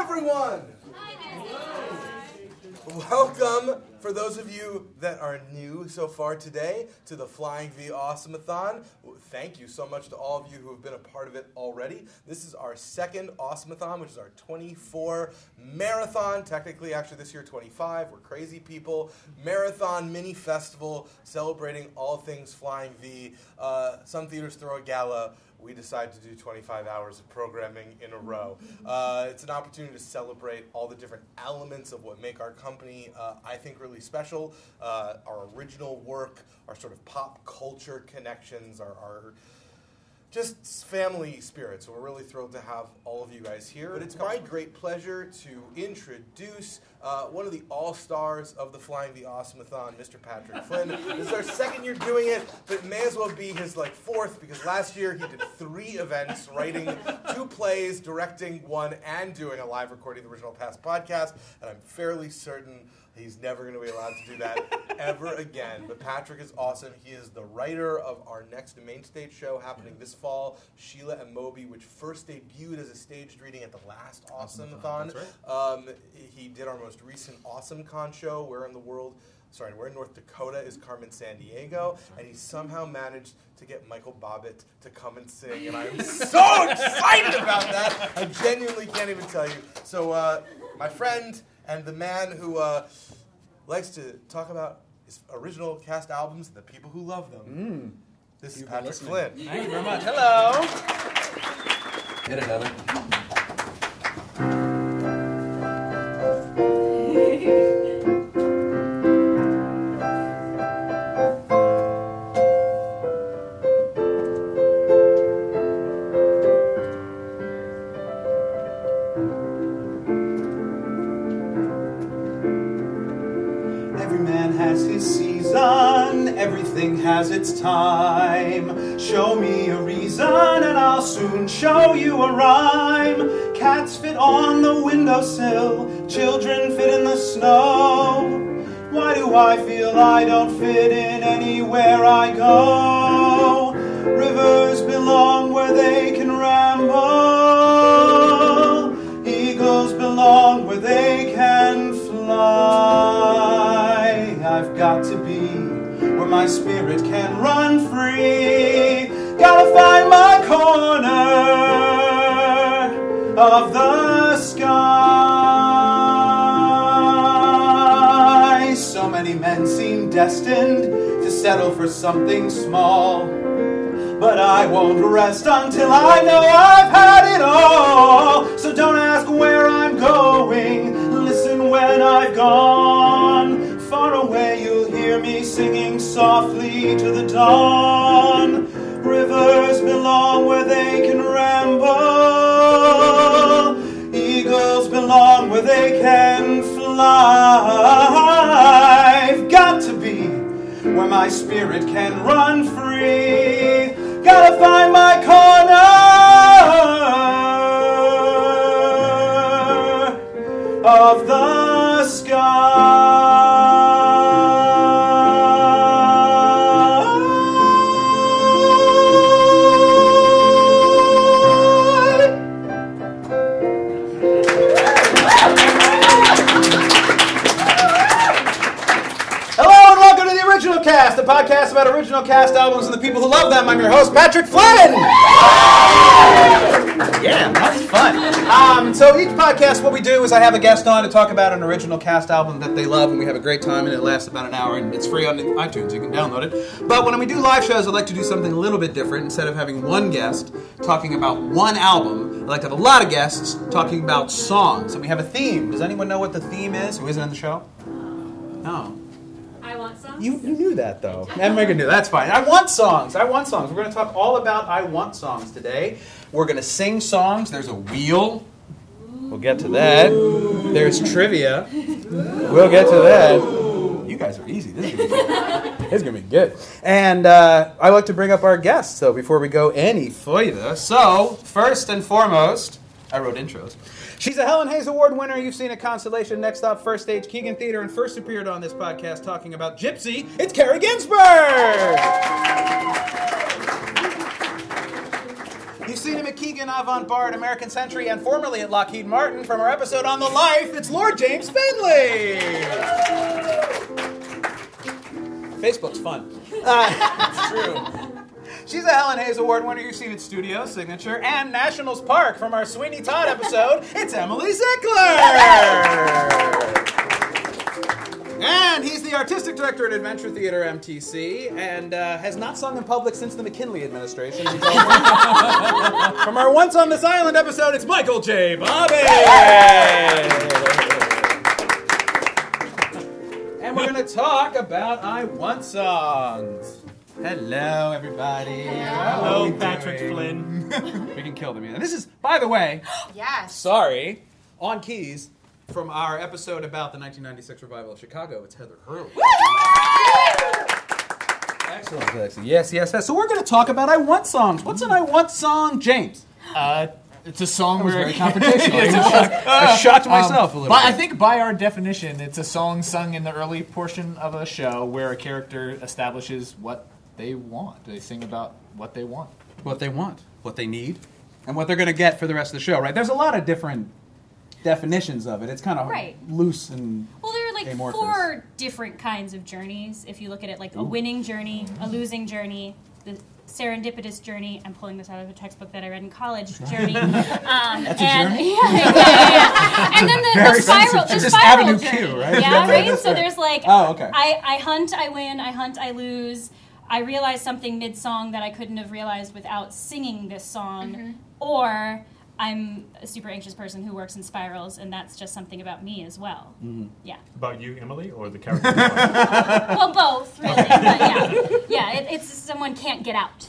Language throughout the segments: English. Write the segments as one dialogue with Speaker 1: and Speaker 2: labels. Speaker 1: everyone. Welcome for those of you that are new so far today to the Flying V Awesomeathon. Thank you so much to all of you who have been a part of it already. This is our second Awesomeathon, which is our 24 marathon, technically, actually, this year 25. We're crazy people. Marathon mini festival celebrating all things Flying V. Uh, some theaters throw a gala we decide to do 25 hours of programming in a row. Uh, it's an opportunity to celebrate all the different elements of what make our company, uh, I think, really special. Uh, our original work, our sort of pop culture connections, our, our just family spirit. So we're really thrilled to have all of you guys here. But it's my great pleasure to introduce uh, one of the all stars of the Flying the Awesomeathon, Mr. Patrick Flynn. this is our second year doing it, but it may as well be his like fourth because last year he did three events, writing two plays, directing one, and doing a live recording of the original past podcast. And I'm fairly certain. He's never going to be allowed to do that ever again. But Patrick is awesome. He is the writer of our next main stage show happening this fall, Sheila and Moby, which first debuted as a staged reading at the last Awesome-a-thon. Um, he did our most recent AwesomeCon show, Where in the World. Sorry, where in North Dakota is Carmen San Diego, and he somehow managed to get Michael Bobbitt to come and sing, and I'm so excited about that. I genuinely can't even tell you. So, uh, my friend, and the man who uh, likes to talk about his original cast albums and the people who love them. This is Patrick Flynn.
Speaker 2: Thank you very much. Hello.
Speaker 3: Hit another.
Speaker 4: Every man has his season, everything has its time. Show me a reason, and I'll soon show you a rhyme. Cats fit on the windowsill, children fit in the snow. Why do I feel I don't fit in anywhere I go? Rivers belong where they can ramble, eagles belong where they can fly. I've got to be where my spirit can run free. Gotta find my corner of the sky. So many men seem destined to settle for something small. But I won't rest until I know I've had it all. So don't ask where I'm going. Listen when I've gone. Far away, you'll hear me singing softly to the dawn. Rivers belong where they can ramble. Eagles belong where they can fly. I've got to be where my spirit can run free. Gotta find my corner of the sky. Hello and welcome to the Original Cast, the podcast about original cast albums and the people who love them. I'm your host, Patrick Flynn. Yeah, that's fun. Um, so each podcast, what we do is I have a guest on to talk about an original cast album that they love, and we have a great time, and it lasts about an hour, and it's free on iTunes. You can download it. But when we do live shows, I like to do something a little bit different. Instead of having one guest talking about one album, I like to have a lot of guests talking about songs, and we have a theme. Does anyone know what the theme is? Who isn't in the show? No.
Speaker 5: I want some.
Speaker 4: You, you knew that though. And we can do that's fine. I want songs. I want songs. We're going to talk all about I want songs today. We're going to sing songs. There's a wheel. We'll get to that. There's trivia. We'll get to that. You guys are easy. This is gonna be fun. This is going to be good. And uh, I like to bring up our guests though before we go any further. So first and foremost, I wrote intros. She's a Helen Hayes Award winner. You've seen a constellation. Next up, first stage Keegan Theater, and first appeared on this podcast talking about Gypsy. It's Kara Ginsburg. You've
Speaker 6: seen him at Keegan Avant Bar at American Century and formerly at Lockheed Martin from our episode on the life. It's Lord James Finley. Facebook's fun.
Speaker 4: Uh,
Speaker 7: True.
Speaker 6: She's a Helen Hayes Award winner you've seen at Studio Signature and Nationals Park from our Sweeney Todd episode. It's Emily Zickler. And he's the artistic director at Adventure Theater MTC and uh, has not sung in public since the McKinley administration. He's also- From our Once on This Island episode, it's Michael J. Bobby. And we're going to talk about I Want Songs. Hello, everybody. Hello,
Speaker 2: Patrick Flynn.
Speaker 6: We can kill the music. This is, by the way,
Speaker 5: Yes.
Speaker 6: sorry, on keys from our episode about the 1996 revival of Chicago. It's Heather Hurley. Excellent, Alexi. Yes, yes, yes. So we're going to talk about I Want Songs. What's an I Want song, James?
Speaker 2: Uh, it's a song where
Speaker 6: Very confrontational. I shot to myself a little.
Speaker 2: But I
Speaker 6: bit.
Speaker 2: think Um, by our definition, it's a song sung in the early portion of a show where a character establishes what they want. They sing about what they want.
Speaker 6: what they want, what they need, and what they're going to get for the rest of the show, right? There's a lot of different definitions of it. It's kind of
Speaker 8: Right.
Speaker 6: loose and
Speaker 8: Well, there are like
Speaker 6: Amorphous.
Speaker 8: four different kinds of journeys. If you look at it, like a winning journey, a losing journey, the serendipitous journey. I'm pulling this out of a textbook that I read in college. Journey. Um, That's
Speaker 6: a
Speaker 8: and,
Speaker 6: journey?
Speaker 8: Yeah, yeah, yeah, yeah. And then the,
Speaker 6: Very
Speaker 8: the spiral.
Speaker 6: sensitive.
Speaker 8: The
Speaker 6: Just
Speaker 8: spiral
Speaker 6: Avenue Q,
Speaker 8: journey.
Speaker 6: right?
Speaker 8: Yeah, right. So there's like,
Speaker 6: Oh, okay.
Speaker 8: I, I hunt, I win. I hunt, I lose. I realize something mid song that I couldn't have realized without singing this song, or. I'm a super anxious person who works in spirals, and that's just something about me as well.
Speaker 6: Mm-hmm.
Speaker 8: Yeah.
Speaker 9: About you, Emily, or the character? you are?
Speaker 8: Well, both, really. but yeah, yeah. It, it's someone can't get out.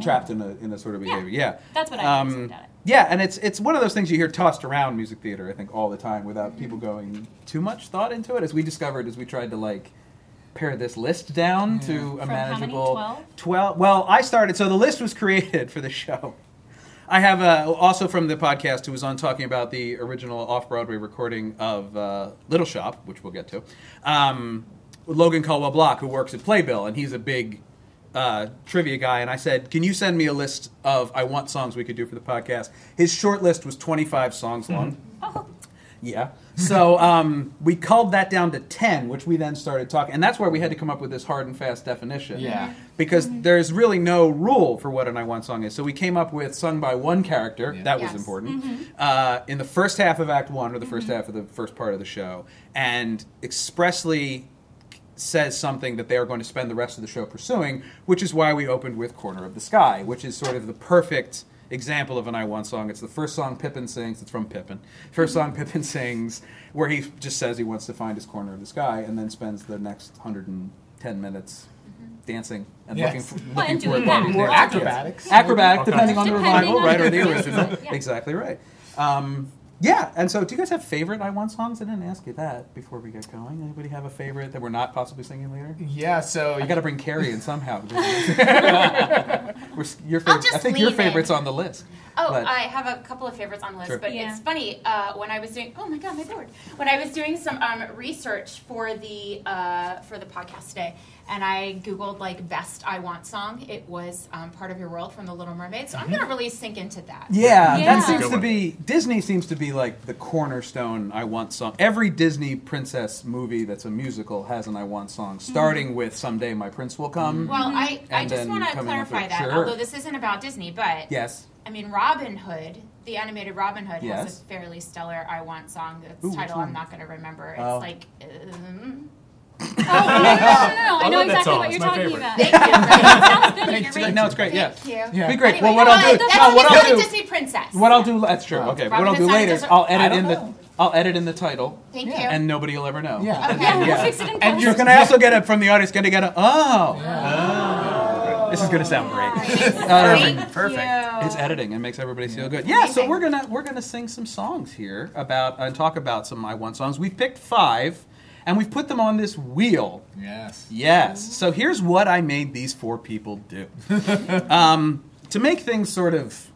Speaker 6: trapped in a in a sort of
Speaker 8: Yeah.
Speaker 6: behavior. Yeah,
Speaker 8: That's what I
Speaker 6: Um,
Speaker 8: um, about it.
Speaker 6: yeah, and it's it's one of those things you hear tossed around music theater, I think, all the time without people
Speaker 8: Mm-hmm.
Speaker 6: going too much thought into it. As we discovered, as we tried to like pare this list down to a
Speaker 8: From how many?
Speaker 6: manageable
Speaker 8: 12?
Speaker 6: 12 well i started so the list was created for the show i have uh, also from the podcast who was on talking about the original off-broadway recording of uh, little shop which we'll get to um, logan caldwell block who works at playbill and he's a big uh, trivia guy and i said can you send me a list of i want songs we could do for the podcast his short list was 25 songs long
Speaker 8: Oh,
Speaker 6: yeah. So um, we called that down to 10, which we then started talking. And that's where we had to come up with this hard and fast definition.
Speaker 2: Yeah.
Speaker 6: Because there's really no rule for what an I Want song is. So we came up with sung by one character.
Speaker 2: Yeah.
Speaker 6: That
Speaker 5: Yes.
Speaker 6: was important. Uh, in the first half of Act One or the 1st half of the first part of the show. And expressly says something that they are going to spend the rest of the show pursuing, which is why we opened with Corner of the Sky, which is sort of the perfect example of an I Want song. It's the first song Pippin sings, it's from Pippin. First song Pippin sings, where he just says he wants to find his corner of the sky and then spends the next 110 minutes dancing and
Speaker 2: Yes.
Speaker 6: looking for looking
Speaker 8: Mm-hmm. Well, and
Speaker 6: for
Speaker 8: doing
Speaker 6: it while
Speaker 8: that.
Speaker 6: he's
Speaker 8: More
Speaker 6: dancing.
Speaker 2: acrobatics.
Speaker 6: Yes. Acrobatic,
Speaker 9: Okay.
Speaker 6: depending on the
Speaker 8: Depending
Speaker 6: revival,
Speaker 8: on
Speaker 6: right,
Speaker 8: the
Speaker 6: or the
Speaker 8: original,
Speaker 6: original.
Speaker 8: yeah.
Speaker 6: Exactly right. Um, yeah, and so do you guys have favorite I Want songs? I didn't ask you that before we get going. Anybody have a favorite that we're not possibly singing later?
Speaker 2: Yeah, so
Speaker 6: I got to bring Carrie in somehow. We're s- your
Speaker 5: I'll
Speaker 6: favorite, I
Speaker 5: just
Speaker 6: think your
Speaker 5: leave it.
Speaker 6: favorite's on the list.
Speaker 5: Oh,
Speaker 6: But-
Speaker 5: I have a couple of favorites on the list,
Speaker 6: Sure.
Speaker 5: but
Speaker 8: Yeah.
Speaker 5: it's funny uh, when I was doing. Oh my god, my board! When I was doing some um, research for the uh, for the podcast today, and I googled like best I want song. It was um, part of your world from The Little Mermaid, so I'm gonna really sink into that.
Speaker 6: Mm-hmm. Yeah,
Speaker 8: Yeah.
Speaker 6: that seems
Speaker 9: Good
Speaker 6: to
Speaker 9: one.
Speaker 6: be Disney seems to be like the cornerstone I want song. Every Disney princess movie that's a musical has an I want song, starting with "Someday My Prince Will Come."
Speaker 5: Mm-hmm. Well, I, I
Speaker 6: And
Speaker 5: just
Speaker 6: then
Speaker 5: want to
Speaker 6: coming up
Speaker 5: clarify
Speaker 6: with-
Speaker 5: that,
Speaker 6: sure.
Speaker 5: although this isn't about Disney, but
Speaker 6: yes,
Speaker 5: I mean Robin Hood, the animated Robin Hood,
Speaker 6: Yes.
Speaker 5: has a fairly stellar I want song. Its
Speaker 6: Ooh, which
Speaker 5: title I'm
Speaker 6: one?
Speaker 5: not gonna remember. It's
Speaker 6: Oh.
Speaker 5: like. Um,
Speaker 8: no, no, no, no, no. I know
Speaker 9: love that
Speaker 8: exactly
Speaker 9: song.
Speaker 8: what
Speaker 9: It's
Speaker 8: you're
Speaker 9: my
Speaker 8: talking
Speaker 9: favorite.
Speaker 8: about.
Speaker 5: thank you. right?
Speaker 8: Sounds good. You're right.
Speaker 6: no, it's great. Yeah,
Speaker 5: Thank you.
Speaker 2: Yeah.
Speaker 6: be great.
Speaker 5: Anyway,
Speaker 6: well, what
Speaker 5: no,
Speaker 6: I'll
Speaker 5: I-
Speaker 6: do?
Speaker 5: that's
Speaker 6: No,
Speaker 5: why
Speaker 6: what
Speaker 5: we
Speaker 6: I'll
Speaker 5: call it
Speaker 6: do?
Speaker 5: Disney Princess.
Speaker 6: What I'll do? That's true. Okay, what
Speaker 5: Robin
Speaker 6: I'll do
Speaker 5: Hood
Speaker 6: later is
Speaker 5: doesn't-
Speaker 6: I'll
Speaker 2: I
Speaker 6: edit
Speaker 2: don't
Speaker 6: in the
Speaker 2: know.
Speaker 6: I'll edit in the title,
Speaker 5: Thank
Speaker 2: Yeah.
Speaker 5: you.
Speaker 6: and nobody will ever know.
Speaker 2: Yeah.
Speaker 5: okay.
Speaker 8: Yeah, we'll
Speaker 6: Yeah.
Speaker 8: fix it in
Speaker 2: And
Speaker 8: post.
Speaker 6: You're gonna also get it from the audience. Gonna get a oh. This is gonna sound great.
Speaker 2: Uh,
Speaker 6: Um,
Speaker 5: Perfect.
Speaker 6: It's editing. It makes everybody feel good. Yeah. So
Speaker 5: Amazing.
Speaker 6: we're gonna we're gonna sing some songs here about and talk about some I Want songs. We've picked five, and we've put them on this wheel.
Speaker 2: yes.
Speaker 6: Yes. So here's what I made these four people do. um, to make things sort of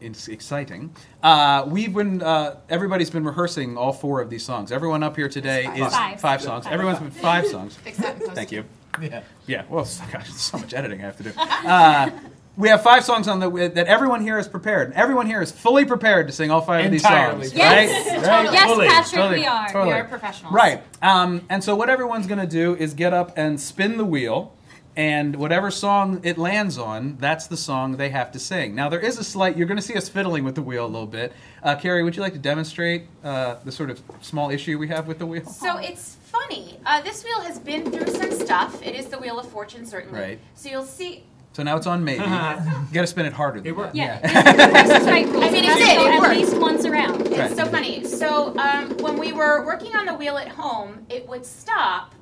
Speaker 6: it's exciting. Uh, we've been uh, everybody's been rehearsing all four of these songs. Everyone up here today
Speaker 5: Five.
Speaker 6: is
Speaker 8: Five.
Speaker 6: songs.
Speaker 8: Five.
Speaker 6: Everyone's been five songs.
Speaker 5: Fix that in post.
Speaker 6: Thank you.
Speaker 2: Yeah.
Speaker 6: Yeah, well, gosh, so much editing I have to do. Uh, We have five songs on the that everyone here is prepared. Everyone here is fully prepared to sing all five of
Speaker 2: Entirely
Speaker 6: these songs,
Speaker 8: Yes,
Speaker 6: right?
Speaker 8: totally. yes,
Speaker 6: Totally,
Speaker 8: Patrick,
Speaker 6: totally,
Speaker 8: we are.
Speaker 6: totally.
Speaker 5: We are professionals.
Speaker 6: Right. Um, and so what everyone's going to do is get up and spin the wheel, and whatever song it lands on, that's the song they have to sing. Now there is a slight. You're going to see us fiddling with the wheel a little bit. Uh, Carrie, would you like to demonstrate uh, the sort of small issue we have with the wheel?
Speaker 5: So it's funny. Uh, this wheel has been through some stuff. It is the wheel of fortune, certainly.
Speaker 6: Right.
Speaker 5: So you'll see.
Speaker 6: So now it's on maybe. you got to spin it harder. Than
Speaker 9: It worked.
Speaker 6: that.
Speaker 8: Yeah, this is the right rules.
Speaker 5: I mean, it
Speaker 8: has to
Speaker 5: did,
Speaker 8: go
Speaker 5: it
Speaker 8: at
Speaker 5: worked.
Speaker 8: least once around.
Speaker 5: It's
Speaker 6: Right.
Speaker 5: so funny. So um, when we were working on the wheel at home, it would stop,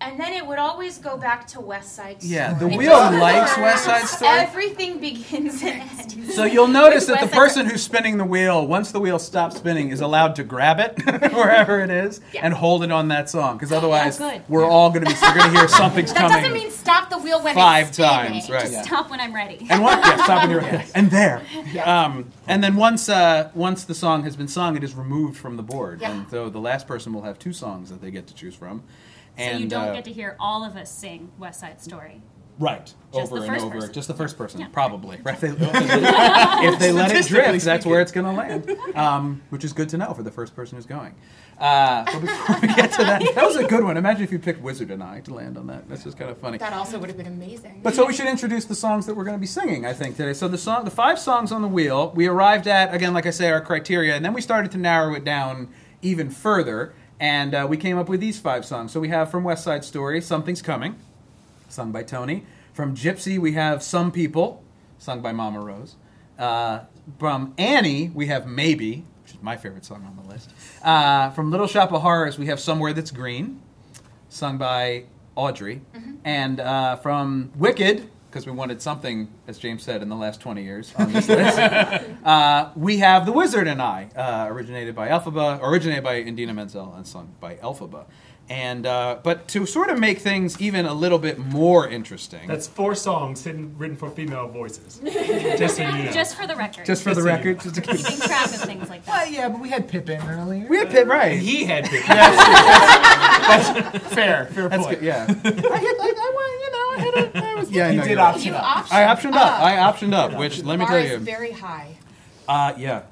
Speaker 5: and then it would always go back to West Side Story.
Speaker 6: Yeah, the
Speaker 5: It
Speaker 6: wheel
Speaker 5: just
Speaker 6: likes
Speaker 5: works.
Speaker 6: West Side Story.
Speaker 5: Everything begins and ends.
Speaker 6: So you'll notice that the
Speaker 5: With Wes-
Speaker 6: person who's spinning the wheel, once the wheel stops spinning, is allowed to grab it wherever it is
Speaker 5: Yeah.
Speaker 6: and hold it on that song. Because otherwise,
Speaker 8: good.
Speaker 6: we're all going to be we're going to hear something's
Speaker 5: That
Speaker 6: coming.
Speaker 5: doesn't mean stop the wheel when
Speaker 6: Five
Speaker 5: it's spinning.
Speaker 6: times, right.
Speaker 5: Just
Speaker 6: Yeah.
Speaker 8: Stop when I'm ready.
Speaker 6: and one, yeah, stop in your and there. Um, and then once uh, once the song has been sung, it is removed from the board.
Speaker 5: Yeah.
Speaker 6: And so the last person will have two songs that they get to choose from.
Speaker 8: So
Speaker 6: And
Speaker 8: you
Speaker 6: uh,
Speaker 8: don't get to hear all of us sing West Side Story.
Speaker 6: Right.
Speaker 8: Just
Speaker 6: over
Speaker 8: the
Speaker 6: and
Speaker 8: first
Speaker 6: over.
Speaker 8: person.
Speaker 6: Just the first person,
Speaker 8: Yeah.
Speaker 6: probably. Right. if they let it drift, that's where it's going to land. Um, which is good to know for the first person who's going. Uh, but before we get to that, that was a good one. Imagine if you picked Wizard and I to land on that. That's just kind of funny.
Speaker 5: That also would have been amazing.
Speaker 6: But so we should introduce the songs that we're going to be singing, I think, today. So the song, the five songs on the wheel, we arrived at again, like I say, our criteria, and then we started to narrow it down even further, and uh, we came up with these five songs. So we have from West Side Story, "Something's Coming," sung by Tony. From Gypsy, we have "Some People," sung by Mama Rose. Uh, from Annie, we have "Maybe," which is my favorite song on the list. Uh, from Little Shop of Horrors, we have "Somewhere That's Green." sung by Audrey,
Speaker 5: Mm-hmm.
Speaker 6: and uh, from Wicked, because we wanted something, as James said, in the last 20 years on this list, uh, we have The Wizard and I, uh, originated by Elphaba, originated by Indina Menzel and sung by Elphaba. And uh, but to sort of make things even a little bit more interesting,
Speaker 9: That's four songs hidden, written for female voices. Just so you know.
Speaker 8: Just for the record.
Speaker 6: just for the
Speaker 9: Just-
Speaker 6: record, just to keep
Speaker 8: keeping track of things like
Speaker 2: Well,
Speaker 8: that.
Speaker 2: yeah, but we had Pippin earlier.
Speaker 6: we had Pitt right.
Speaker 9: he had big.
Speaker 2: fair, fair
Speaker 6: That's
Speaker 2: point.
Speaker 6: good. Yeah, I, had, I, I, you know, I had a, I was, yeah, I
Speaker 2: He
Speaker 6: know,
Speaker 2: did
Speaker 6: you're right.
Speaker 2: option
Speaker 5: you
Speaker 2: up.
Speaker 5: optioned
Speaker 6: I optioned up. I optioned up, which let me
Speaker 5: Bar
Speaker 6: tell
Speaker 5: is
Speaker 6: you,
Speaker 5: very high.
Speaker 6: Uh, yeah.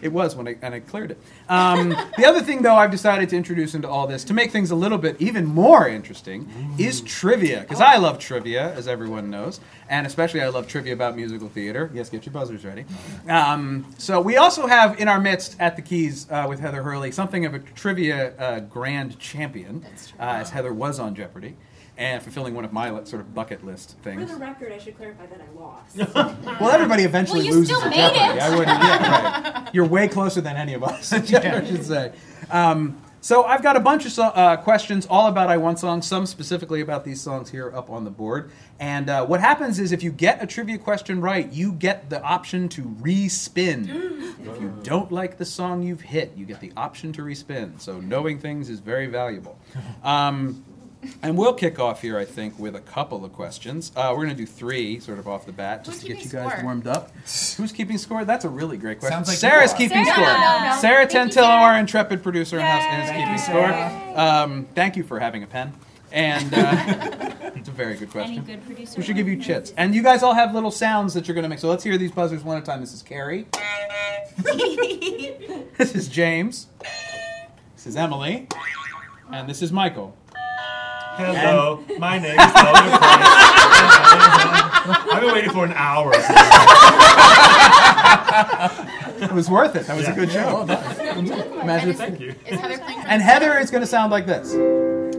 Speaker 6: it was when I, and I cleared it. Um, the other thing, though, I've decided to introduce into all this to make things a little bit even more interesting is trivia, because I love trivia, as everyone knows, and especially I love trivia about musical theater. Yes, get your buzzers ready. Um, so we also have in our midst at the Keys uh, with Heather Hurley something of a trivia uh, grand champion,
Speaker 5: That's true.
Speaker 6: uh, as Heather was on Jeopardy. And fulfilling one of my like, sort of bucket list
Speaker 10: For
Speaker 6: things.
Speaker 10: the record, I should clarify that I lost.
Speaker 6: Well, everybody eventually
Speaker 8: Well, you
Speaker 6: loses
Speaker 8: still
Speaker 6: to
Speaker 8: made
Speaker 6: Jeopardy.
Speaker 8: it.
Speaker 6: I wouldn't. Yeah, right. You're way closer than any of us. I should say. Um, so I've got a bunch of so- uh, questions all about I Want songs, some specifically about these songs here up on the board. And uh, what happens is if you get a trivia question right, you get the option to re-spin. if you don't like the song you've hit, you get the option to re-spin. So knowing things is very valuable. Um, and we'll kick off here, I think, with a couple of questions. Uh, we're going to do three, sort of off the bat, just
Speaker 5: Who's
Speaker 6: to get you
Speaker 5: keeping
Speaker 6: guys
Speaker 5: score?
Speaker 6: warmed up. Who's keeping score? That's a really great question.
Speaker 2: Sounds like
Speaker 6: Sarah's
Speaker 2: you are.
Speaker 6: keeping
Speaker 8: Sarah!
Speaker 6: score.
Speaker 5: No, no, no.
Speaker 6: Sarah
Speaker 8: Thank you,
Speaker 6: Tantillo,
Speaker 8: Sarah.
Speaker 6: our intrepid producer in house, and is
Speaker 8: Yay.
Speaker 6: keeping
Speaker 2: Sarah.
Speaker 6: score. Um, thank you for having a pen. And uh, it's a very good
Speaker 8: Any
Speaker 6: question.
Speaker 8: good producer?
Speaker 6: We should
Speaker 8: would.
Speaker 6: give you chits. And you guys all have little sounds that you're going to make. So let's hear these buzzers one at a time. This is Carrie. this is James. This is Emily. And this is Michael.
Speaker 3: Oh,
Speaker 9: Hello, my name is Logan Price. I've been waiting for an hour. That
Speaker 6: It was worth it. That was a
Speaker 9: Yeah.
Speaker 6: good joke. Imagine if-
Speaker 9: Thank you.
Speaker 5: Is Heather playing for
Speaker 6: And Heather is going to sound like this.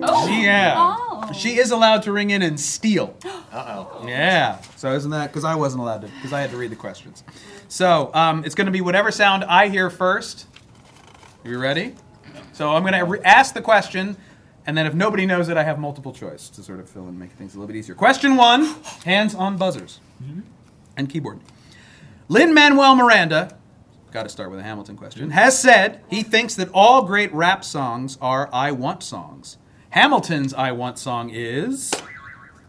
Speaker 6: Oh. Yeah.
Speaker 8: Oh.
Speaker 6: She is allowed to ring in and steal.
Speaker 2: Uh oh.
Speaker 6: Yeah. So isn't that because I wasn't allowed to because I had to read the questions. So um, it's going to be whatever sound I hear first. You ready? So I'm going to re- ask the question, and then if nobody knows it, I have multiple choice to sort of fill and make things a little bit easier. Question one: Hands on buzzers and keyboard. Lin Manuel Miranda, got to start with a Hamilton question, has said he thinks that all great rap songs are I want songs. Hamilton's I want song is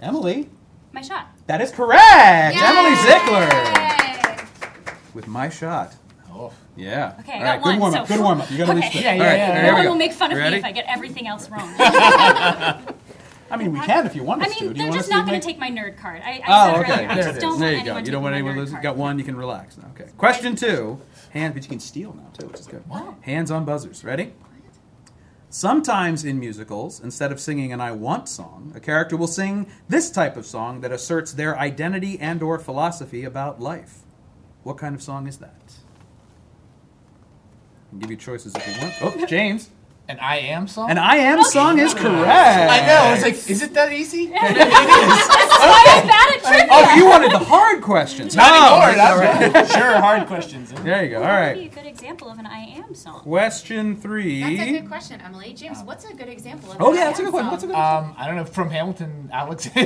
Speaker 6: Emily.
Speaker 8: My shot.
Speaker 6: That is correct. Emily Zickler
Speaker 8: Yay.
Speaker 6: with my shot.
Speaker 2: Oh.
Speaker 6: Yeah.
Speaker 8: Okay, I
Speaker 6: All
Speaker 8: got
Speaker 6: right. Good
Speaker 8: one,
Speaker 6: warm up.
Speaker 8: so-
Speaker 6: Good warm up. You got to
Speaker 8: Okay.
Speaker 6: reach
Speaker 2: Yeah, yeah, yeah, yeah.
Speaker 8: No one
Speaker 6: All right. Here we
Speaker 8: will
Speaker 6: go.
Speaker 8: make fun of
Speaker 6: Ready?
Speaker 8: me if I get everything else wrong.
Speaker 6: I mean, we can if you want
Speaker 8: I
Speaker 6: us to.
Speaker 8: mean,
Speaker 6: Do you
Speaker 8: they're
Speaker 6: want us
Speaker 8: just
Speaker 6: to
Speaker 8: not going
Speaker 6: make-
Speaker 8: to take my nerd card. I, I
Speaker 6: Oh,
Speaker 8: said
Speaker 6: okay.
Speaker 8: earlier, I
Speaker 6: There
Speaker 8: just
Speaker 6: it
Speaker 8: don't
Speaker 6: is. There
Speaker 8: want
Speaker 6: you go.
Speaker 8: anyone
Speaker 6: You
Speaker 8: to
Speaker 6: don't
Speaker 8: take
Speaker 6: want
Speaker 8: my
Speaker 6: anyone
Speaker 8: nerd
Speaker 6: to lose.
Speaker 8: card.
Speaker 6: Got one. You can relax now. Okay. Question two. Hand, but you can steal now too, which is good. Hands on buzzers. Ready? Sometimes in musicals, instead of singing an "I want" song, a character will sing this type of song that asserts their identity and/or philosophy about life. What kind of song is that? I'll give you choices if you want. Oh, James.
Speaker 2: An I am song.
Speaker 6: An "I am" song is correct.
Speaker 2: I know. It's like, is it that easy?
Speaker 8: That's why I'm bad at trivia.
Speaker 6: Oh, you wanted the hard questions.
Speaker 2: Not
Speaker 6: Oh,
Speaker 2: anymore.
Speaker 6: that's all right.
Speaker 2: That's right. Sure, hard questions.
Speaker 6: There you go. All
Speaker 8: That would be
Speaker 6: right.
Speaker 8: a good example of an I am song.
Speaker 6: Question three.
Speaker 5: That's a good question, Emily. James, what's a good example of
Speaker 6: Oh
Speaker 5: an
Speaker 6: yeah,
Speaker 5: I
Speaker 6: that's a
Speaker 5: am
Speaker 6: good one.
Speaker 5: song?
Speaker 6: That's a good one.
Speaker 2: Um, I don't know. From Hamilton, Alex. my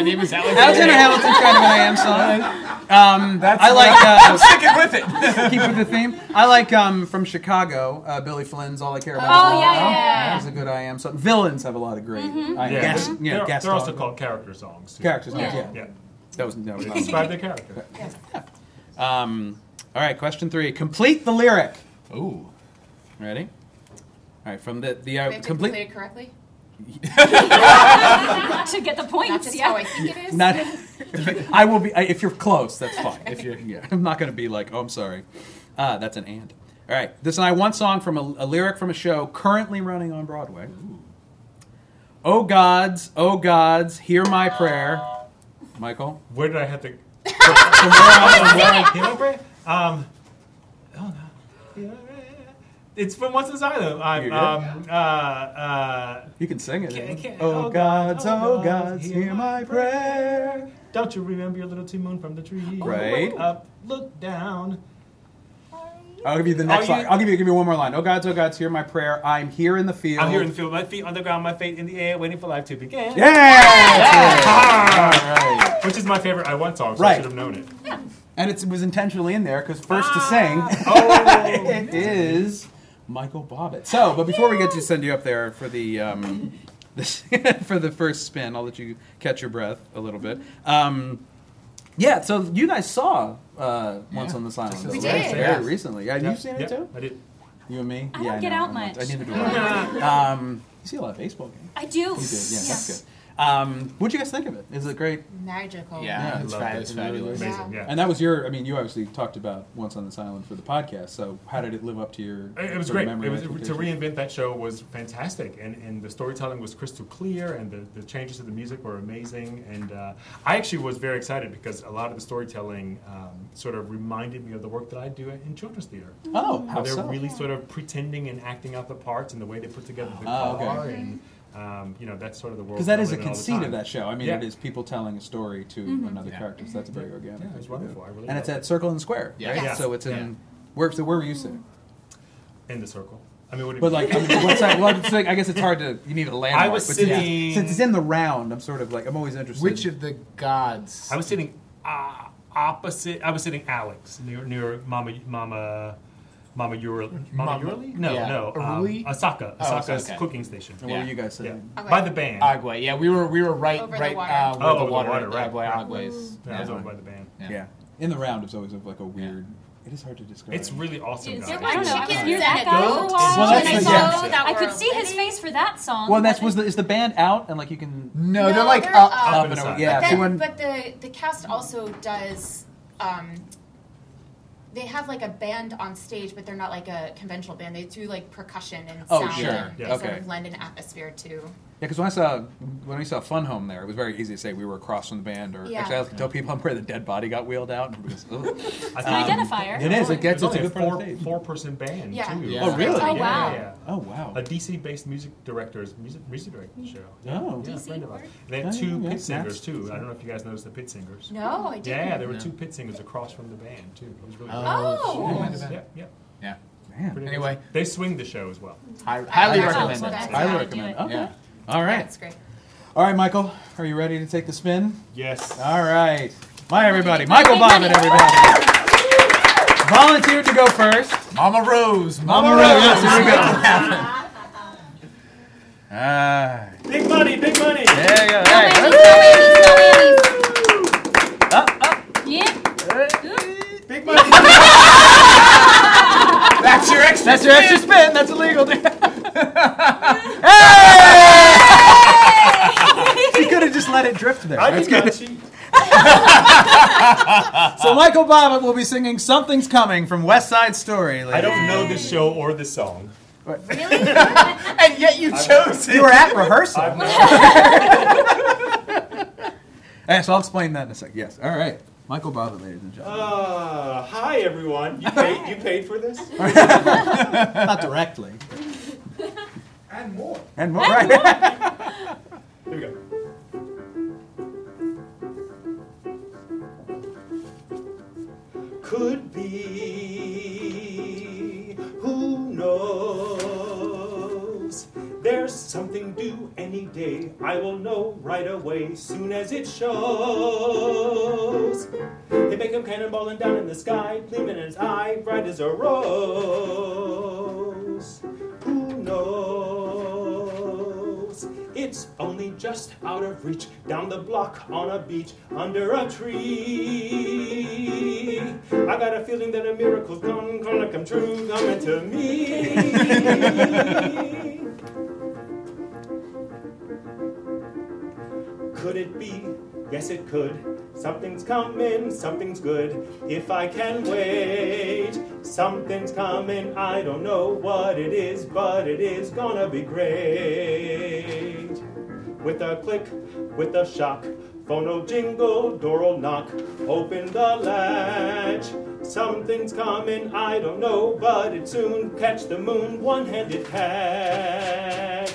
Speaker 2: name is Alex.
Speaker 6: Alexander Hamilton's kind of an I am song. Um, I like
Speaker 2: I'm
Speaker 6: uh,
Speaker 2: sticking with it.
Speaker 6: keep with the theme. I like um, from Chicago, uh, Billy Flynn's "All I Care About."
Speaker 8: Oh,
Speaker 6: Is
Speaker 8: yeah,
Speaker 6: Love."
Speaker 8: yeah, yeah, Mm-hmm.
Speaker 6: That was a good I am song. Villains have a lot of great. I am.
Speaker 9: Yeah.
Speaker 6: Guest, yeah,
Speaker 9: they're,
Speaker 6: guest
Speaker 9: they're also
Speaker 6: songs.
Speaker 9: called character songs. too.
Speaker 6: characters.
Speaker 8: Yeah.
Speaker 6: Yeah.
Speaker 9: Yeah.
Speaker 6: that was no.
Speaker 9: Describe the character.
Speaker 6: um, all right, question three. Complete the lyric.
Speaker 2: Ooh.
Speaker 6: Ready? All right, from the the
Speaker 5: We
Speaker 6: uh,
Speaker 5: have to complete
Speaker 6: complete.
Speaker 5: it correctly.
Speaker 8: to get the
Speaker 5: Not
Speaker 8: points,
Speaker 5: just
Speaker 8: yeah.
Speaker 5: how I think it is.
Speaker 6: Not, I will be I, if you're close. That's fine.
Speaker 2: If you're
Speaker 6: Yeah, I'm not going to be like, oh, I'm sorry. Uh, that's an and. All right, this is I one song from a, a lyric from a show currently running on Broadway. Oh gods, oh gods, hear my prayer. Michael,
Speaker 9: Where did I have to?
Speaker 6: from where I-
Speaker 9: You know, Brad? Um, oh no. It's from Once Inside Them.
Speaker 6: You
Speaker 9: I'm,
Speaker 6: did?
Speaker 9: um, uh, uh,
Speaker 6: you can sing it.
Speaker 9: Can't- can't-
Speaker 6: oh
Speaker 9: oh
Speaker 6: gods,
Speaker 9: gods,
Speaker 6: oh
Speaker 9: oh
Speaker 6: gods,
Speaker 9: gods,
Speaker 6: hear
Speaker 9: hear
Speaker 6: my
Speaker 9: my
Speaker 6: prayer.
Speaker 9: don't you remember your little tin moon from the tree?
Speaker 6: Right.
Speaker 9: Look up, look down.
Speaker 6: I'll give you the next
Speaker 9: Are
Speaker 6: line.
Speaker 9: you-
Speaker 6: I'll give you give me one more line. Oh gods, oh gods, hear my prayer. I'm here in the field.
Speaker 9: I'm here and feel my feet on the ground, my faith in the air, waiting for life to begin.
Speaker 6: Yeah. that's it.
Speaker 9: Ah! Which is my favorite I Want song, so
Speaker 6: Right.
Speaker 9: I should have known it.
Speaker 6: And it's- it was intentionally in there because first to sing
Speaker 9: Oh,
Speaker 6: it is Michael Bobbitt. So, but before we get to send you up there for the, um, this, for the first spin, I'll let you catch your breath a little bit. Um, yeah, so you guys saw uh, once
Speaker 2: Yeah.
Speaker 6: on this island.
Speaker 2: We
Speaker 6: It's
Speaker 5: did.
Speaker 6: Very
Speaker 9: Yeah.
Speaker 6: recently. Yeah,
Speaker 9: Yeah,
Speaker 6: You've seen it
Speaker 9: yeah,
Speaker 6: too.
Speaker 9: I did.
Speaker 6: You and me.
Speaker 8: I don't
Speaker 6: I
Speaker 8: get
Speaker 6: know,
Speaker 8: out
Speaker 6: I'm
Speaker 8: much.
Speaker 6: I neither do I. um, you see a lot of baseball games.
Speaker 8: I do.
Speaker 6: You did. Yeah, that's good. Um, what'd you guys think of it? Is it great?
Speaker 5: Magical.
Speaker 2: Yeah,
Speaker 6: I
Speaker 2: it's,
Speaker 9: loved
Speaker 2: fab-
Speaker 9: it.
Speaker 2: it's fabulous.
Speaker 5: Yeah.
Speaker 9: Amazing, yeah.
Speaker 6: And that was your. I mean, you obviously talked about once on this island for the podcast. So how did it live up to your?
Speaker 9: It it was
Speaker 6: sort of
Speaker 9: great.
Speaker 6: memory
Speaker 9: It was, to
Speaker 6: expectations?
Speaker 9: reinvent that show was fantastic, and, and the storytelling was crystal clear, and the, the changes to the music were amazing. And uh, I actually was very excited because a lot of the storytelling um, sort of reminded me of the work that I do in children's theater.
Speaker 6: Oh,
Speaker 9: Where
Speaker 6: how
Speaker 9: they're
Speaker 6: so?
Speaker 9: really sort of pretending and acting out the parts and the way they put together the
Speaker 6: Ah, okay.
Speaker 9: car, and um, you know that's sort of the world.
Speaker 6: Because that
Speaker 9: I
Speaker 6: is a
Speaker 9: live in all the
Speaker 6: conceit of
Speaker 9: time.
Speaker 6: that show. I mean,
Speaker 9: Yeah.
Speaker 6: it is people telling a story to another
Speaker 2: Yeah.
Speaker 6: character. So that's very organic.
Speaker 9: Yeah, it was wonderful. I really
Speaker 6: and it's
Speaker 9: loved
Speaker 6: at Circle and Square,
Speaker 2: Yeah.
Speaker 6: right?
Speaker 9: Yeah.
Speaker 6: So it's in
Speaker 2: Yeah.
Speaker 6: where? So where were you sitting?
Speaker 9: in the circle. I mean, what do you
Speaker 6: But
Speaker 9: mean?
Speaker 6: like, I mean, what's that? Well, it's like, I guess it's hard to. You need a landmark.
Speaker 9: I was
Speaker 6: but since-
Speaker 9: sitting-
Speaker 6: Since it's in the round, I'm sort of like I'm always interested.
Speaker 2: Which of the gods?
Speaker 9: I was sitting uh, opposite. I was sitting Alex near near Mama Mama Mama Urali. Mama
Speaker 2: Mama-
Speaker 9: Urali? No,
Speaker 2: yeah.
Speaker 9: no. Um,
Speaker 2: Urali?
Speaker 9: Asaka.
Speaker 2: Oh,
Speaker 9: Asaka's
Speaker 2: Osaka.
Speaker 9: cooking station.
Speaker 6: and where
Speaker 2: yeah.
Speaker 6: were you guys
Speaker 9: Yeah.
Speaker 6: sitting?
Speaker 9: By the band.
Speaker 2: Agua. Yeah, we were we were right
Speaker 5: Over the
Speaker 2: right
Speaker 5: water.
Speaker 2: uh, where
Speaker 9: Oh,
Speaker 2: the
Speaker 9: over the
Speaker 2: water,
Speaker 9: water,
Speaker 2: at
Speaker 9: right,
Speaker 2: Agua
Speaker 9: right.
Speaker 2: Aguas.
Speaker 9: Yeah, I was
Speaker 2: Yeah.
Speaker 9: over by the band.
Speaker 6: Yeah. In the round, it's always like a weird. It is hard to describe.
Speaker 9: It's really awesome.
Speaker 8: It's-
Speaker 9: guys.
Speaker 8: I don't know. I was
Speaker 5: Chicken
Speaker 8: near that
Speaker 5: and
Speaker 8: guy
Speaker 5: goat.
Speaker 8: for a while.
Speaker 6: Well,
Speaker 8: and
Speaker 6: that's
Speaker 8: I
Speaker 6: the-
Speaker 8: saw-
Speaker 6: yeah.
Speaker 5: that
Speaker 8: I could
Speaker 5: world.
Speaker 8: see his face for that song.
Speaker 6: Well, that's
Speaker 8: but
Speaker 6: was the, is the band out and like you can.
Speaker 2: No,
Speaker 5: No,
Speaker 2: they're like
Speaker 5: they're
Speaker 2: up,
Speaker 5: up.
Speaker 2: up, and
Speaker 9: Up
Speaker 2: over.
Speaker 9: inside.
Speaker 6: Yeah.
Speaker 5: But,
Speaker 6: so
Speaker 5: then,
Speaker 6: when-
Speaker 5: but the the cast also does. Um, they have like a band on stage, but they're not like a conventional band. They do like percussion and
Speaker 6: Oh,
Speaker 5: sound.
Speaker 6: sure.
Speaker 5: And
Speaker 9: Yeah.
Speaker 5: They sort
Speaker 6: Okay.
Speaker 5: of lend an atmosphere to.
Speaker 6: Yeah, because when I saw when we saw Fun Home there, it was very easy to say we were across from the band, or
Speaker 5: Yeah.
Speaker 6: actually I like to tell people I'm where the dead body got wheeled out. And everybody goes, "Ugh." Um,
Speaker 9: I
Speaker 8: an
Speaker 9: think-
Speaker 8: identifier.
Speaker 6: It is. It gets.
Speaker 9: There's
Speaker 6: It's
Speaker 9: only
Speaker 6: a good
Speaker 9: four,
Speaker 6: part of the stage.
Speaker 9: four person band
Speaker 5: Yeah.
Speaker 9: too.
Speaker 2: Yeah. Oh,
Speaker 6: really?
Speaker 5: Oh,
Speaker 9: Yeah,
Speaker 5: wow.
Speaker 9: yeah.
Speaker 6: Oh wow.
Speaker 9: A DC-based music director's music, music director
Speaker 5: Mm.
Speaker 9: show.
Speaker 6: Oh.
Speaker 9: yeah, a
Speaker 8: DC
Speaker 9: friend of ours.
Speaker 8: work?
Speaker 9: They
Speaker 6: Oh,
Speaker 9: had two
Speaker 6: yeah,
Speaker 9: pit
Speaker 6: that's-
Speaker 9: singers too. I don't know if you guys noticed the pit singers.
Speaker 5: No, I didn't.
Speaker 9: Yeah, there were
Speaker 2: Yeah.
Speaker 9: two pit singers across from the band too. It was really
Speaker 5: Oh.
Speaker 9: cool. yeah, yeah.
Speaker 2: Yeah.
Speaker 6: Man.
Speaker 9: Pretty
Speaker 2: Anyway.
Speaker 9: amazing. they swing the show as well.
Speaker 2: Hi- highly
Speaker 5: Oh,
Speaker 2: recommend
Speaker 5: that's-
Speaker 2: it.
Speaker 5: that's-
Speaker 6: I
Speaker 5: how
Speaker 6: would
Speaker 5: to
Speaker 6: recommend.
Speaker 8: do
Speaker 6: Okay.
Speaker 2: Yeah.
Speaker 6: All right.
Speaker 5: That's great.
Speaker 6: All right, Michael. Are you ready to take the spin?
Speaker 9: Yes.
Speaker 6: All right. My everybody, Michael
Speaker 8: Make money.
Speaker 6: Bobbitt, everybody. Volunteered to go first.
Speaker 2: Mama Rose. Mama,
Speaker 6: Mama Rose.
Speaker 2: Rose.
Speaker 6: Yes, here we go. Ah,
Speaker 9: Big money, big money.
Speaker 6: there you go.
Speaker 8: No
Speaker 6: Hey.
Speaker 8: whammies, no whammies, no whammies.
Speaker 6: Up, up.
Speaker 8: Yeah.
Speaker 9: Big money.
Speaker 2: That's your extra.
Speaker 6: That's your extra spin. That's illegal. hey! let it drift there.
Speaker 3: I
Speaker 6: That's
Speaker 3: did not
Speaker 6: good.
Speaker 3: cheat.
Speaker 6: So Michael Bobbitt will be singing "Something's Coming" from West Side Story.
Speaker 3: I
Speaker 6: ladies.
Speaker 3: don't know this show or this song.
Speaker 6: and yet you chose it. You were at rehearsal. Yes, I'll explain that in a sec. Yes. All right. Michael Bobbitt, ladies and gentlemen.
Speaker 3: Uh, hi everyone. You paid, you paid for this?
Speaker 6: Not directly.
Speaker 3: And more.
Speaker 6: And more. Right.
Speaker 3: Here we go. Could be, who knows? There's something due any day. I will know right away, soon as it shows. They make him cannonballing down in the sky, gleaming in his eye, bright as a rose. Who knows? It's only just out of reach, down the block, on a beach, under a tree. I got a feeling that a miracle's gone, gonna come true, coming to me. Could it be? Yes, it could. Something's coming, something's good. If I can wait, something's coming. I don't know what it is, but it is gonna be great. With a click, with a shock, phone will jingle, door will knock. Open the latch. Something's coming, I don't know, but it soon catch the moon, one-handed catch.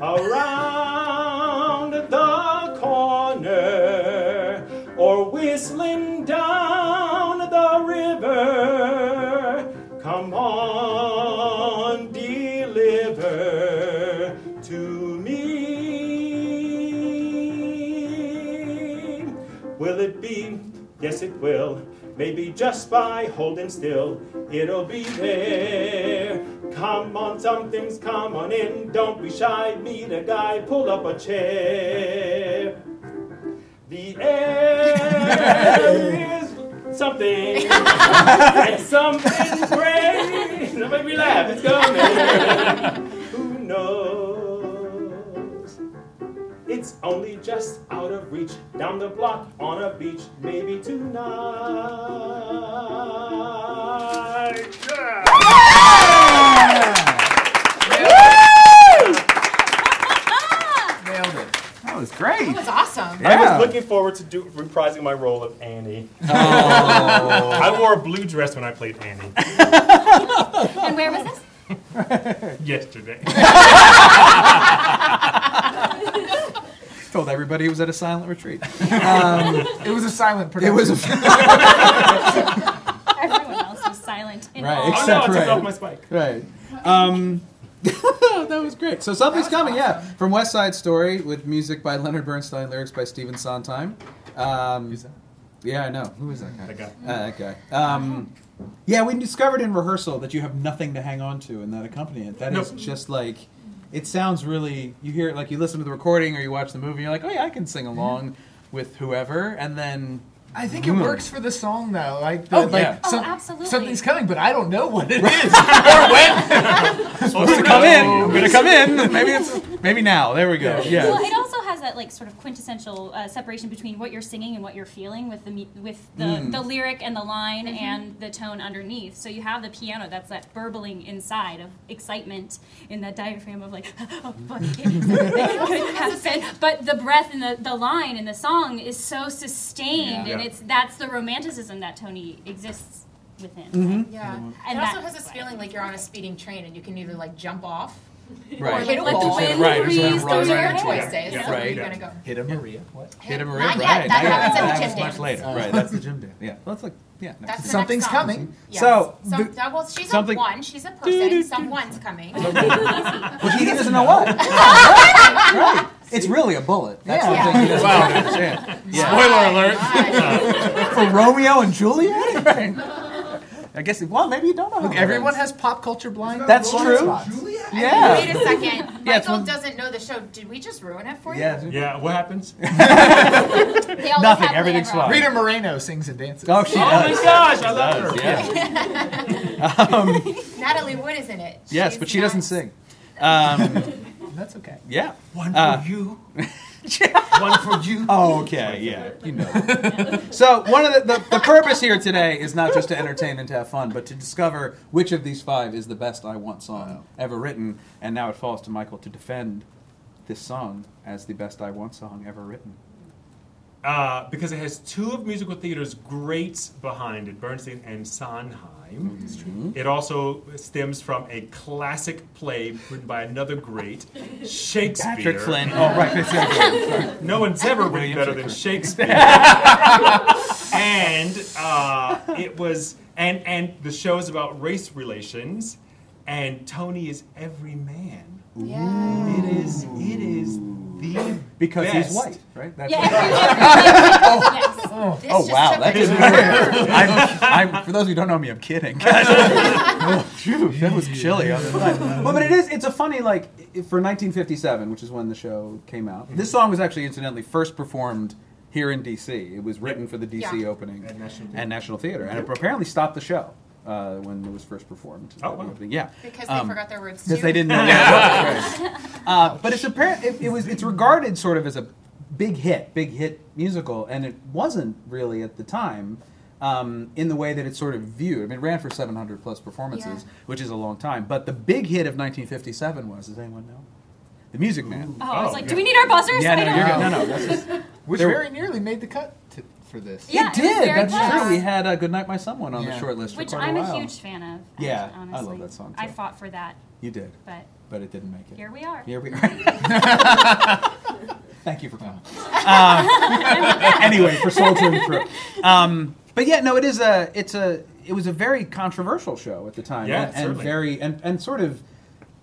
Speaker 3: Around the corner, or whistling down the river. Come on, deliver to me. Will it be? Yes, it will. Maybe just by holding still, it'll be there. Come on, something's come on in. Don't be shy, meet a guy, pull up a chair. The air is something, and something great. Don't make me laugh, it's coming. Who knows? It's only just out of reach, down the block on a beach, maybe tonight.
Speaker 2: Nailed it.
Speaker 6: That was great.
Speaker 5: That was awesome.
Speaker 6: Yeah.
Speaker 3: I was looking forward to do, reprising my role of Annie. I wore a blue dress when I played Annie
Speaker 5: And where was this?
Speaker 3: yesterday.
Speaker 6: Told everybody he was at a silent retreat. Um,
Speaker 2: It was a silent
Speaker 6: It
Speaker 2: production.
Speaker 6: was a
Speaker 8: Everyone else was silent. In
Speaker 6: Right.
Speaker 8: all.
Speaker 3: oh no, I took
Speaker 6: Separate.
Speaker 3: off my spike.
Speaker 6: right. Um, that was great. So something's coming, yeah, from West Side Story with music by Leonard Bernstein, lyrics by Stephen Sondheim. Um,
Speaker 2: Who's that?
Speaker 6: Yeah, I know. Who is that guy?
Speaker 3: That guy.
Speaker 6: Uh, that guy. Um, yeah, we discovered in rehearsal that you have nothing to hang on to and that accompany it. That is
Speaker 3: Nope.
Speaker 6: just like it sounds really. You hear it like you listen to the recording or you watch the movie. You're like, oh yeah, I can sing along
Speaker 3: Mm-hmm.
Speaker 6: with whoever, and then
Speaker 2: I think it
Speaker 6: Hmm.
Speaker 2: works for the song though. Like, the,
Speaker 6: Oh,
Speaker 2: like
Speaker 6: yeah.
Speaker 5: Oh,
Speaker 2: some-
Speaker 5: absolutely.
Speaker 2: something's coming, but I don't know what it is or when.
Speaker 6: I'm gonna come in. I'm gonna come in. Maybe it's maybe now. There we go. Yeah.
Speaker 8: Well, it also has that like sort of quintessential uh, separation between what you're singing and what you're feeling with the me- with the,
Speaker 6: Hmm.
Speaker 8: the lyric and the line
Speaker 5: Mm-hmm.
Speaker 8: and the tone underneath. So you have the piano that's that burbling inside of excitement in that diaphragm of like, oh fuck, it could happen. But the breath and the, the line in the song is so
Speaker 3: Yeah.
Speaker 8: sustained, and
Speaker 3: Yeah.
Speaker 8: it's that's the romanticism that Tony exists within.
Speaker 2: Mm-hmm.
Speaker 6: Mm-hmm.
Speaker 5: Yeah.
Speaker 8: And
Speaker 5: it also
Speaker 8: that-
Speaker 5: has this feeling like you're on a speeding train and you can either like jump off or
Speaker 6: Right.
Speaker 5: hit a
Speaker 8: Let the
Speaker 5: wall.
Speaker 8: wind
Speaker 6: Right, or just let it
Speaker 5: Those
Speaker 6: roll
Speaker 5: are
Speaker 6: right
Speaker 5: your eh?
Speaker 6: into you.
Speaker 5: choices.
Speaker 3: Yeah.
Speaker 5: Where
Speaker 6: Right.
Speaker 5: You're gonna go.
Speaker 2: Hit a Maria. What?
Speaker 6: Hit him
Speaker 5: Not yet. That happens at the gym
Speaker 6: was much
Speaker 5: dance.
Speaker 6: later. right. That's the gym dance. Yeah. Let's look. Yeah. no.
Speaker 5: That's the
Speaker 2: Something's
Speaker 5: next song.
Speaker 2: coming.
Speaker 5: Yes.
Speaker 6: So,
Speaker 5: Some,
Speaker 6: the-
Speaker 5: uh, well, she's
Speaker 6: something-
Speaker 5: a one. She's a person. Someone's coming.
Speaker 6: But he doesn't know what. Right. It's really a bullet. That's
Speaker 2: Yeah.
Speaker 6: the thing he doesn't understand.
Speaker 3: Spoiler alert.
Speaker 2: Uh,
Speaker 6: For Romeo and Juliet? Right. Uh, I guess, well, maybe you don't know. how
Speaker 2: Look,
Speaker 6: it
Speaker 2: everyone
Speaker 6: ends.
Speaker 2: has pop culture blind.
Speaker 6: That's
Speaker 2: blind
Speaker 6: true.
Speaker 2: spots.
Speaker 5: Wait
Speaker 6: Yeah.
Speaker 5: a second.
Speaker 6: Yeah, it's
Speaker 5: Michael
Speaker 6: one-
Speaker 5: doesn't know the show. Did we just ruin it for you?
Speaker 6: Yeah.
Speaker 3: Yeah, what happens?
Speaker 8: They all
Speaker 6: Nothing,
Speaker 8: have Leah
Speaker 6: everything's
Speaker 8: Roberts.
Speaker 6: fine.
Speaker 2: Rita Moreno sings and dances.
Speaker 6: Oh, she
Speaker 3: Oh my
Speaker 6: does.
Speaker 3: gosh, I love her.
Speaker 6: Yeah.
Speaker 5: Natalie Wood is in it.
Speaker 6: Um, Yes,
Speaker 5: She's
Speaker 6: but she
Speaker 5: not-
Speaker 6: doesn't sing. Um,
Speaker 2: That's okay.
Speaker 6: yeah.
Speaker 2: One
Speaker 6: Uh,
Speaker 2: for you.
Speaker 9: One for you.
Speaker 6: Oh, okay, yeah, you know. so one of the, the the purpose here today is not just to entertain and to have fun, but to discover which of these five is the best I Want song ever written. And now it falls to Michael to defend this song as the best I Want song ever written.
Speaker 9: Uh, because it has two of musical theater's greats behind it, Bernstein and Sondheim. It also stems from a classic play written by another great, Shakespeare.
Speaker 6: Patrick Flynn. Oh, right, that's right.
Speaker 9: No one's ever written better than Shakespeare. and uh, it was, and and the show is about race relations, and Tony is every man. It is. It is the
Speaker 6: Because
Speaker 9: best.
Speaker 6: he's white, right? That's
Speaker 5: yes. This
Speaker 6: Oh
Speaker 5: just
Speaker 6: wow,
Speaker 5: took
Speaker 6: that
Speaker 5: a
Speaker 6: is. I'm, I'm, for those who don't know me, I'm kidding. Oh, phew, that was chilly. on the line. Well, but it is. It's a funny like i- for 1957, which is when the show came out. This song was actually, incidentally, first performed here in D.C. It was written for the D.C.
Speaker 5: Yeah.
Speaker 6: opening
Speaker 9: At National Theatre.
Speaker 6: and National Theater, and it apparently stopped the show uh, when it was first performed.
Speaker 9: Oh, wow.
Speaker 6: Yeah,
Speaker 5: Because they
Speaker 6: Um,
Speaker 5: forgot their words.
Speaker 6: because
Speaker 5: too.
Speaker 6: they didn't know. That's right. uh, but it's apparent it, it was it's regarded sort of as a big hit, big hit musical, and it wasn't really at the time um, in the way that it's sort of viewed. I mean, it ran for 700 plus performances,
Speaker 5: Yeah.
Speaker 6: which is a long time. But the big hit of 1957 was. Does anyone know? The Music Man.
Speaker 8: Oh, I was like,
Speaker 9: yeah.
Speaker 8: do we need our buzzers?
Speaker 6: Yeah,
Speaker 8: I
Speaker 6: no,
Speaker 8: don't
Speaker 6: you're
Speaker 8: know.
Speaker 6: good. No, no, that's just,
Speaker 2: Which
Speaker 6: There-
Speaker 2: very nearly made the cut to, for this.
Speaker 8: Yeah, it
Speaker 6: it
Speaker 8: was
Speaker 6: did.
Speaker 8: very
Speaker 6: that's
Speaker 8: close.
Speaker 6: true. We had uh, "Good Night, My Someone" on the
Speaker 2: Yeah.
Speaker 6: short list
Speaker 8: Which
Speaker 6: for quite
Speaker 8: I'm
Speaker 6: a
Speaker 8: a,
Speaker 6: while.
Speaker 8: huge fan of.
Speaker 6: Yeah,
Speaker 8: actually,
Speaker 6: I
Speaker 8: honestly.
Speaker 6: love that song,
Speaker 8: I
Speaker 6: too.
Speaker 8: fought for that,
Speaker 6: You did,
Speaker 8: but
Speaker 6: but it didn't make it.
Speaker 8: here we are.
Speaker 6: Here we are. Thank you for coming. Um, anyway, for soldiering through. Um, but yeah, no, it is a, it's a, it was a very controversial show at the time,
Speaker 9: Yeah,
Speaker 6: and, and
Speaker 9: certainly.
Speaker 6: very, and, and sort of,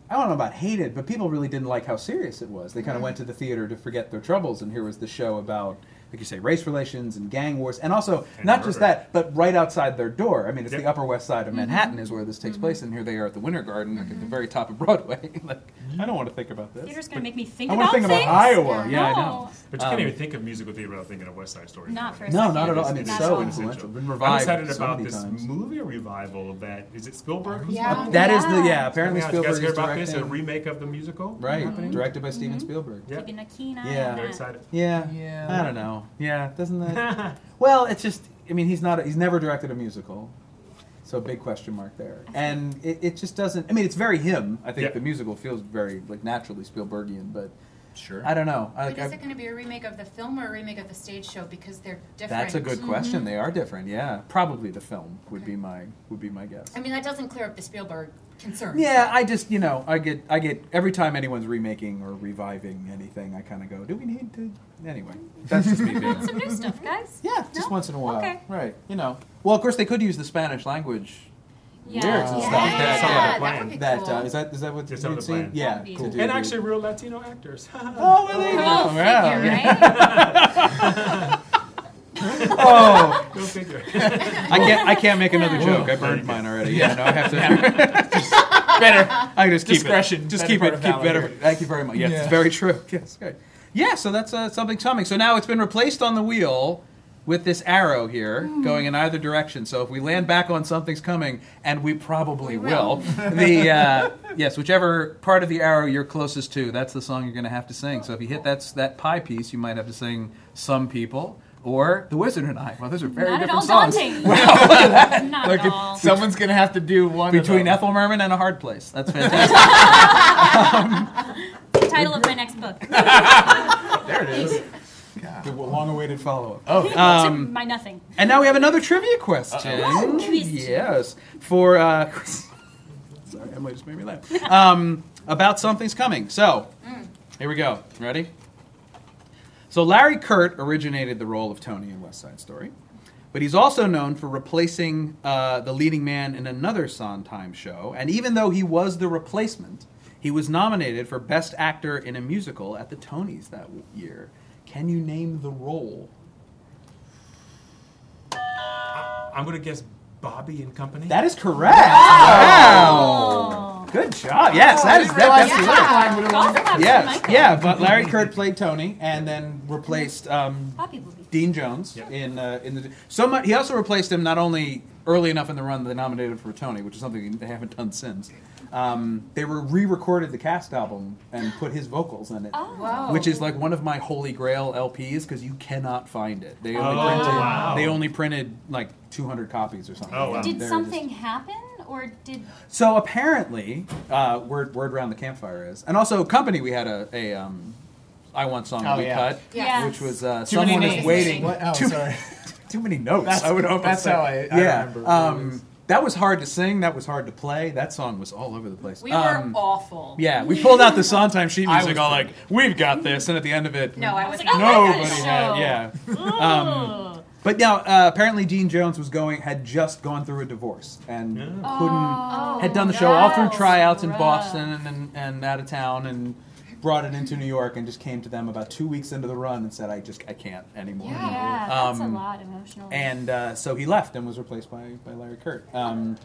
Speaker 6: I don't know about hated, but people really didn't like how serious it was. They kind of
Speaker 9: Mm-hmm.
Speaker 6: went to the theater to forget their troubles, and here was the show about, like you say, race relations and gang wars, and also
Speaker 9: And
Speaker 6: not just
Speaker 9: murder.
Speaker 6: that, but right outside their door. I mean, it's the
Speaker 9: Yep.
Speaker 6: Upper West Side
Speaker 8: Mm-hmm.
Speaker 6: of Manhattan is where this takes place, and here they are at the Winter Garden, like at the very top of Broadway. like, I don't want to think about this.
Speaker 8: Theater's gonna make me think
Speaker 6: I want
Speaker 8: about
Speaker 6: to think
Speaker 8: things.
Speaker 6: about Iowa.
Speaker 8: No.
Speaker 6: Yeah, I know. Um,
Speaker 9: But you can't even think of musical theater without thinking of West Side Story.
Speaker 8: Not for a
Speaker 6: No,
Speaker 8: second.
Speaker 6: not at all. I
Speaker 9: It's-
Speaker 6: mean,
Speaker 9: it's
Speaker 8: Not
Speaker 6: so
Speaker 8: at all.
Speaker 6: influential. Been
Speaker 9: I'm
Speaker 6: revived
Speaker 9: excited
Speaker 6: so
Speaker 9: about
Speaker 6: many
Speaker 9: this
Speaker 6: times.
Speaker 9: movie revival of that. Is it Spielberg? who's
Speaker 5: Yeah.
Speaker 9: making it?
Speaker 6: That is the yeah.
Speaker 8: Oh, Yeah.
Speaker 6: Apparently,
Speaker 9: Yeah, did you
Speaker 6: Spielberg
Speaker 9: guys hear
Speaker 6: is
Speaker 9: about this? A
Speaker 6: directing.
Speaker 9: remake of the musical?
Speaker 6: Right,
Speaker 9: happening?
Speaker 6: directed by Steven Spielberg.
Speaker 9: Yeah.
Speaker 8: Keeping Mm-hmm. a keen eye
Speaker 6: Yeah.
Speaker 8: on
Speaker 9: Very
Speaker 8: that.
Speaker 9: excited.
Speaker 6: Yeah.
Speaker 2: Yeah.
Speaker 6: I don't know. Yeah, doesn't that? well, it's just. I mean, he's not. He's never directed a musical, so big question mark there. And it, it just doesn't. I mean, it's very him. I think
Speaker 9: Yeah.
Speaker 6: the musical feels very like naturally Spielbergian, but
Speaker 2: Sure.
Speaker 6: I don't know. I,
Speaker 5: But
Speaker 6: I-
Speaker 5: is it going to be a remake of the film or a remake of the stage show because they're different? Mm-hmm.
Speaker 6: that's a good question. They are different. Yeah, probably the film would be my would be my guess.
Speaker 5: I mean, that doesn't clear up the Spielberg concern.
Speaker 6: Yeah, I just you know I get I get every time anyone's remaking or reviving anything, I kind of go, do we need to? Anyway, that's just me being.
Speaker 8: Some new stuff, guys.
Speaker 6: Yeah, just
Speaker 8: No?
Speaker 6: once in a while.
Speaker 8: Okay.
Speaker 6: Right. You know. Well, of course they could use the Spanish language.
Speaker 8: Yeah.
Speaker 6: Lyrics and
Speaker 5: Yeah,
Speaker 6: stuff.
Speaker 9: That's on the
Speaker 5: that
Speaker 9: plan.
Speaker 5: would be
Speaker 6: That
Speaker 5: cool.
Speaker 6: uh, is that is that what
Speaker 9: It's
Speaker 6: you'd
Speaker 9: on the
Speaker 6: seen?
Speaker 9: plan.
Speaker 6: Yeah.
Speaker 8: That'd be
Speaker 6: to
Speaker 8: easy.
Speaker 6: do
Speaker 9: And
Speaker 6: the-
Speaker 9: actually, real Latino actors.
Speaker 6: Oh, well, there you
Speaker 8: Cool
Speaker 6: go.
Speaker 8: figure,
Speaker 6: Wow.
Speaker 8: right?
Speaker 6: Oh,
Speaker 9: Go figure.
Speaker 6: I can't. I can't make another joke. I burned mine already. Yeah. No, I have to. better. I just keep
Speaker 2: Discretion,
Speaker 6: It. Just
Speaker 2: better
Speaker 6: keep
Speaker 2: part
Speaker 6: it.
Speaker 2: of
Speaker 6: Keep better.
Speaker 2: valor.
Speaker 6: Thank you very much. Yes,
Speaker 2: Yeah.
Speaker 6: it's very true. Yes. Great. Yeah. So that's uh, something coming. So now it's been replaced on the wheel with this arrow here
Speaker 8: Hmm.
Speaker 6: going in either direction. So if we land back on something's coming, and we probably
Speaker 5: We
Speaker 6: will,
Speaker 5: will.
Speaker 6: the uh, yes, whichever part of the arrow you're closest to, that's the song you're going to have to sing. So if you hit that that pie piece, you might have to sing "Some People" or "The Wizard and I." Well, those are very
Speaker 8: Not at all
Speaker 6: different songs.
Speaker 8: daunting. Not
Speaker 2: Look,
Speaker 8: at
Speaker 2: if
Speaker 8: all.
Speaker 2: someone's gonna have to do one
Speaker 6: Between
Speaker 2: of them.
Speaker 6: Ethel Merman and a hard place. That's fantastic. Um,
Speaker 8: Title of my next book.
Speaker 2: There it is.
Speaker 6: the long-awaited follow-up.
Speaker 2: Oh,
Speaker 8: To my nothing.
Speaker 6: Um, And now we have another trivia question.
Speaker 8: Twist.
Speaker 6: Yes, for uh, sorry, Emily just made me laugh. Um, about something's coming. So
Speaker 8: Mm.
Speaker 6: here we go. Ready? So Larry Kurt originated the role of Tony in West Side Story, but he's also known for replacing uh, the leading man in another Sondheim show. And even though he was the replacement, he was nominated for Best Actor in a Musical at the Tonys that w- year. Can you name the role?
Speaker 9: I'm going to guess Bobby and Company.
Speaker 6: That is correct. Wow.
Speaker 8: Oh.
Speaker 6: Good job. Yes, that is that, that's
Speaker 5: Yeah.
Speaker 8: Golf claps for
Speaker 6: Yes,
Speaker 8: Michael.
Speaker 6: yeah, but Larry Kurt played Tony and then replaced um,
Speaker 8: Bobby will be.
Speaker 6: Dean Jones
Speaker 9: Yep.
Speaker 6: in uh, in the so much. He also replaced him not only early enough in the run that they nominated for a Tony, which is something they haven't done since, um, they were re-recorded the cast album and put his vocals in it,
Speaker 8: Oh.
Speaker 5: Wow.
Speaker 6: which is like one of my holy grail LPs because you cannot find it. They only
Speaker 9: Oh,
Speaker 6: printed,
Speaker 9: wow.
Speaker 6: they only printed like 200 copies or something.
Speaker 9: Oh, wow.
Speaker 6: They're
Speaker 8: Did
Speaker 6: just-
Speaker 8: something happen, or did?
Speaker 6: so apparently, uh, word word around the campfire is, and also company we had a, a um, I want song
Speaker 2: Oh,
Speaker 6: we
Speaker 2: yeah.
Speaker 6: cut,
Speaker 5: Yes.
Speaker 6: which was uh,
Speaker 2: Too many
Speaker 6: someone is
Speaker 2: names.
Speaker 6: waiting.
Speaker 2: What? Oh,
Speaker 6: too,
Speaker 2: sorry.
Speaker 6: too many notes.
Speaker 2: That's-
Speaker 6: I would almost
Speaker 2: that's
Speaker 6: say.
Speaker 2: how I- I
Speaker 6: yeah.
Speaker 2: remember what it was.
Speaker 6: um, that was hard to sing. That was hard to play. That song was all over the place.
Speaker 5: We
Speaker 6: Um,
Speaker 5: were awful.
Speaker 6: yeah, we pulled out the Sondheim sheet
Speaker 2: I
Speaker 6: music,
Speaker 2: was
Speaker 6: all
Speaker 2: pretty-
Speaker 6: like, "We've got this," and at the end of it,
Speaker 5: No, I was
Speaker 8: like,
Speaker 5: not.
Speaker 8: oh my
Speaker 6: nobody
Speaker 8: gosh.
Speaker 6: had.
Speaker 8: No.
Speaker 6: Yeah. Um, but now, uh, apparently, Dean Jones was going had just gone through a divorce and
Speaker 9: Yeah.
Speaker 6: couldn't
Speaker 8: Oh.
Speaker 6: had done the show all through
Speaker 8: Yes.
Speaker 6: tryouts in
Speaker 8: Bruh.
Speaker 6: Boston and, and, and out of town and brought it into New York and just came to them about two weeks into the run and said, I just, I can't anymore.
Speaker 8: Yeah, that's
Speaker 6: Um,
Speaker 8: a lot emotional.
Speaker 6: And uh, so he left and was replaced by, by Larry Kurt. Um,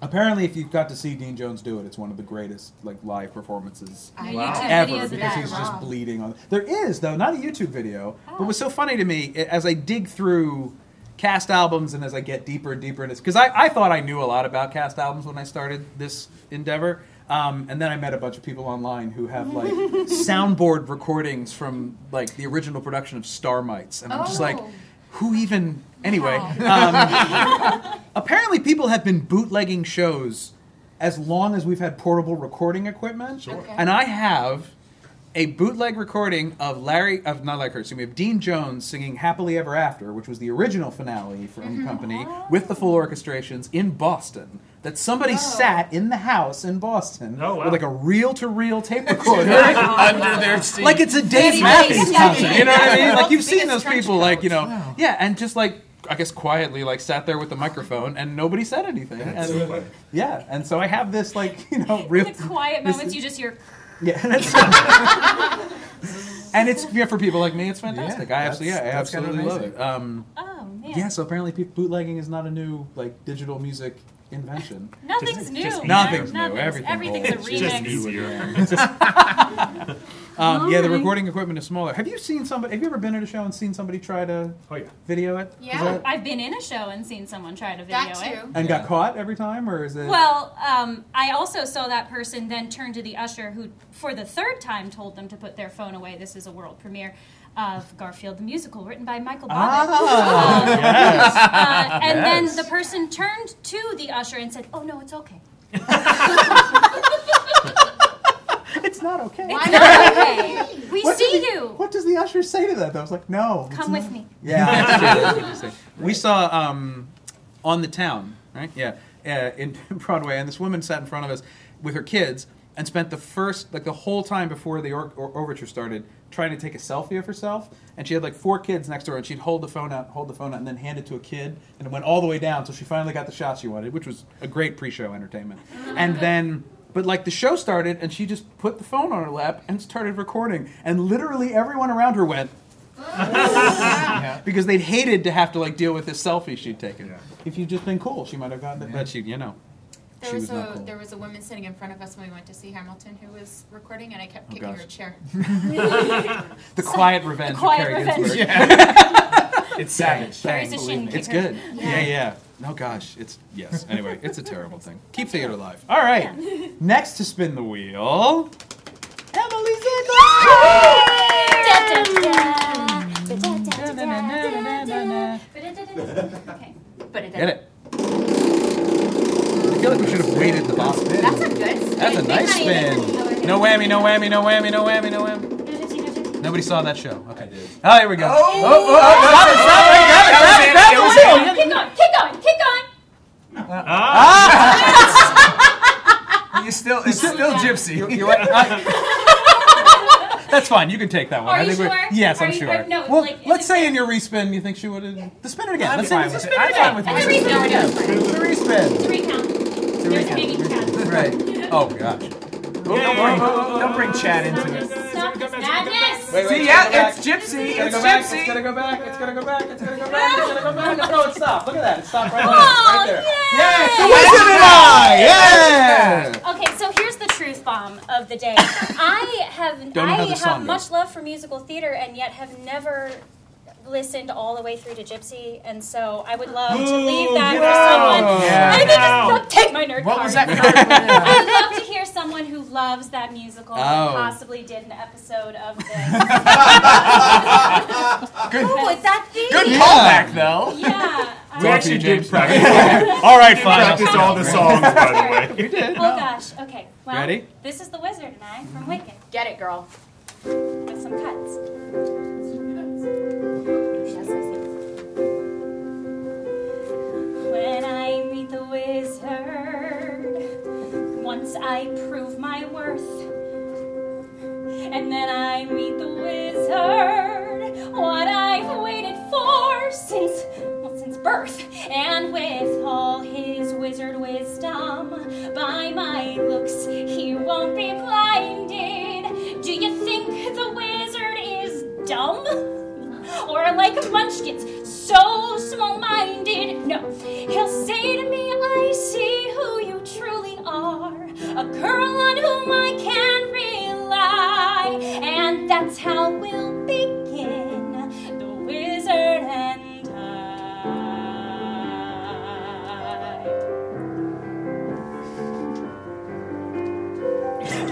Speaker 6: apparently, if you've got to see Dean Jones do it, it's one of the greatest like live performances
Speaker 5: I
Speaker 8: Wow.
Speaker 5: YouTube
Speaker 6: ever
Speaker 8: videos of
Speaker 6: because
Speaker 8: that.
Speaker 6: he's just
Speaker 8: Wow.
Speaker 6: bleeding on. There is though, not a YouTube video.
Speaker 8: Oh.
Speaker 6: But what's so funny to me i- as I dig through cast albums and as I get deeper and deeper into this, because I, I thought I knew a lot about cast albums when I started this endeavor. Um, and then I met a bunch of people online who have like soundboard recordings from like the original production of Star Mites, and I'm just like,
Speaker 5: Oh.
Speaker 6: who even? Anyway, um, apparently people have been bootlegging shows as long as we've had portable recording equipment.
Speaker 9: Sure. Okay.
Speaker 6: And I have a bootleg recording of Larry of not Larry Kurt, excuse me, of Dean Jones singing "Happily Ever After," which was the original finale from Company with the full orchestrations in Boston. That somebody sat in the house in Boston
Speaker 9: Oh, wow.
Speaker 6: with like a reel-to-reel tape recorder,
Speaker 2: under their seat.
Speaker 6: like it's a Dave
Speaker 8: Steady
Speaker 6: Matthews
Speaker 8: Dave.
Speaker 6: concert. You know what I mean?
Speaker 5: Yeah.
Speaker 6: Like you've
Speaker 5: Biggest
Speaker 6: seen those
Speaker 5: trench
Speaker 6: people, like you know,
Speaker 2: coat.
Speaker 6: yeah, and just like I guess quietly, like sat there with the microphone and nobody said anything. And-
Speaker 9: Anyway.
Speaker 6: yeah, and so I have this like you know real
Speaker 8: the quiet
Speaker 6: this-
Speaker 8: moments you just hear.
Speaker 6: yeah, and it's, and it's yeah, for people like me, it's fantastic.
Speaker 2: Yeah,
Speaker 6: I absolutely, yeah, I
Speaker 2: that's- that's kinda
Speaker 6: absolutely love it. Um,
Speaker 8: Oh man.
Speaker 6: yeah. so apparently, peop bootlegging is not a new like digital music invention.
Speaker 8: Nothing's
Speaker 9: Just-
Speaker 8: new.
Speaker 9: just
Speaker 8: man.
Speaker 6: nothing's new. Everything
Speaker 8: everything's
Speaker 6: old.
Speaker 8: a
Speaker 9: It's just
Speaker 8: remix.
Speaker 9: easier.
Speaker 6: Um, yeah, the recording equipment is smaller. Have you seen somebody? Have you ever been at a show and seen somebody try to
Speaker 9: Oh yeah.
Speaker 6: video it? Is
Speaker 5: Yeah.
Speaker 6: that-
Speaker 8: I've been in a show and seen someone try to video
Speaker 5: That
Speaker 8: it.
Speaker 5: too.
Speaker 6: and got caught every time, or is it?
Speaker 8: Well, um, I also saw that person then turn to the usher who, for the third time, told them to put their phone away. This is a world premiere of Garfield the Musical, written by Michael Bobbitt.
Speaker 6: ah, yes.
Speaker 8: Uh, and then
Speaker 6: Yes.
Speaker 8: the person turned to the usher and said, Oh, no, it's okay.
Speaker 6: it's not okay.
Speaker 5: Why not? Okay.
Speaker 8: We
Speaker 6: What
Speaker 8: see
Speaker 6: did the-
Speaker 8: you.
Speaker 6: What does the usher say to that? though? I was like, no. it's
Speaker 8: Come with
Speaker 6: not-
Speaker 8: me.
Speaker 6: Yeah, that's true. That's interesting. we saw um, on the town, right? Yeah, uh, in Broadway, and this woman sat in front of us with her kids and spent the first, like the whole time before the or- or- overture started, trying to take a selfie of herself. And she had like four kids next to her, and she'd hold the phone out, hold the phone out, and then hand it to a kid, and it went all the way down until she finally got the shot she wanted, which was a great pre-show entertainment. And then. But like the show started, and she just put the phone on her lap and started recording. And literally everyone around her went, because they'd hated to have to like deal with this selfie she'd taken.
Speaker 9: Yeah.
Speaker 6: If you'd just been cool, she might have gotten it,
Speaker 2: Yeah.
Speaker 6: but she, you know,
Speaker 5: There
Speaker 6: she
Speaker 5: was,
Speaker 6: was
Speaker 5: a
Speaker 6: not cool.
Speaker 5: there was a woman sitting in front of us when we went to see Hamilton who was recording, and I kept kicking
Speaker 6: Oh, gosh.
Speaker 5: her chair.
Speaker 6: the quiet revenge. of
Speaker 8: quiet
Speaker 6: Carrie
Speaker 8: revenge.
Speaker 6: Ginsburg.
Speaker 2: it's savage.
Speaker 8: Carries a
Speaker 2: Believe
Speaker 8: shin
Speaker 2: me.
Speaker 6: It's
Speaker 8: kicker.
Speaker 6: good. Yeah. yeah, No, gosh, it's yes. Anyway, it's a terrible thing. Keep theater alive. All right. Next to spin the wheel, Emily Zindler.
Speaker 8: Okay.
Speaker 5: But it
Speaker 6: Get it. I feel like we should have waited the bomb.
Speaker 5: That's a good spin.
Speaker 6: That's a nice spin. No whammy, no whammy, no whammy, no whammy, no whammy. Nobody saw that show. Okay. Oh, here we go. Oh, oh, oh, stop it, stop it, stop it, stop it, stop it, stop it.
Speaker 8: Keep going, keep going, keep going.
Speaker 6: Ah!
Speaker 2: You still, it's still gypsy.
Speaker 6: You what? That's fine. You can take that one.
Speaker 8: Are
Speaker 6: I
Speaker 8: you
Speaker 6: think we're-
Speaker 8: sure?
Speaker 6: Yes, I'm
Speaker 8: Are you-
Speaker 6: sure.
Speaker 8: or no,
Speaker 6: well,
Speaker 8: like, is
Speaker 6: let's
Speaker 8: it-
Speaker 6: say in your respin, you think she would have. The spin it again.
Speaker 2: I'm
Speaker 6: let's
Speaker 2: fine
Speaker 6: say
Speaker 2: with
Speaker 6: the
Speaker 2: it.
Speaker 6: spin
Speaker 2: I'm
Speaker 6: again.
Speaker 2: fine with
Speaker 6: Let's
Speaker 2: it.
Speaker 6: spin
Speaker 8: It's a
Speaker 6: again. It's a respin.
Speaker 8: Three count. There's a big count.
Speaker 6: Right. Oh gosh.
Speaker 2: Don't, don't bring, don't bring Chad into it.
Speaker 8: Stop this madness.
Speaker 6: Wait, wait,
Speaker 2: See,
Speaker 6: it's gotta go
Speaker 2: yeah, it's
Speaker 6: back.
Speaker 2: gypsy.
Speaker 6: It's
Speaker 2: It's
Speaker 6: gotta go back. It's
Speaker 2: gypsy.
Speaker 6: gotta go back. It's gotta go back. It's gotta go back. It's gotta go back. No, it stopped. Look at that. It stopped right,
Speaker 8: Oh,
Speaker 6: there. Right there.
Speaker 2: Yes,
Speaker 6: The wisdom and I. Yeah.
Speaker 8: Okay, so here's the truth bomb of the day. I have
Speaker 6: Don't know
Speaker 8: I
Speaker 6: how the
Speaker 8: have
Speaker 6: song goes.
Speaker 8: much love for musical theater and yet have never listened all the way through to Gypsy, and so I would love to
Speaker 10: Ooh,
Speaker 8: leave that
Speaker 10: wow.
Speaker 8: for someone.
Speaker 10: Yeah.
Speaker 8: I think it's-
Speaker 10: Wow.
Speaker 8: take my nerd
Speaker 10: What
Speaker 8: card.
Speaker 10: was that
Speaker 8: I'd love to hear someone who loves that musical
Speaker 10: Oh.
Speaker 8: and possibly did an episode of this.
Speaker 10: Good-
Speaker 8: Oh, is that the
Speaker 10: Good
Speaker 8: Yeah.
Speaker 10: callback,
Speaker 2: though.
Speaker 8: Yeah.
Speaker 9: We actually did practice.
Speaker 6: All right,
Speaker 9: We did
Speaker 6: fine.
Speaker 9: Practice all the songs, by the way.
Speaker 6: You
Speaker 8: Oh
Speaker 6: did.
Speaker 8: gosh. Okay. Well,
Speaker 6: Ready?
Speaker 8: This is the wizard and I from Wicked. Get it, girl. With some cuts. When I meet the wizard, once I prove my worth, and then I meet the wizard, what I've waited for since well, since birth, and with all his wizard wisdom, by my looks he won't be blinded. Do you think the wizard is dumb? or like munchkins, so small minded. No, he'll say to me, I see who you truly are, a girl on whom I can rely. And that's how we'll begin the wizard and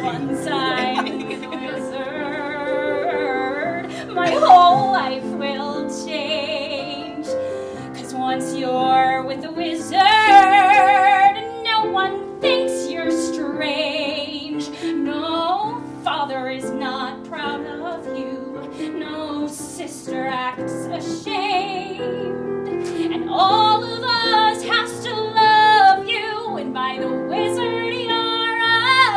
Speaker 8: Once I'm the wizard, my whole life will change. Cause once you're with the wizard, no one thinks you're strange. No father is not proud of you, no sister acts ashamed. And all of us has to love you, and by the wizard you're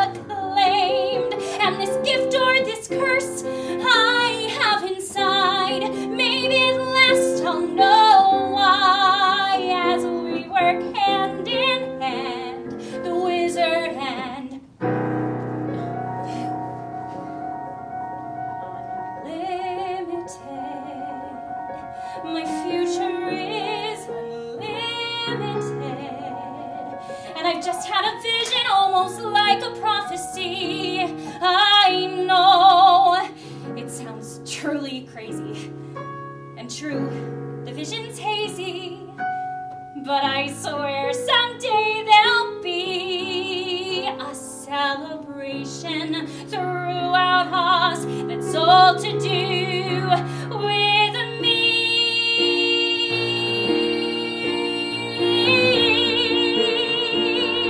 Speaker 8: acclaimed. And this gift or this curse I have inside, maybe at last I'll know why. As we work hand in hand, the wizard and unlimited. My future is unlimited. And I've just had a vision almost like a prophecy. I know it sounds truly crazy and true. The vision's hazy, but I swear someday there'll be a celebration throughout us that's all to do with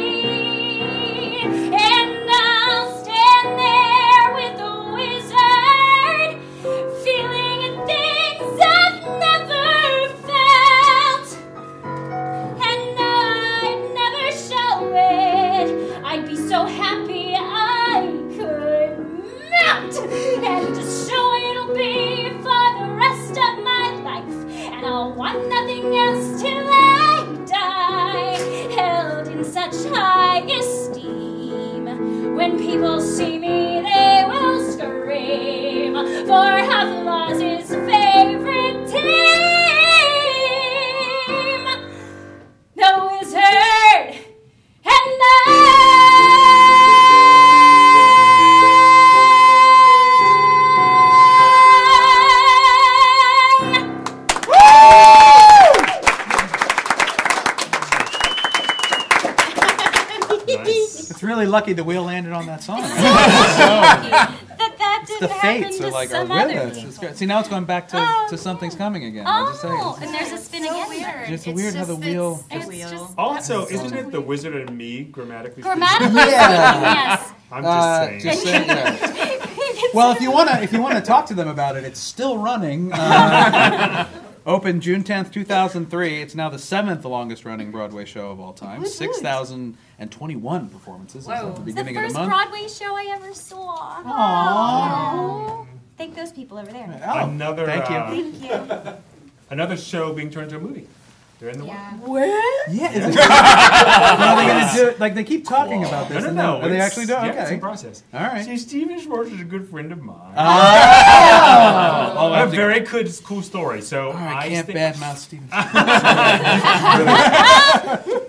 Speaker 8: me. And I'll stand there with the wizard, feeling things I've never felt and I'd never show it. I'd be so happy I could melt, and just show it'll be for the rest of my life. And I'll want nothing else till I die, held in such high esteem. When people see me, they will scream for Hufflepuff's is favorite team the wizard and
Speaker 6: It's really lucky the wheel landed on that song.
Speaker 8: that that
Speaker 6: It's
Speaker 8: didn't
Speaker 6: the
Speaker 8: happen
Speaker 6: fates
Speaker 8: to
Speaker 6: are like our
Speaker 8: some
Speaker 6: will.
Speaker 8: other
Speaker 6: It's- it's great. See, now it's going back to, to something's coming again. I just say,
Speaker 8: Oh,
Speaker 6: it's-
Speaker 8: and there's a spin again. Weird.
Speaker 6: It's weird how the wheel-
Speaker 8: It's just
Speaker 9: Also, isn't it the wizard and me grammatically? speaking?
Speaker 8: Grammatically Yeah. speaking, yes.
Speaker 9: I'm
Speaker 6: Uh,
Speaker 9: just
Speaker 6: just
Speaker 9: saying.
Speaker 6: saying, well, if you want to, if you want to talk to them about it, it's still running. Uh, opened June tenth, two thousand three. It's now the seventh longest running Broadway show of all time.
Speaker 8: Good
Speaker 6: Six thousand and twenty-one performances since the
Speaker 8: It's the
Speaker 6: beginning of
Speaker 8: first
Speaker 6: the month.
Speaker 8: Broadway show I ever saw. Oh.
Speaker 6: Aw.
Speaker 8: Thank those people over there.
Speaker 9: another
Speaker 6: thank you.
Speaker 9: uh,
Speaker 8: Thank you.
Speaker 9: another show being turned into a movie. They're in the works.
Speaker 8: What?
Speaker 6: Yeah. Is it, are they going
Speaker 9: Yes.
Speaker 6: to do it? Like they keep talking about this.
Speaker 9: Oh. No,
Speaker 6: and
Speaker 9: no,
Speaker 6: then-
Speaker 9: no.
Speaker 6: Are they
Speaker 9: it's-
Speaker 6: actually doing?
Speaker 9: Yeah,
Speaker 6: okay.
Speaker 9: it's in process.
Speaker 6: All right.
Speaker 9: See, Steven Schwartz is a good friend of mine.
Speaker 6: Ah! Oh, I
Speaker 9: a
Speaker 6: have to-
Speaker 9: very good, cool story. So I,
Speaker 6: I can't
Speaker 9: sta-
Speaker 6: badmouth Steven.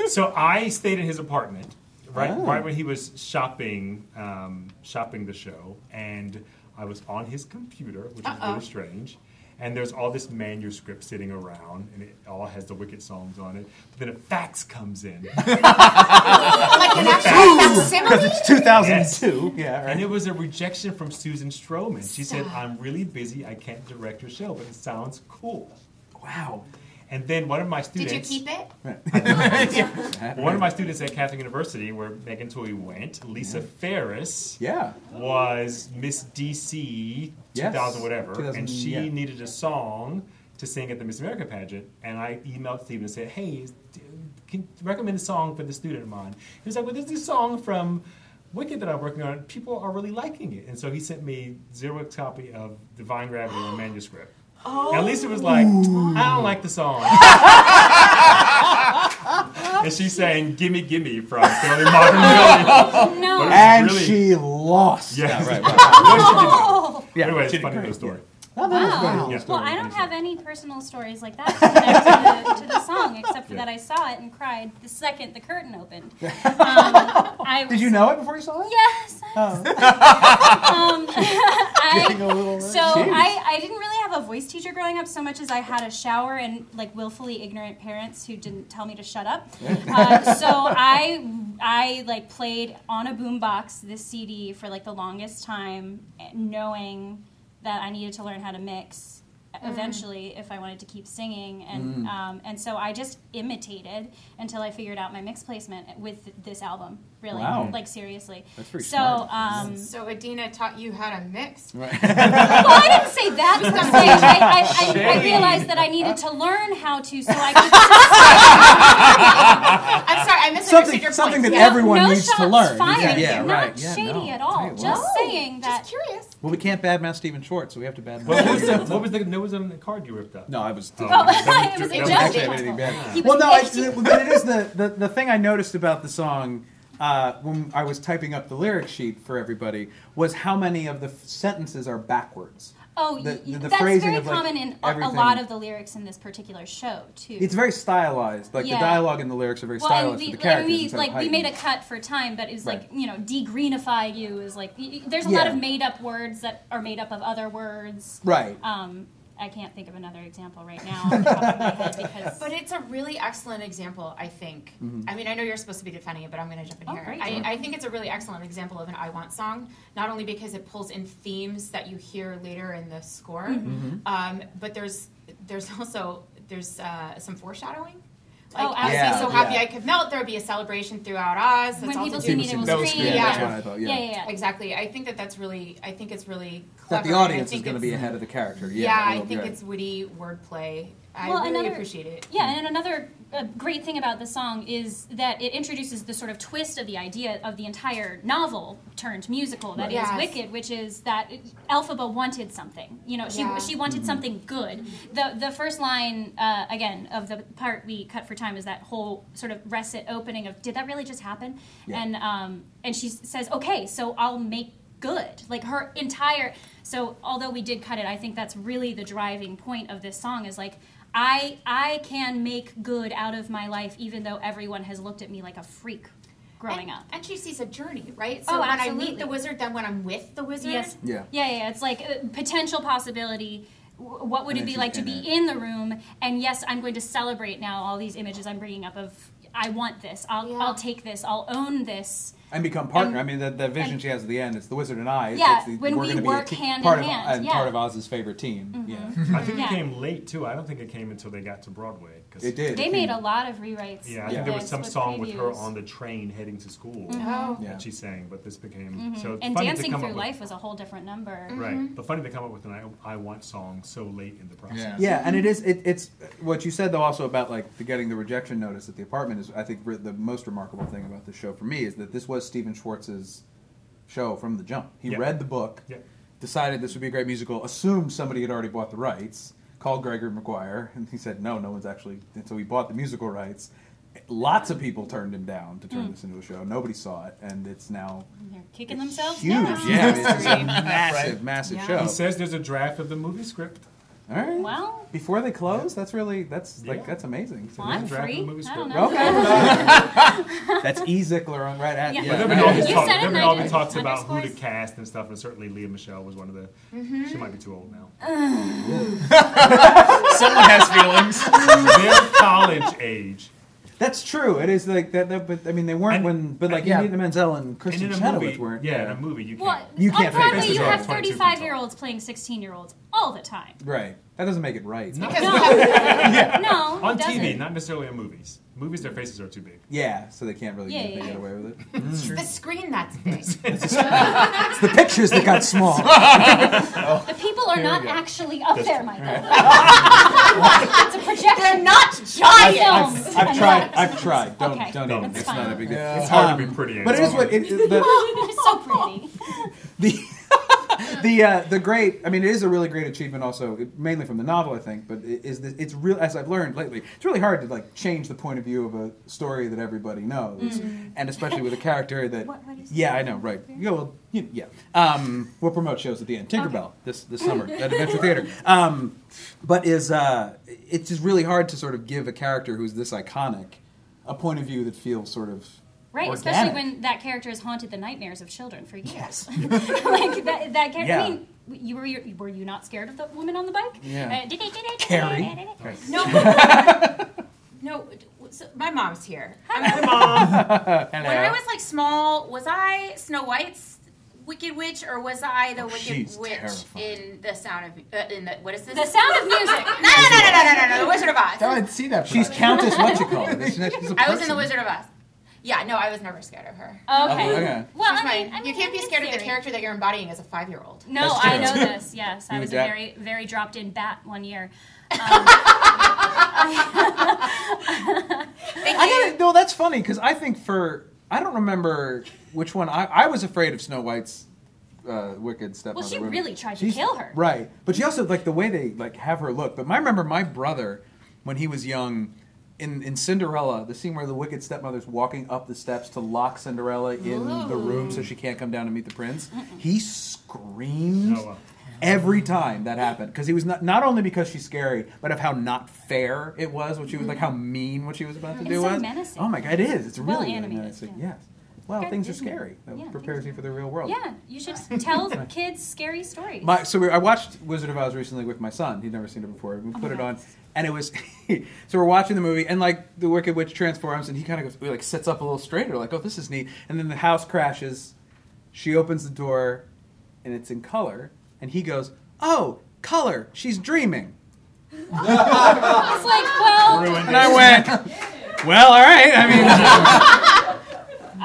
Speaker 9: so I stayed in his apartment right
Speaker 6: Oh.
Speaker 9: right when he was shopping um, shopping the show, and I was on his computer, which is
Speaker 10: Uh-oh.
Speaker 9: really strange. And there's all this manuscript sitting around, and it all has the Wicked songs on it. But then a fax comes in.
Speaker 5: like an actual facsimile?
Speaker 9: Because
Speaker 6: it's 2002. Yeah, right.
Speaker 9: And it was a rejection from Susan Stroman. She said, I'm really busy. I can't direct your show, but it sounds cool.
Speaker 6: Wow.
Speaker 9: And then one of my
Speaker 5: Did
Speaker 9: students.
Speaker 5: you keep it?
Speaker 9: One of my students at Catholic University, where Megan Toy went, Lisa Ferris,
Speaker 6: Yeah.
Speaker 9: was Miss DC 2000 whatever,
Speaker 6: 2000,
Speaker 9: and she
Speaker 6: yeah.
Speaker 9: needed a song to sing at the Miss America pageant. And I emailed Steven and said, "Hey, is- d- can you recommend a song for the student of mine." He was like, "Well, there's this song from." Wicked that I'm working on, people are really liking it. And so he sent me zero copy of Divine Gravity in manuscript.
Speaker 8: Oh
Speaker 9: And Lisa was like, I don't like the song. and she sang Gimme Gimme from Fairly Modern Family.
Speaker 8: No.
Speaker 6: And
Speaker 9: Really?
Speaker 6: she lost.
Speaker 9: Yeah,
Speaker 6: right,
Speaker 9: right.
Speaker 6: Yeah,
Speaker 9: anyway, it's
Speaker 6: she did
Speaker 9: funny
Speaker 6: great.
Speaker 9: little story.
Speaker 6: Oh, that was
Speaker 8: Oh. Wow.
Speaker 9: Yeah.
Speaker 8: Well, I don't have any personal stories like that connected to, the, to the song, except for
Speaker 9: Yeah.
Speaker 8: that I saw it and cried the second the curtain opened. Um, I
Speaker 6: Did you know it before you saw it?
Speaker 8: Yes. I- Um,
Speaker 6: Oh.
Speaker 8: I,
Speaker 6: A little
Speaker 8: so I, I didn't really have a voice teacher growing up so much as I had a shower and like willfully ignorant parents who didn't tell me to shut up. Uh, so I I like played on a boombox this CD for like the longest time, eh, knowing that I needed to learn how to mix eventually if I wanted to keep singing and
Speaker 6: Mm.
Speaker 8: um, and so I just imitated until I figured out my mix placement with this album really
Speaker 6: Wow.
Speaker 8: like seriously
Speaker 6: That's pretty
Speaker 8: so
Speaker 6: smart.
Speaker 8: um
Speaker 5: So Adina taught you how to mix.
Speaker 8: well, I didn't say that. per se. I, I, I, I realized that I needed to learn how to, so I could.
Speaker 5: I'm sorry, I misunderstood
Speaker 6: Something,
Speaker 5: your
Speaker 6: something that
Speaker 5: point.
Speaker 6: everyone
Speaker 8: no
Speaker 6: needs
Speaker 8: shots
Speaker 6: to learn.
Speaker 8: Fired.
Speaker 6: Yeah, yeah,
Speaker 8: Not
Speaker 6: right. Yeah,
Speaker 8: shady
Speaker 6: no.
Speaker 8: at all.
Speaker 6: Right,
Speaker 8: just
Speaker 6: wow.
Speaker 8: saying that.
Speaker 5: Just curious.
Speaker 6: Well, we can't badmouth Stephen Schwartz, so we have to badmouth.
Speaker 9: What was the what was the what was on the card you ripped up?
Speaker 6: No, I was.
Speaker 9: Oh.
Speaker 8: it was
Speaker 9: That
Speaker 6: was
Speaker 8: just-
Speaker 6: actually anything bad.
Speaker 8: He was
Speaker 6: Well, no, I,
Speaker 8: bitchy.
Speaker 6: but it is the, the the thing I noticed about the song uh, when I was typing up the lyric sheet for everybody was how many of the f- sentences are backwards.
Speaker 8: Oh,
Speaker 6: the-
Speaker 8: y- y-
Speaker 6: the
Speaker 8: that's
Speaker 6: phrasing
Speaker 8: very
Speaker 6: of, like,
Speaker 8: common in a- a
Speaker 6: everything.
Speaker 8: lot of the lyrics in this particular show too.
Speaker 6: It's very stylized. Like
Speaker 8: Yeah.
Speaker 6: the dialogue and the lyrics are very
Speaker 8: well, and
Speaker 6: stylized
Speaker 8: we,
Speaker 6: for the
Speaker 8: like,
Speaker 6: characters.
Speaker 8: we
Speaker 6: instead of
Speaker 8: like we
Speaker 6: heightened.
Speaker 8: made a cut for time, but it was like
Speaker 6: Right.
Speaker 8: you know degreenify you is like y- y- there's a lot
Speaker 6: Yeah.
Speaker 8: of made up words that are made up of other words.
Speaker 6: right.
Speaker 8: Um, I can't think of another example right now off the top of my head because
Speaker 5: But it's a really excellent example, I think.
Speaker 6: Mm-hmm.
Speaker 5: I mean, I know you're supposed to be defending it, but I'm going to jump in
Speaker 8: Oh,
Speaker 5: here.
Speaker 8: great.
Speaker 5: I, I think it's a really excellent example of an I Want song, not only because it pulls in themes that you hear later in the score,
Speaker 8: Mm-hmm.
Speaker 6: Mm-hmm.
Speaker 5: um, but there's there's also there's uh, some foreshadowing. Like,
Speaker 8: Oh,
Speaker 5: I would
Speaker 6: absolutely.
Speaker 5: be so
Speaker 6: Yeah,
Speaker 5: happy
Speaker 6: yeah.
Speaker 5: I could melt. There would be a celebration throughout Oz. That's
Speaker 8: when
Speaker 5: all
Speaker 8: people
Speaker 5: to
Speaker 8: see
Speaker 5: do-
Speaker 8: me, they will
Speaker 6: People
Speaker 8: scream.
Speaker 6: scream.
Speaker 5: Yeah, that's
Speaker 6: what I thought, yeah.
Speaker 8: yeah, yeah. yeah.
Speaker 5: Exactly. I think that that's really. I think it's really clever.
Speaker 6: That the
Speaker 5: and I
Speaker 6: audience is
Speaker 5: think
Speaker 6: going to
Speaker 5: it's-
Speaker 6: be ahead of the character. Yeah,
Speaker 5: Yeah,
Speaker 6: a
Speaker 5: I
Speaker 6: little
Speaker 5: think
Speaker 6: bit.
Speaker 5: it's witty wordplay. I
Speaker 8: Well,
Speaker 5: really
Speaker 8: another-
Speaker 5: appreciate it.
Speaker 8: Yeah, and another uh, great thing about the song is that it introduces the sort of twist of the idea of the entire novel turned musical that is
Speaker 5: Yes.
Speaker 8: Wicked, which is that Elphaba wanted something. You know, she
Speaker 5: Yeah.
Speaker 8: she wanted something good. The the first line uh, again of the part we cut for time is that whole sort of recit opening of did that really just happen?
Speaker 6: Yeah.
Speaker 8: And um and she says, "Okay, so I'll make good." Like her entire so although we did cut it, I think that's really the driving point of this song is like I I can make good out of my life even though everyone has looked at me like a freak growing
Speaker 5: and,
Speaker 8: up.
Speaker 5: And she sees a journey, right? So
Speaker 8: Oh,
Speaker 5: when I
Speaker 8: absolutely.
Speaker 5: meet the wizard, then when I'm with the wizard.
Speaker 8: Yes.
Speaker 6: Yeah.
Speaker 8: Yeah, yeah. It's like uh, potential possibility. W- What would
Speaker 6: And
Speaker 8: it
Speaker 6: then
Speaker 8: be
Speaker 6: she's
Speaker 8: like to
Speaker 6: in
Speaker 8: be
Speaker 6: it.
Speaker 8: in the room? And yes, I'm going to celebrate now all these images I'm bringing up of I want this. I'll
Speaker 5: Yeah.
Speaker 8: I'll take this. I'll own this.
Speaker 6: and become
Speaker 8: and-
Speaker 6: partner. I mean, the, the vision
Speaker 8: and-
Speaker 6: she has at the end, it's the wizard and I. It's,
Speaker 8: Yeah,
Speaker 6: it's the,
Speaker 8: when
Speaker 6: we're
Speaker 8: we
Speaker 6: gonna be a
Speaker 8: work
Speaker 6: te-
Speaker 8: hand in
Speaker 6: part of,
Speaker 8: hand,
Speaker 6: And
Speaker 8: yeah.
Speaker 6: part of Oz's favorite team. Yeah.
Speaker 9: I think
Speaker 8: Mm-hmm. Yeah.
Speaker 9: it came late too. I don't think it came until they got to Broadway. 'cause-
Speaker 6: It did.
Speaker 8: They
Speaker 6: It
Speaker 8: made
Speaker 6: came-
Speaker 8: a lot of rewrites.
Speaker 9: Yeah, I
Speaker 8: of
Speaker 9: think there was
Speaker 8: this
Speaker 9: some song with her
Speaker 8: previews. Mm-hmm.
Speaker 9: on the train heading to school
Speaker 5: Oh.
Speaker 6: Yeah.
Speaker 9: that she sang, but this became so it's
Speaker 8: And
Speaker 9: funny to
Speaker 8: dancing
Speaker 9: come
Speaker 8: through
Speaker 9: up with,
Speaker 8: life Mm-hmm. was a whole different number.
Speaker 9: Right, but funny to come up with an I, I want song so late in the process.
Speaker 2: Yeah.
Speaker 6: Yeah, and it is. It, it's what you said though. Also about like the getting the rejection notice at the apartment is. I think re- the most remarkable thing about this show for me is that this was Stephen Schwartz's show from the jump. He
Speaker 9: Yeah.
Speaker 6: read the book,
Speaker 9: Yeah.
Speaker 6: decided this would be a great musical. Assumed somebody had already bought the rights. Called Gregory McGuire, and he said no, no one's actually. And so he bought the musical rights. Lots of people turned him down to
Speaker 9: Hmm.
Speaker 6: turn this into a show. Nobody saw it, and it's now
Speaker 8: And They're kicking themselves
Speaker 6: huge.
Speaker 8: now.
Speaker 6: Yeah, I mean, it's just a massive, massive
Speaker 5: Yeah.
Speaker 6: show.
Speaker 9: He says there's a draft of the movie script.
Speaker 6: All right.
Speaker 8: Well,
Speaker 6: Before they close, that's really that's
Speaker 9: Yeah.
Speaker 6: like that's amazing. So-
Speaker 8: well, I'm
Speaker 9: draft
Speaker 8: free.
Speaker 9: the movie
Speaker 8: I don't
Speaker 9: script.
Speaker 8: know.
Speaker 6: Okay. that's E Zickler on right at
Speaker 8: Yeah.
Speaker 6: you.
Speaker 8: But
Speaker 9: There've been all these
Speaker 8: You
Speaker 9: talks,
Speaker 8: said it,
Speaker 9: there've
Speaker 8: and
Speaker 9: been
Speaker 8: I
Speaker 9: all these
Speaker 8: didn't.
Speaker 9: talks about who to
Speaker 8: Underscores.
Speaker 9: cast and stuff, and certainly Leah Michelle was one of the.
Speaker 8: Mm-hmm.
Speaker 9: She might be too old now.
Speaker 2: Someone has feelings.
Speaker 9: They're college age.
Speaker 6: That's true. It is like that, that. But I mean, they weren't
Speaker 9: And- uh,
Speaker 6: when. But like
Speaker 2: and- yeah.
Speaker 6: Indiana Menzel and
Speaker 9: And
Speaker 6: Kristen
Speaker 9: in a
Speaker 6: Chenoweth
Speaker 9: movie,
Speaker 6: weren't.
Speaker 9: yeah, in a movie you can't.
Speaker 8: Well,
Speaker 6: You
Speaker 8: on
Speaker 6: can't fake
Speaker 8: Broadway,
Speaker 9: this
Speaker 8: you
Speaker 9: as a
Speaker 8: have
Speaker 9: 22 people.
Speaker 8: 35 year olds playing 16 year olds all the time.
Speaker 6: Right. That doesn't make it right.
Speaker 8: No, no,
Speaker 9: on
Speaker 8: it doesn't.
Speaker 9: TV, not necessarily in movies. Movies, their faces are too big.
Speaker 6: Yeah. So they can't really
Speaker 8: Yeah,
Speaker 6: get- they
Speaker 8: yeah,
Speaker 6: get
Speaker 8: yeah.
Speaker 6: away with it.
Speaker 5: The screen that's big.
Speaker 6: It's the pictures that got small.
Speaker 8: The people are not
Speaker 2: go.
Speaker 8: actually up there, Michael. it's a projection. They're not giants.
Speaker 6: I've, I've tried. I've tried. Don't
Speaker 8: Okay,
Speaker 6: don't
Speaker 9: No,
Speaker 6: even.
Speaker 9: it's
Speaker 6: It's not
Speaker 8: fine.
Speaker 6: a big deal.
Speaker 2: Yeah.
Speaker 9: It's hard to
Speaker 6: Um,
Speaker 9: be pretty.
Speaker 6: But it is what it, it- the
Speaker 8: They're so pretty.
Speaker 6: the the uh, the great. I mean, it is a really great achievement. Also, it- mainly from the novel, I think. But it is this, it's real as I've learned lately. It's really hard to like change the point of view of a story that everybody knows, and especially with a character that.
Speaker 8: Mm-hmm. What- what is
Speaker 6: yeah, I know, right? Yeah, well, you, yeah. Um, we'll promote shows at the end. Tinkerbell this this summer at Adventure Theater. Um, but is uh, it's just really hard to sort of give a character who's this iconic a point of view that feels sort of
Speaker 8: Right,
Speaker 6: organic.
Speaker 8: especially when that character has haunted the nightmares of children for years. like that, that character.
Speaker 6: Yeah.
Speaker 8: I mean, you were you, were you not scared of the woman on the bike?
Speaker 6: Yeah.
Speaker 8: Uh, did-did-did-did-did-did-did-did.
Speaker 6: Carrie. Right.
Speaker 5: No. no. So my mom's here. Hi, mom. When I was like small, was I Snow White's Wicked Witch, or was I the Wicked
Speaker 6: she's
Speaker 5: Witch
Speaker 6: terrifying.
Speaker 5: in the Sound of uh, in the what is this?
Speaker 8: The Sound of Music.
Speaker 5: No, no, no, no, no, no, no, The Wizard of Oz.
Speaker 2: I would see that.
Speaker 6: She's
Speaker 2: production.
Speaker 6: Countess. What you call it? She's a
Speaker 5: I was in
Speaker 6: person.
Speaker 5: The Wizard of Oz. Yeah, no, I was never scared of her.
Speaker 8: Okay.
Speaker 6: Okay.
Speaker 8: Well,
Speaker 5: She's
Speaker 8: I
Speaker 5: fine.
Speaker 8: mean, I mean,
Speaker 5: you can't be
Speaker 8: it's
Speaker 5: scared of the
Speaker 8: scary.
Speaker 5: character that you're embodying as a five-year-old.
Speaker 8: No,
Speaker 6: That's
Speaker 8: I
Speaker 6: true.
Speaker 8: know this. Yes,
Speaker 6: You
Speaker 8: I was a
Speaker 6: adapt-
Speaker 8: very, very dropped-in bat one year.
Speaker 5: Thank
Speaker 6: I
Speaker 5: you.
Speaker 6: gotta, no, that's funny because I think for I don't remember which one I, I was afraid of Snow White's uh, wicked stepmother.
Speaker 8: Well, she
Speaker 6: whatever.
Speaker 8: really tried to
Speaker 6: She's-
Speaker 8: kill her.
Speaker 6: right? But she also like the way they like have her look. But my, I remember my brother when he was young. In, in Cinderella, the scene where the wicked stepmother's walking up the steps to lock Cinderella in the room so she can't come down to meet the prince, he screamed
Speaker 9: Oh, wow.
Speaker 6: every time that happened because he was not not only because she's scary, but of how not fair it was what she was like, how mean what she was about to
Speaker 8: It's so
Speaker 6: do was.
Speaker 8: menacing.
Speaker 6: Oh my god, it is. It's
Speaker 8: Well
Speaker 6: really really
Speaker 8: animated,
Speaker 6: menacing.
Speaker 8: yeah.
Speaker 6: Yes. Well,
Speaker 8: Good,
Speaker 6: things are
Speaker 8: isn't it?
Speaker 6: scary. That
Speaker 8: Yeah,
Speaker 6: prepares you for the real world.
Speaker 8: Yeah, you should tell kids scary stories.
Speaker 6: Oh. My, so we, I watched Wizard of Oz recently with my son. He'd never seen it before.
Speaker 8: Oh
Speaker 6: We put it on, and it was. so we're watching the movie, and like the Wicked Witch transforms, and he kind of goes, like sits up a little straighter, like, oh, this is neat. And then the house crashes. She opens the door, and it's in color, and he goes, oh, color. She's dreaming.
Speaker 8: it's like, well,
Speaker 9: Ruined.
Speaker 6: And I went, well, all right. I mean.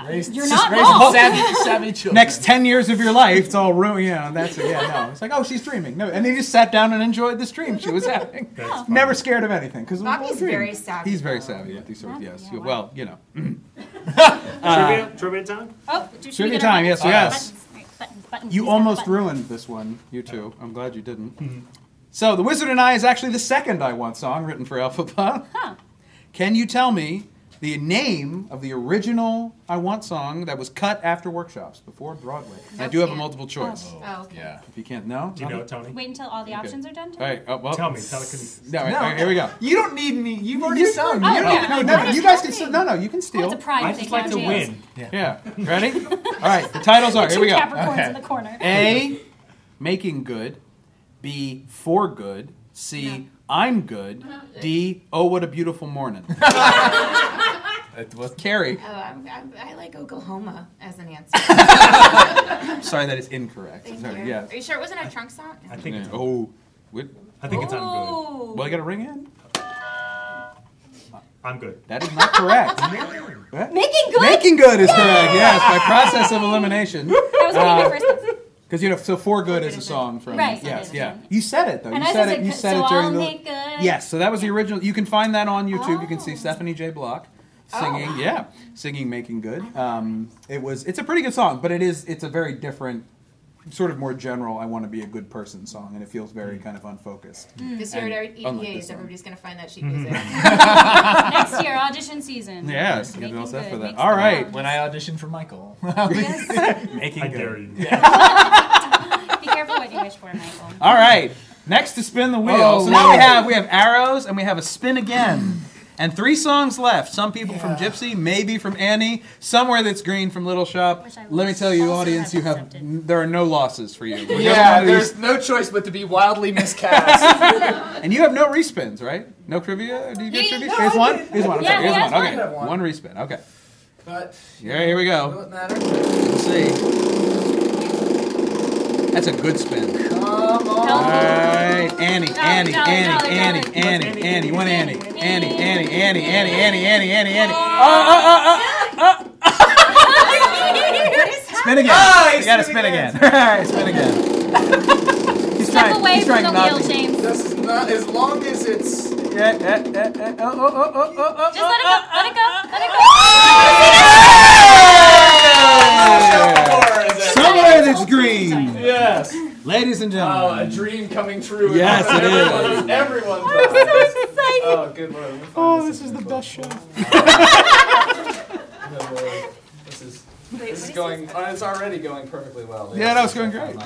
Speaker 2: Raised,
Speaker 8: You're not
Speaker 2: just raised
Speaker 8: wrong.
Speaker 2: Savvy, savvy children.
Speaker 6: next 10 years of your life, it's all ruined. Yeah, that's it. Yeah, no. It's like, oh, she's dreaming. No, and they just sat down and enjoyed this dream she was having.
Speaker 9: That's
Speaker 8: Oh.
Speaker 9: funny.
Speaker 6: Never scared of anything. because
Speaker 5: Bobby's very savvy,
Speaker 6: He's very
Speaker 5: though.
Speaker 6: savvy at these sort of,
Speaker 8: Yeah,
Speaker 6: yes.
Speaker 8: wow.
Speaker 6: Well, you know. Uh,
Speaker 9: trivia, Uh, trivia time.
Speaker 8: oh, do- should
Speaker 6: Trivia
Speaker 8: we get our
Speaker 6: time, yes,
Speaker 8: buttons? Buttons, buttons, buttons,
Speaker 6: You
Speaker 8: please have a
Speaker 6: almost
Speaker 8: button.
Speaker 6: ruined this one, you two.
Speaker 9: Oh.
Speaker 6: I'm glad you
Speaker 9: Mm-hmm.
Speaker 6: didn't. So, The Wizard and I is actually the second I Want song written for Alphaba.
Speaker 8: Huh.
Speaker 6: Can you tell me the name of the original I Want song that was cut after workshops, before Broadway? And I do have a
Speaker 5: can.
Speaker 6: multiple choice.
Speaker 5: Oh, okay.
Speaker 2: Yeah.
Speaker 6: If you can't know,
Speaker 9: Do you know
Speaker 6: nothing?
Speaker 9: it, Tony?
Speaker 8: Wait until all the options are done.
Speaker 6: All right. Oh, well,
Speaker 9: Tell me. Tell it.
Speaker 6: No, wait,
Speaker 2: No.
Speaker 6: okay, here we go.
Speaker 2: You don't need me. You've already sung.
Speaker 8: Oh,
Speaker 2: You don't-
Speaker 8: yeah.
Speaker 6: No,
Speaker 8: I'm
Speaker 6: no,
Speaker 8: not
Speaker 6: you guys can
Speaker 8: asking.
Speaker 6: still, no, no, you can steal.
Speaker 8: It's a pride
Speaker 9: I
Speaker 8: thing.
Speaker 9: just like to
Speaker 8: not yours.
Speaker 9: win.
Speaker 6: yeah, ready? All right, the titles are here we go.
Speaker 8: Capricorns
Speaker 2: Okay.
Speaker 8: in the corner.
Speaker 6: A, making good. B, for good. C, I'm good. D, oh what a beautiful morning.
Speaker 2: It was-
Speaker 6: Carrie,
Speaker 5: Oh, I'm, I'm, I like Oklahoma as an answer.
Speaker 6: sorry that is incorrect.
Speaker 5: Thank
Speaker 6: Sorry,
Speaker 5: you.
Speaker 6: yes.
Speaker 5: Are you sure it wasn't a trunk song?
Speaker 9: I think
Speaker 6: Yeah,
Speaker 9: it's.
Speaker 6: Oh, wait,
Speaker 9: I think it's. I'm good.
Speaker 8: Ooh.
Speaker 6: well, I got a ring in.
Speaker 9: I'm good.
Speaker 6: That is not correct.
Speaker 8: Making good.
Speaker 6: Making good is correct. Yes, by process of elimination. Uh,
Speaker 8: that was gonna be my first. guess.
Speaker 6: Because you know, so for good is a song from
Speaker 8: Right, so
Speaker 6: yes,
Speaker 8: good,
Speaker 6: yeah.
Speaker 8: yeah.
Speaker 6: You said it though.
Speaker 8: And
Speaker 6: you
Speaker 8: I
Speaker 6: said
Speaker 8: said
Speaker 6: it. You
Speaker 8: good,
Speaker 6: said
Speaker 8: so
Speaker 6: it during
Speaker 8: I'll
Speaker 6: the
Speaker 8: make good.
Speaker 6: yes. So that was the original. You can find that on YouTube. You can see
Speaker 8: Oh.
Speaker 6: Stephanie J. Block singing. Yeah, singing "Making Good." Um, it was. It's a pretty good song, but it is. It's a very different, sort of more general. I want to be a good person song, and it feels very
Speaker 8: Mm.
Speaker 6: kind of unfocused.
Speaker 5: Mm. This year at our E
Speaker 6: And unlike
Speaker 5: EPAs,
Speaker 6: this one. Mm-hmm.
Speaker 5: everybody's going to find that sheet music.
Speaker 8: Next year, audition season.
Speaker 6: Yes, get it
Speaker 8: Making
Speaker 6: all set
Speaker 8: good
Speaker 6: for that.
Speaker 8: makes
Speaker 6: All
Speaker 8: the
Speaker 6: right.
Speaker 8: rounds.
Speaker 2: When I auditioned for Michael,
Speaker 8: Yes.
Speaker 6: Making
Speaker 9: I
Speaker 6: Good.
Speaker 9: dare you.
Speaker 8: Be careful what you wish for, Michael.
Speaker 6: All right. Next to spin the wheel.
Speaker 4: Oh,
Speaker 6: so now we
Speaker 4: no.
Speaker 6: have we have arrows and we have a spin again. And three songs left. Some people from Gypsy, maybe from Annie, somewhere that's green from Little Shop. Let me tell you, audience, you have there are no losses for you. Because one
Speaker 2: Yeah,
Speaker 6: of these-
Speaker 2: there's no choice but to be wildly miscast.
Speaker 6: and you have no respins, right? No trivia? Or Do you get
Speaker 2: Yeah,
Speaker 6: trivia?
Speaker 2: no,
Speaker 6: here's
Speaker 2: I
Speaker 6: one.
Speaker 2: did.
Speaker 6: Here's one. I'm
Speaker 2: Yeah,
Speaker 6: sorry.
Speaker 2: he
Speaker 6: Here's
Speaker 2: has
Speaker 6: one.
Speaker 2: one.
Speaker 6: Okay.
Speaker 2: One.
Speaker 6: One respin. Okay.
Speaker 2: but
Speaker 6: Yeah, here we go.
Speaker 2: doesn't matter.
Speaker 6: Let's see. That's a good spin.
Speaker 2: Come on.
Speaker 6: All right, Annie,
Speaker 2: Dolly,
Speaker 6: Annie,
Speaker 2: dolly,
Speaker 6: Annie,
Speaker 2: dolly,
Speaker 6: Annie,
Speaker 2: dolly.
Speaker 6: Annie, Annie. You want Annie? Annie, Annie, Annie, Annie, Annie, Annie, Annie, Annie. Oh, oh, oh, oh, oh. Spin again.
Speaker 4: Ah, he's
Speaker 6: You gotta
Speaker 4: spinning
Speaker 6: spin again. All right, spin again. He's
Speaker 8: Step
Speaker 6: trying.
Speaker 8: away
Speaker 6: he's
Speaker 8: from
Speaker 6: trying
Speaker 8: the
Speaker 6: not
Speaker 8: wheel,
Speaker 6: to-
Speaker 8: James.
Speaker 2: This is not as long as it's.
Speaker 6: Yeah, yeah, yeah, yeah. Oh, oh, oh, oh, oh, oh.
Speaker 8: Just let it go. Let it go. Let it go.
Speaker 6: oh, Somewhere that's green.
Speaker 2: Yes.
Speaker 6: Ladies and
Speaker 2: Oh,
Speaker 6: gentlemen.
Speaker 2: a dream coming true.
Speaker 6: Yes, it
Speaker 2: Everyone-
Speaker 6: is.
Speaker 2: Everyone. Oh, good lord.
Speaker 6: Oh, this is the best show.
Speaker 2: This is
Speaker 3: This
Speaker 11: Wait, what
Speaker 3: is
Speaker 11: is
Speaker 3: going. Oh, it's already going perfectly well.
Speaker 6: Yeah, no, it's going great.
Speaker 3: My-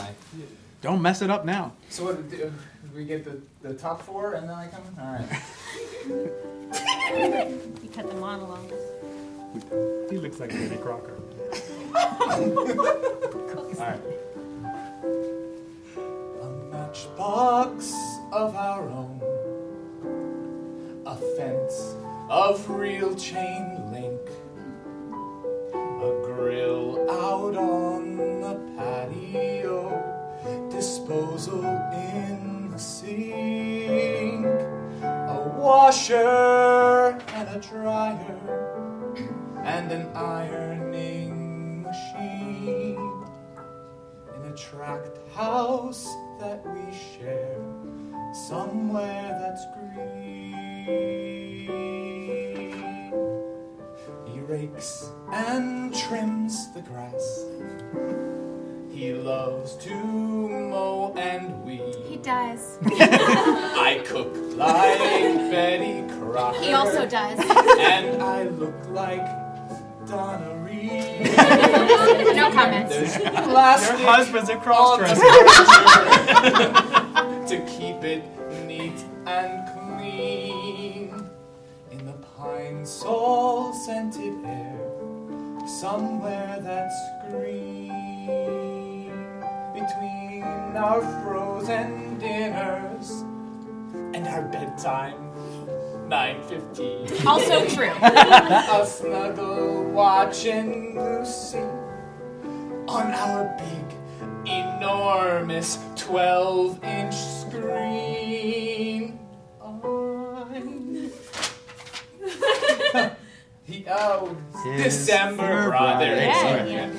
Speaker 6: Don't mess it up now.
Speaker 2: So what do we do? Do We get the, the top four and then I come in? Alright.
Speaker 8: You cut the monologue.
Speaker 9: He looks like Betty Crocker.
Speaker 2: Alright. A matchbox of our own. A fence of real chain link. A grill out on the patio. Disposal in the sink. A washer and a dryer. And an ironing machine in a tract house that we share somewhere that's green. He rakes and trims the grass. He loves to mow and
Speaker 5: He
Speaker 2: weed.
Speaker 5: does.
Speaker 2: I cook like Betty Crocker.
Speaker 5: He also does.
Speaker 2: And I look like Donna Reed.
Speaker 5: No comments.
Speaker 2: There's plastic
Speaker 4: are
Speaker 2: on the furniture to keep it neat and clean in the pine sol scented air somewhere that's green between our frozen dinners and our bedtime 9:15
Speaker 5: Also true.
Speaker 2: a snuggle watching Lucy on our big, enormous 12 inch screen. On he, oh, December, brother.
Speaker 5: Yeah,
Speaker 2: Yeah.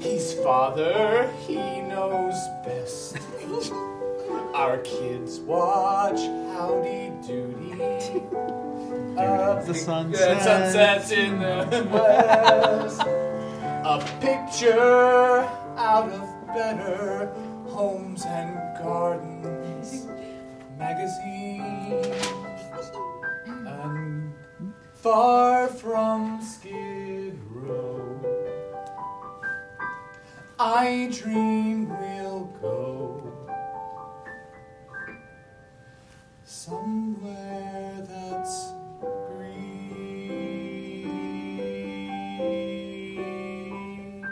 Speaker 2: He's father, he knows best. Our kids watch Howdy Doody. Uh,
Speaker 6: The
Speaker 2: Good sunsets in the west. A picture out of better homes and gardens magazine. And far from Skid Row, I dream we'll go somewhere that's green.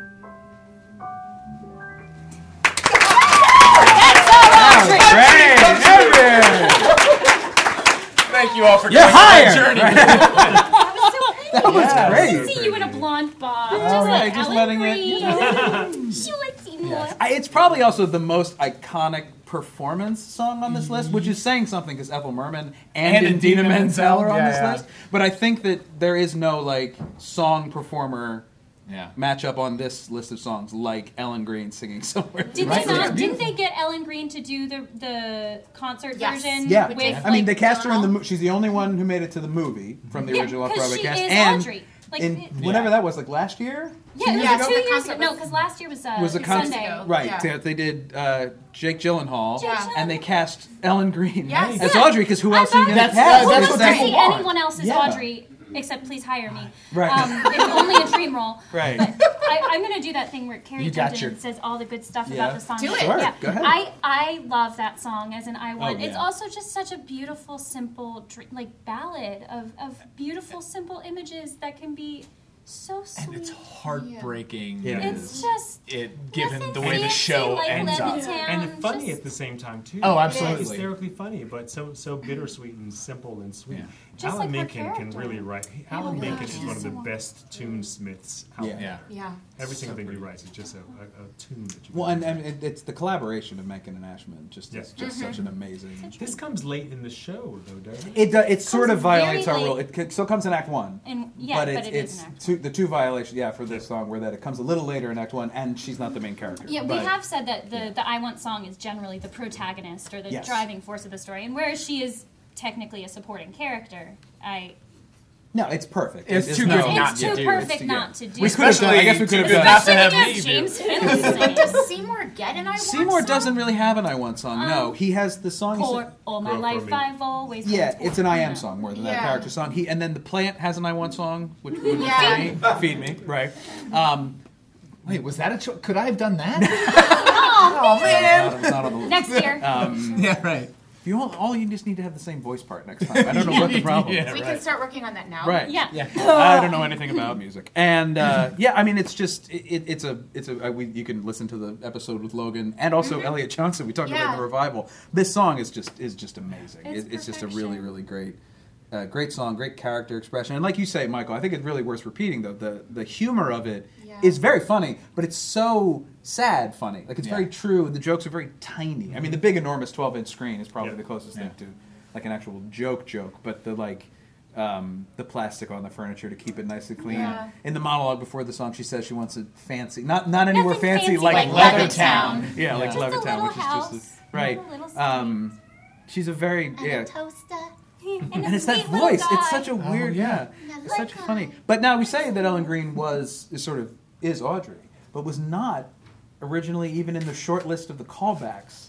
Speaker 2: Thank you all for
Speaker 6: You're
Speaker 2: joining my
Speaker 6: hired!
Speaker 2: journey.
Speaker 6: That was
Speaker 2: Yeah.
Speaker 6: great.
Speaker 8: See you in a blonde bob. Just
Speaker 6: All right,
Speaker 8: like
Speaker 6: just
Speaker 8: Alan
Speaker 6: letting it-
Speaker 8: Green. it. she likes you more.
Speaker 6: I- It's probably also the most iconic performance song on this list, which is saying something because Ethel Merman and, Indina
Speaker 2: And Idina
Speaker 6: Menzel are on
Speaker 2: Menzel,
Speaker 6: this
Speaker 2: yeah,
Speaker 6: list. But I think that there is no like song performer
Speaker 2: Yeah.
Speaker 6: matchup on this list of songs like Ellen Green singing somewhere.
Speaker 8: Did
Speaker 6: Right?
Speaker 8: they
Speaker 6: Yeah.
Speaker 8: not? Didn't they get Ellen Green to do the the concert
Speaker 5: Yes.
Speaker 8: version?
Speaker 6: Yeah,
Speaker 8: with,
Speaker 6: I mean
Speaker 8: like,
Speaker 6: they cast her in the.
Speaker 8: Donald?
Speaker 6: Mo- she's the only one who made it to the movie from the
Speaker 8: Yeah,
Speaker 6: original off
Speaker 8: 'cause
Speaker 6: Broadway
Speaker 8: she
Speaker 6: cast,
Speaker 8: is
Speaker 6: and
Speaker 8: Audrey. Like,
Speaker 6: in
Speaker 8: it-
Speaker 6: whatever that was, like last
Speaker 8: yeah,
Speaker 6: year,
Speaker 8: it was
Speaker 5: Yeah,
Speaker 8: like
Speaker 5: so
Speaker 8: two
Speaker 5: the
Speaker 8: years
Speaker 5: concert
Speaker 8: ago. No,
Speaker 5: was-
Speaker 8: because last year was uh,
Speaker 6: Was a concert-
Speaker 8: Sunday.
Speaker 6: right?
Speaker 5: Yeah.
Speaker 6: They, they did uh, Jake Gyllenhaal,
Speaker 5: Yeah.
Speaker 6: and they cast Ellen Green
Speaker 5: Yes.
Speaker 6: as
Speaker 8: Yeah.
Speaker 6: Audrey because who else are
Speaker 8: thought-
Speaker 6: you going to
Speaker 8: That's-
Speaker 6: cast?
Speaker 8: Well,
Speaker 2: that's
Speaker 8: no,
Speaker 2: what
Speaker 8: to
Speaker 2: they
Speaker 8: see
Speaker 2: want.
Speaker 8: anyone else is
Speaker 6: Yeah.
Speaker 8: Audrey except please hire me.
Speaker 12: Right.
Speaker 8: Um, it's only a dream role.
Speaker 12: Right.
Speaker 8: But I, I'm gonna do that thing where Carrie
Speaker 12: You got
Speaker 8: Clinton
Speaker 12: your-
Speaker 8: says all the good stuff
Speaker 12: Yeah.
Speaker 8: about the song.
Speaker 5: Do it.
Speaker 12: Sure,
Speaker 8: Yeah.
Speaker 12: go ahead.
Speaker 8: I I love that song as an I want. It's
Speaker 12: yeah.
Speaker 8: also just such a beautiful, simple, dr- like ballad of of beautiful, simple images that can be so sweet.
Speaker 3: And it's heartbreaking.
Speaker 9: Yeah. Yeah.
Speaker 8: It's just
Speaker 3: It given
Speaker 8: Nothing
Speaker 3: the way the
Speaker 8: fancy
Speaker 3: show
Speaker 8: like
Speaker 3: ends up.
Speaker 8: Levittown,
Speaker 9: and funny
Speaker 8: just-
Speaker 9: at the same time too.
Speaker 3: Oh, absolutely.
Speaker 9: It's hysterically funny, but so so bittersweet and simple and sweet.
Speaker 12: Yeah.
Speaker 8: Just
Speaker 9: Alan
Speaker 8: like her
Speaker 9: Menken can
Speaker 8: character.
Speaker 9: really write. he-
Speaker 5: Oh,
Speaker 9: Alan
Speaker 5: yeah,
Speaker 9: Menken is
Speaker 5: she's
Speaker 9: one of the
Speaker 5: so-
Speaker 9: best tunesmiths out
Speaker 12: Yeah.
Speaker 9: there.
Speaker 5: Yeah.
Speaker 9: Every single thing he writes is just a, a, a tune that you.
Speaker 6: Well,
Speaker 9: can
Speaker 6: and, and it, it's the collaboration of Mencken and Ashman. Just
Speaker 9: Yeah.
Speaker 6: it's just
Speaker 8: Mm-hmm.
Speaker 6: such an amazing.
Speaker 9: this comes late in the show though, doesn't it?
Speaker 6: It uh, it sort of
Speaker 8: Comes very
Speaker 6: violates our
Speaker 8: late.
Speaker 6: rule. It c- still comes in Act One.
Speaker 8: And yeah, but,
Speaker 6: it's,
Speaker 8: it
Speaker 6: it's
Speaker 8: is an act.
Speaker 6: two, the two violation. Yeah, for this song, where that it comes a little later in Act One, and she's not the main character.
Speaker 8: Yeah,
Speaker 6: but-
Speaker 8: we have said that the, the I Want song is generally the protagonist or the
Speaker 6: Yes.
Speaker 8: driving force of the story, and whereas she is technically a supporting character, I
Speaker 6: No, it's perfect.
Speaker 2: It's
Speaker 6: It is
Speaker 2: too good not
Speaker 8: it's
Speaker 2: to
Speaker 8: too
Speaker 2: do,
Speaker 8: perfect
Speaker 6: it's too-
Speaker 8: not
Speaker 6: yeah.
Speaker 8: to do.
Speaker 6: We could have done. I guess we could have
Speaker 2: Especially-
Speaker 6: done.
Speaker 2: Not to have
Speaker 8: Speaking of
Speaker 2: me do
Speaker 8: James
Speaker 2: it.
Speaker 8: Finley singing
Speaker 5: Does Seymour get an I want
Speaker 6: Seymour
Speaker 5: song?
Speaker 6: doesn't really have an "I Want" song. no,
Speaker 8: Um,
Speaker 6: he has the song. is-
Speaker 8: for all my
Speaker 9: Girl for
Speaker 8: life
Speaker 9: me.
Speaker 8: I've always
Speaker 6: Yeah,
Speaker 8: been poor.
Speaker 6: it's an I am song more than that
Speaker 5: Yeah.
Speaker 6: character song. He and then the plant has an I want song, which would
Speaker 5: Yeah.
Speaker 6: feed me, feed me, right? Um,
Speaker 2: Wait, was that a choice? Could I have done that?
Speaker 8: Oh,
Speaker 6: not, it's not on the list.
Speaker 8: Next year,
Speaker 6: Um,
Speaker 2: yeah, right.
Speaker 6: you all, all you just need to have the same voice part next time. I don't know what the problem
Speaker 2: Yeah,
Speaker 6: is.
Speaker 5: We can start working on that now.
Speaker 6: Right.
Speaker 8: yeah. Oh.
Speaker 6: I don't know anything about music. And uh, yeah, I mean, it's just it, it, it's a it's a I, we, you can listen to the episode with Logan and also Elliot Johnson. We talked about in
Speaker 5: Mm-hmm. Yeah.
Speaker 6: the revival. This song is just is just amazing.
Speaker 8: It's
Speaker 6: It, it's just a really
Speaker 8: perfection.
Speaker 6: really great. Uh, great song, great character expression, and like you say, Michael, I think it's really worth repeating. Though the the humor of it is
Speaker 5: Yeah.
Speaker 6: very funny, but it's so sad funny. Like it's
Speaker 2: Yeah.
Speaker 6: very true, and the jokes are very tiny. I mean, the big enormous twelve inch screen is probably
Speaker 9: Yeah.
Speaker 6: the closest
Speaker 2: Yeah.
Speaker 6: thing to like an actual joke joke, but the like um, the plastic on the furniture to keep it nice and clean.
Speaker 5: Yeah.
Speaker 6: In the monologue before the song, she says she wants it fancy, not not anywhere
Speaker 8: Nothing
Speaker 6: fancy,
Speaker 8: fancy
Speaker 6: like,
Speaker 8: like
Speaker 6: Levittown.
Speaker 8: Levittown.
Speaker 6: Yeah, like
Speaker 8: Just a
Speaker 6: Levittown,
Speaker 8: little
Speaker 6: which
Speaker 8: house,
Speaker 6: is just a, right.
Speaker 8: a little street.
Speaker 6: Um, she's a very yeah.
Speaker 8: and,
Speaker 6: And
Speaker 8: a
Speaker 6: it's that
Speaker 8: sweet little
Speaker 6: voice.
Speaker 8: guy.
Speaker 6: It's such a
Speaker 2: Oh,
Speaker 9: Oh,
Speaker 6: weird, yeah. It's such a funny. But now we say that Ellen Green was is sort of is Audrey, but was not originally even in the short list of the callbacks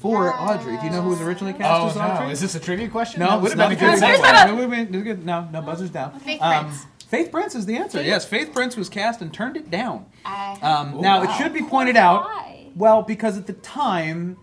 Speaker 6: for Audrey. Do you know who was originally cast
Speaker 2: Oh
Speaker 6: as Audrey?
Speaker 2: no, is this a trivia question?
Speaker 6: No, it
Speaker 2: That was
Speaker 6: would have been a good
Speaker 2: not
Speaker 8: Here's
Speaker 6: segue. It would've been- it would've been- No, no, buzzer's down. Um,
Speaker 5: Faith Prince.
Speaker 6: Faith Prince is the answer. Yes, Faith Prince was cast and turned it down.
Speaker 5: I-
Speaker 6: Um, now, it
Speaker 2: wow.
Speaker 6: should be pointed out,
Speaker 8: Why?
Speaker 6: well, because at the time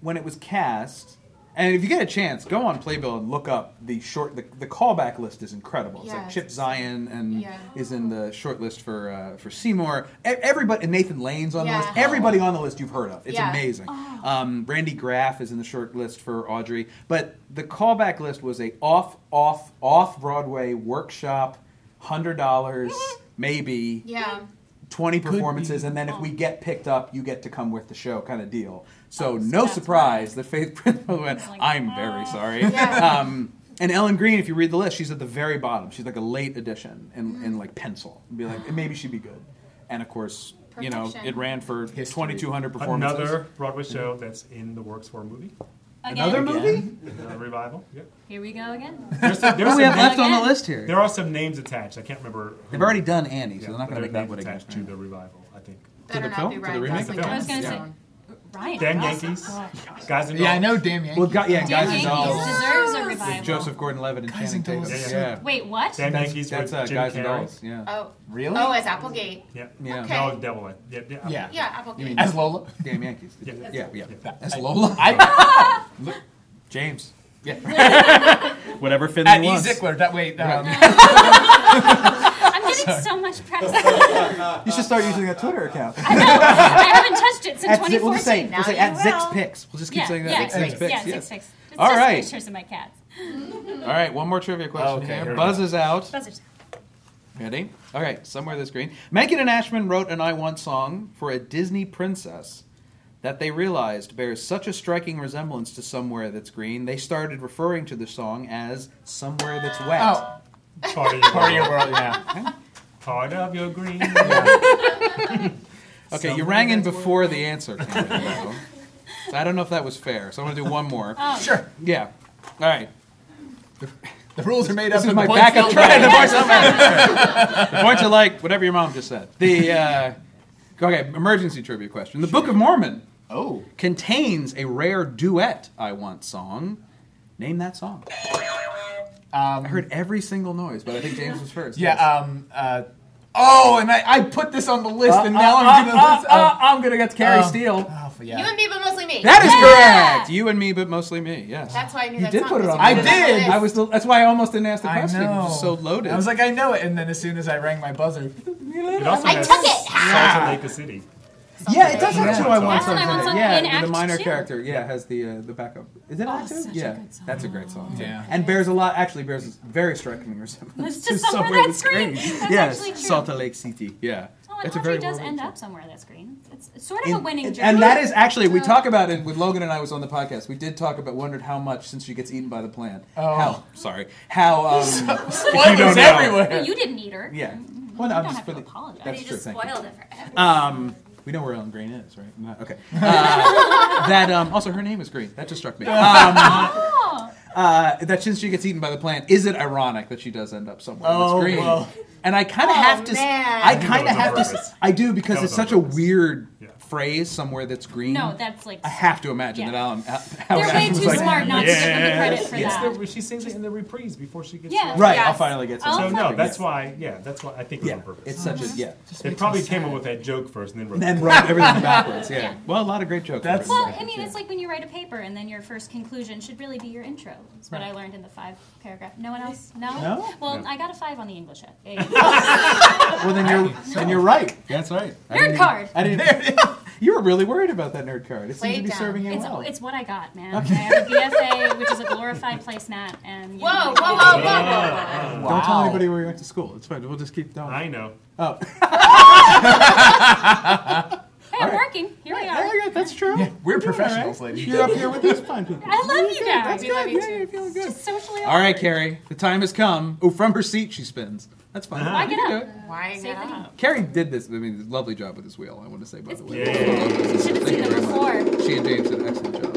Speaker 6: when it was cast, and if you get a chance, go on Playbill and look up the short. The, the callback list is incredible. It's like
Speaker 5: Yes.
Speaker 6: Chip Zion and
Speaker 5: Yeah.
Speaker 6: is in the short list for uh, for Seymour. E- everybody and Nathan Lane's on the
Speaker 5: Yeah.
Speaker 6: list. Everybody on the list you've heard of. It's
Speaker 5: Yeah. Oh.
Speaker 6: amazing. Um, Randy Graff is in the short list for Audrey, but the callback list was a off, off, off Broadway workshop, hundred dollars
Speaker 5: Mm-hmm.
Speaker 6: maybe.
Speaker 5: Yeah.
Speaker 6: 20
Speaker 2: be.
Speaker 6: performances, and then if
Speaker 8: Oh.
Speaker 6: we get picked up, you get to come with the show kind of deal. So,
Speaker 8: Oh, so
Speaker 6: no
Speaker 8: that's
Speaker 6: surprise that Faith Principal went,
Speaker 8: It's like,
Speaker 6: I'm
Speaker 8: uh,
Speaker 6: very sorry.
Speaker 5: Yeah.
Speaker 6: Um, and Ellen Green, if you read the list, she's at the very bottom. She's like a late addition
Speaker 8: Mm-hmm.
Speaker 6: in, in like pencil. Be like, maybe she'd be good. And of course, you know,
Speaker 5: Perfection.
Speaker 6: it ran for
Speaker 2: History.
Speaker 6: 2,200 performances.
Speaker 9: Another Broadway show that's in the works for a movie,
Speaker 8: Again.
Speaker 6: Another
Speaker 2: Again.
Speaker 6: movie?
Speaker 9: another revival. Yep.
Speaker 8: Here we go again.
Speaker 9: There's some, there's
Speaker 6: What do we
Speaker 9: some
Speaker 6: have left
Speaker 9: names,
Speaker 6: on the
Speaker 8: Again.
Speaker 6: list here?
Speaker 9: there are some names attached. I can't remember. who-
Speaker 6: They've already done Annie, so
Speaker 9: Yeah,
Speaker 6: they're not
Speaker 9: but
Speaker 6: going to make
Speaker 9: there are
Speaker 6: that one
Speaker 9: names
Speaker 6: again.
Speaker 9: attached to the revival. I think.
Speaker 5: Better
Speaker 6: the
Speaker 5: not
Speaker 6: film?
Speaker 5: be
Speaker 6: To the
Speaker 5: Ryan
Speaker 6: remake?
Speaker 5: Gosling.
Speaker 9: To the
Speaker 8: I was gonna
Speaker 5: Yeah.
Speaker 8: say Ryan.
Speaker 9: Damn
Speaker 8: Gosling.
Speaker 9: Yankees. Guys and
Speaker 2: Yeah, I
Speaker 9: dolls.
Speaker 2: know. Damn Yankees.
Speaker 6: Well, got, yeah,
Speaker 8: Damn
Speaker 6: Guys and
Speaker 8: Oh, Yankees
Speaker 6: Dolls.
Speaker 8: deserves a revival.
Speaker 6: with Joseph Gordon-Levitt and
Speaker 2: Guys
Speaker 6: Channing
Speaker 2: and
Speaker 6: Tatum.
Speaker 2: Dolls.
Speaker 9: Yeah, yeah.
Speaker 6: Yeah.
Speaker 8: Wait, what?
Speaker 9: Damn
Speaker 6: That's,
Speaker 9: Yankees
Speaker 6: that's
Speaker 9: with
Speaker 6: uh,
Speaker 9: Jim
Speaker 6: Guys and
Speaker 9: Carrey.
Speaker 6: Dolls. Yeah.
Speaker 5: Oh.
Speaker 2: Really?
Speaker 5: Oh, as Applegate.
Speaker 9: Yeah.
Speaker 6: Yeah.
Speaker 5: Okay.
Speaker 9: No, Devil. Yeah. Yeah. I'm-
Speaker 2: Yeah.
Speaker 5: Yeah, Applegate.
Speaker 6: You mean-
Speaker 2: As Lola.
Speaker 6: Damn Yankees.
Speaker 9: Yeah.
Speaker 6: yeah. yeah.
Speaker 2: Yeah.
Speaker 6: That's Lola.
Speaker 2: I,
Speaker 6: James.
Speaker 2: yeah.
Speaker 6: Whatever Finley
Speaker 2: At E Zickler. That wait. Um,
Speaker 8: I'm getting so much press. I
Speaker 6: You should start using that Twitter account.
Speaker 8: know. I haven't touched it since
Speaker 6: At Zi- we'll just say,
Speaker 8: 2014.
Speaker 6: we'll say
Speaker 5: Now
Speaker 6: at
Speaker 5: you
Speaker 6: Zix
Speaker 5: will.
Speaker 6: Picks. We'll just keep
Speaker 8: Yeah,
Speaker 6: saying that.
Speaker 8: yeah,
Speaker 6: Zix
Speaker 8: six,
Speaker 6: Picks.
Speaker 8: yeah,
Speaker 6: yes.
Speaker 8: six, six. It's
Speaker 6: All
Speaker 8: just
Speaker 6: right.
Speaker 8: pictures of my cats.
Speaker 6: All right, one more trivia question
Speaker 2: Okay, here
Speaker 6: here.
Speaker 2: we
Speaker 6: Buzz is out.
Speaker 8: Buzzers.
Speaker 6: Ready? All right, somewhere this green. Mencken and Ashman wrote an I Want song for a Disney princess that they realized bears such a striking resemblance to Somewhere That's Green, they started referring to the song as Somewhere That's Wet.
Speaker 2: oh,
Speaker 9: Part of your
Speaker 2: part of
Speaker 9: world.
Speaker 2: your world. Yeah.
Speaker 9: Part of your green.
Speaker 6: okay, you
Speaker 9: Somewhere
Speaker 6: rang in
Speaker 9: That's
Speaker 6: before the answer came in, though. So I don't know if that was fair, so I'm going to do one more.
Speaker 8: Um,
Speaker 2: Sure.
Speaker 6: Yeah. All right.
Speaker 2: The rules are made
Speaker 6: This
Speaker 2: up.
Speaker 6: is
Speaker 2: and
Speaker 6: my
Speaker 2: the points
Speaker 6: backup
Speaker 2: don't
Speaker 6: track.
Speaker 2: matter.
Speaker 6: The points don't matter. The points are like whatever your mom just said. The uh, okay, emergency trivia question. The Book of Mormon
Speaker 2: Oh.
Speaker 6: contains a rare duet I want song. Name that song.
Speaker 2: Um,
Speaker 6: I heard every single noise, but I think James was first.
Speaker 2: Yeah.
Speaker 6: Yes.
Speaker 2: Um, uh,
Speaker 3: Oh, and I, I put this on the list,
Speaker 2: Uh,
Speaker 3: and now
Speaker 2: uh,
Speaker 3: I'm gonna.
Speaker 2: uh,
Speaker 3: list,
Speaker 2: uh,
Speaker 3: uh, I'm gonna get to Carrie
Speaker 2: uh,
Speaker 3: Steele.
Speaker 2: oh,
Speaker 5: You
Speaker 2: yeah.
Speaker 5: and me, but mostly me.
Speaker 6: That is
Speaker 5: Yeah!
Speaker 6: correct. You and me, but mostly me. Yes.
Speaker 5: That's why I knew
Speaker 3: You
Speaker 5: that
Speaker 3: did
Speaker 5: song
Speaker 3: put it
Speaker 5: was
Speaker 3: on
Speaker 5: on
Speaker 3: I
Speaker 5: the
Speaker 3: did!
Speaker 5: list.
Speaker 6: I was. That's why I almost didn't ask the
Speaker 2: I
Speaker 6: question. It was
Speaker 2: know.
Speaker 6: just so loaded.
Speaker 2: I was like, I know it, and then as soon as I rang my buzzer,
Speaker 9: It also
Speaker 5: I
Speaker 9: has
Speaker 5: took it!
Speaker 9: Salt Lake City.
Speaker 6: yeah, it does have
Speaker 9: Yeah.
Speaker 6: two I want
Speaker 8: That's what
Speaker 6: songs.
Speaker 8: I want
Speaker 6: in it.
Speaker 8: song
Speaker 6: yeah,
Speaker 8: in
Speaker 6: the
Speaker 8: Act
Speaker 6: minor
Speaker 8: Two.
Speaker 6: character. Yeah, has the uh, the backup. Is it
Speaker 8: Oh,
Speaker 6: Act Two?
Speaker 8: such a
Speaker 6: yeah,
Speaker 8: good song.
Speaker 6: that's a great song.
Speaker 2: Yeah.
Speaker 6: and bears a lot. Actually, bears a very striking resemblance
Speaker 8: It's just
Speaker 6: to
Speaker 8: somewhere
Speaker 6: somewhere
Speaker 8: on that
Speaker 6: that's
Speaker 8: screen.
Speaker 6: green.
Speaker 8: That's actually
Speaker 6: yes,
Speaker 8: true.
Speaker 6: Salt Lake City. Yeah,
Speaker 8: Oh, and
Speaker 6: That's a
Speaker 8: Audrey
Speaker 6: very
Speaker 8: does
Speaker 6: well-written
Speaker 8: end
Speaker 6: song.
Speaker 8: up somewhere on that screen. It's, it's sort of a
Speaker 6: And-
Speaker 8: winning journey.
Speaker 6: and that is actually we talk about it with Logan and I was on the podcast. We did talk about wondered how much since she gets eaten by the plant.
Speaker 2: Oh.
Speaker 6: How sorry. How um
Speaker 2: what
Speaker 6: don't
Speaker 2: was
Speaker 6: know.
Speaker 8: But
Speaker 2: everywhere?
Speaker 8: you didn't need her.
Speaker 6: yeah.
Speaker 8: You
Speaker 6: Well, no,
Speaker 8: don't
Speaker 6: I'm just
Speaker 8: have to
Speaker 6: for the-
Speaker 8: apologize.
Speaker 6: that's
Speaker 11: you
Speaker 6: true.
Speaker 11: just
Speaker 6: Thank you.
Speaker 11: spoiled it for everyone.
Speaker 6: Um, we know where Ellen Green is, right? No, okay. Uh, that um, also her name is Green. That just struck me. Um,
Speaker 8: Oh,
Speaker 6: uh, that since she gets eaten by the plant, is it ironic that she does end up somewhere
Speaker 2: Oh,
Speaker 6: that's green?
Speaker 2: well.
Speaker 6: And I kind of
Speaker 5: Oh,
Speaker 6: have to. s-
Speaker 5: man.
Speaker 6: I
Speaker 5: I
Speaker 9: think that
Speaker 6: kind of
Speaker 9: was on
Speaker 6: have to. s-
Speaker 9: purpose.
Speaker 6: I do because
Speaker 9: That
Speaker 6: it's
Speaker 9: was on
Speaker 6: such a
Speaker 9: purpose.
Speaker 6: weird
Speaker 9: Yeah.
Speaker 6: phrase. Somewhere that's green.
Speaker 8: no, that's like
Speaker 6: I have to imagine
Speaker 8: Yeah.
Speaker 6: that Alan. Al-
Speaker 8: they're
Speaker 6: Howard
Speaker 8: way
Speaker 6: Ashman
Speaker 8: too
Speaker 6: was like,
Speaker 8: smart not to give them the
Speaker 9: "Yes,
Speaker 8: credit for
Speaker 6: yes,
Speaker 8: that.
Speaker 9: It's the- she sings it in the reprise before she gets.
Speaker 8: Yeah.
Speaker 9: to-
Speaker 6: Right, I'll
Speaker 5: Yes.
Speaker 6: finally get to
Speaker 8: I'll
Speaker 9: So
Speaker 6: that.
Speaker 9: no,
Speaker 8: fuck.
Speaker 9: that's why. Yeah, that's why I think it was
Speaker 6: Yeah,
Speaker 9: on purpose.
Speaker 6: it's
Speaker 8: Uh-huh.
Speaker 6: such a yeah.
Speaker 9: they probably came up with that joke first and then wrote.
Speaker 6: And then
Speaker 9: it.
Speaker 6: wrote everything backwards. Yeah.
Speaker 8: Yeah.
Speaker 6: Well, a lot of great jokes. were
Speaker 2: That's-
Speaker 6: written
Speaker 8: Well, I
Speaker 6: backwards,
Speaker 8: mean,
Speaker 6: yeah.
Speaker 8: it's like when you write a paper and then your first conclusion should really be your intro. That's what I learned in the five paragraph. No one else? No?
Speaker 6: No?
Speaker 8: Well,
Speaker 9: No.
Speaker 8: I got a five on the English. at-
Speaker 6: Well, then you're then you're right. That's right. I didn't
Speaker 8: Nerd card.
Speaker 6: I didn't. you were really worried about that nerd card. It
Speaker 5: Lay
Speaker 6: seems to
Speaker 5: it
Speaker 6: be
Speaker 5: down.
Speaker 6: serving you
Speaker 8: It's,
Speaker 6: well.
Speaker 8: it's what I got, man. I have a BFA, which is a glorified placemat. And
Speaker 5: Whoa, whoa, whoa, whoa, whoa.
Speaker 9: Ah,
Speaker 6: Don't tell anybody where you went to school. It's fine. We'll just keep going.
Speaker 9: I know.
Speaker 6: oh,
Speaker 8: Hey, I'm working. Here we
Speaker 6: Yeah,
Speaker 8: are.
Speaker 6: yeah, that's true.
Speaker 2: We're
Speaker 6: You're all right.
Speaker 2: professionals, ladies.
Speaker 6: You're up here with these fine people.
Speaker 8: I love you guys.
Speaker 6: That's
Speaker 5: We
Speaker 6: good.
Speaker 5: love you
Speaker 6: yeah,
Speaker 5: too.
Speaker 6: you're feeling good.
Speaker 8: It's socially
Speaker 6: All right,
Speaker 8: awkward.
Speaker 6: Carrie. The time has come. Oh, from her seat she spins. That's fine.
Speaker 9: Uh-huh.
Speaker 8: I get
Speaker 6: You can
Speaker 8: up.
Speaker 6: do it.
Speaker 5: Why
Speaker 8: Save the
Speaker 5: not?
Speaker 6: Carrie did this. I mean, lovely job with this wheel. I want to say by the way.
Speaker 9: Yeah.
Speaker 8: You should have
Speaker 6: Thank
Speaker 8: seen
Speaker 6: you
Speaker 8: them
Speaker 6: very much.
Speaker 8: before.
Speaker 6: She and James did an excellent job.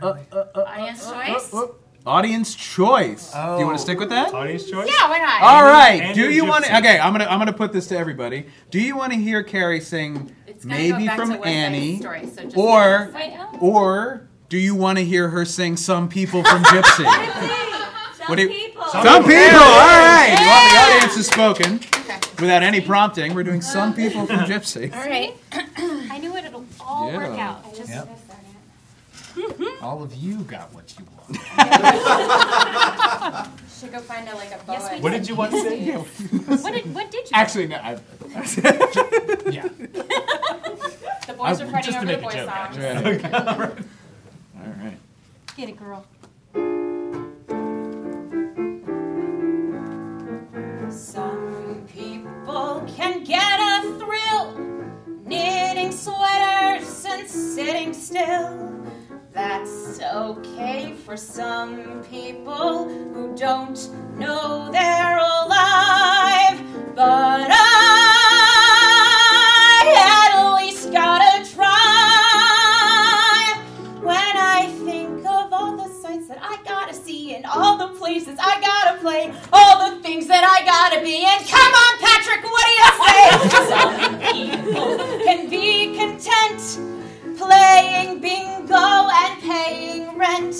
Speaker 6: Uh,
Speaker 9: Uh,
Speaker 5: Audience choice?
Speaker 6: Audience choice. Do you want to stick with that?
Speaker 9: Audience choice.
Speaker 5: Yeah, why not?
Speaker 6: All right.
Speaker 9: and
Speaker 6: Do
Speaker 9: a
Speaker 6: you want to?
Speaker 9: gypsy.
Speaker 6: Okay, I'm gonna I'm gonna put this to everybody. Do you want to hear Carrie sing
Speaker 5: It's gonna go
Speaker 6: maybe
Speaker 5: back
Speaker 6: from
Speaker 5: to West Side
Speaker 6: Annie,
Speaker 5: Story, so just-
Speaker 6: or
Speaker 8: Wait, oh.
Speaker 6: or do you want to hear her sing some people from Gypsy?
Speaker 11: Some
Speaker 6: What do you-
Speaker 11: people.
Speaker 6: some people. All right. Well, the audience has spoken
Speaker 5: Okay.
Speaker 6: without any prompting. We're doing some people from Gypsy.
Speaker 5: All right.
Speaker 8: I knew it. It'll all
Speaker 6: Yeah.
Speaker 8: work out. Just
Speaker 2: Yep. All of you got what you want.
Speaker 5: Should go find a, like a boa.
Speaker 8: Yes, we
Speaker 9: What did you want to say?
Speaker 8: what did what did you?
Speaker 2: Actually, no. I, yeah.
Speaker 5: The boys
Speaker 6: I-
Speaker 5: are fighting
Speaker 9: just to
Speaker 5: over the
Speaker 9: make a
Speaker 5: boy
Speaker 9: joke,
Speaker 5: songs.
Speaker 6: All right.
Speaker 8: get it, girl.
Speaker 11: Some people can get a thrill knitting sweaters and sitting still. That's okay for some people who don't know they're alive. But I at least gotta try. When I think of all the sights that I gotta see and all the places I gotta play, all the things that I gotta be, and come on, Patrick, what do you say? Some people can be content playing bingo and paying rent.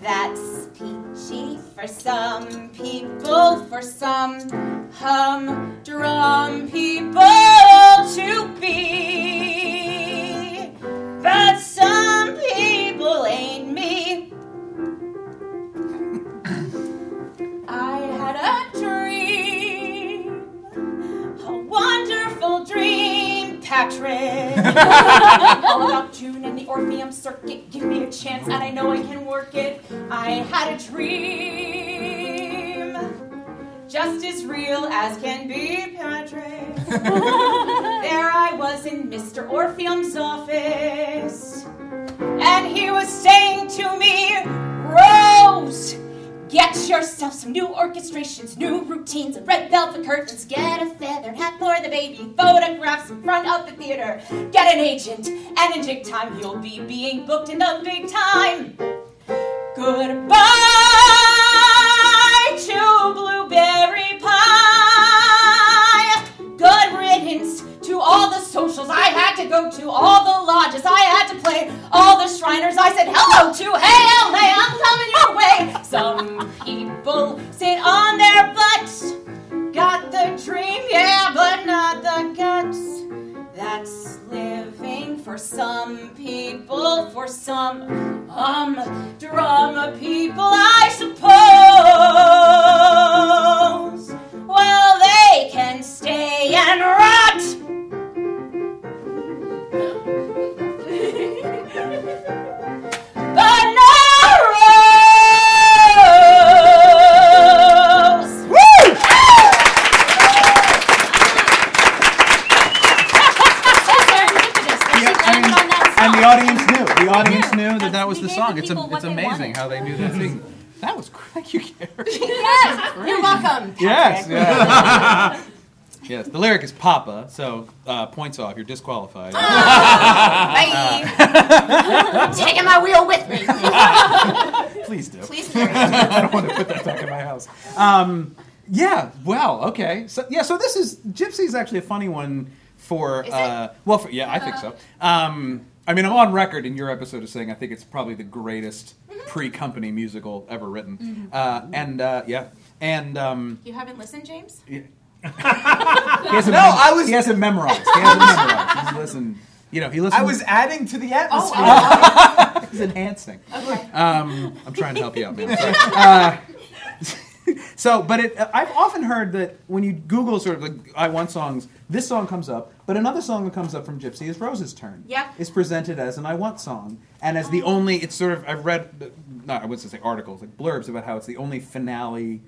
Speaker 11: That's peachy for some people, for some humdrum people to be. But some people ain't me. I had a dream, a wonderful dream, Patrick. about June and the Orpheum Circuit. Give me a chance, and I know I can work it. I had a dream, just as real as can be, Patrick. there I was in Mr. Orpheum's office, and he was saying to me, Rose. Get yourself some new orchestrations, new routines, and red velvet curtains. Get a feathered hat for the baby, photographs in front of the theater. Get an agent, and in big time you'll be being booked in the big time. Goodbye to blueberry pie. Good riddance to all the socials I had to to go to all the lodges. I had to play all the Shriners. I said hello to. Hey, LA, I'm coming your way. Some people sit on their butts. Got the dream, yeah, but not the guts. That's living for some people, for some um drama people, I suppose. Well, they can stay and rot. But no rules.
Speaker 6: And the audience knew. The audience knew that that was
Speaker 8: we
Speaker 6: the
Speaker 8: gave
Speaker 6: song.
Speaker 8: the
Speaker 6: It's, a,
Speaker 8: people
Speaker 6: it's
Speaker 8: what they
Speaker 6: amazing
Speaker 8: wanted.
Speaker 6: how they knew that thing. That was cr- thank you, Gary.
Speaker 11: yes, you're welcome.
Speaker 6: Yes, yes. yes. The lyric is Papa, so uh, points off. You're disqualified.
Speaker 11: Bye. Taking Ah, my wheel with me.
Speaker 6: Please do.
Speaker 11: Please.
Speaker 6: I don't want to put that back in my house. Um, yeah. Well. Okay. So yeah. So this is Gypsy is actually a funny one for.
Speaker 11: Is Uh-huh.
Speaker 6: uh, Well. For, yeah, I think so. Um, I mean, I'm on record in your episode of saying I think it's probably the greatest
Speaker 11: Mm-hmm.
Speaker 6: pre-company musical ever written. Uh, and uh, yeah. And um,
Speaker 5: You haven't listened, James?
Speaker 6: he hasn't.
Speaker 3: No, I was-
Speaker 6: He hasn't memorized. He hasn't memorized. He's listened. You know, he listened.
Speaker 3: I was adding to the atmosphere.
Speaker 6: He's enhancing.
Speaker 5: Okay.
Speaker 6: Um, I'm trying to help you out, man. Sorry. Uh, so, but it, I've often heard that when you Google sort of like I want songs, this song comes up, but another song that comes up from Gypsy is Rose's Turn.
Speaker 5: Yep.
Speaker 6: It's presented as an I want song, and as the only, it's sort of, I've read, not, I wouldn't say articles, like blurbs about how it's the only finale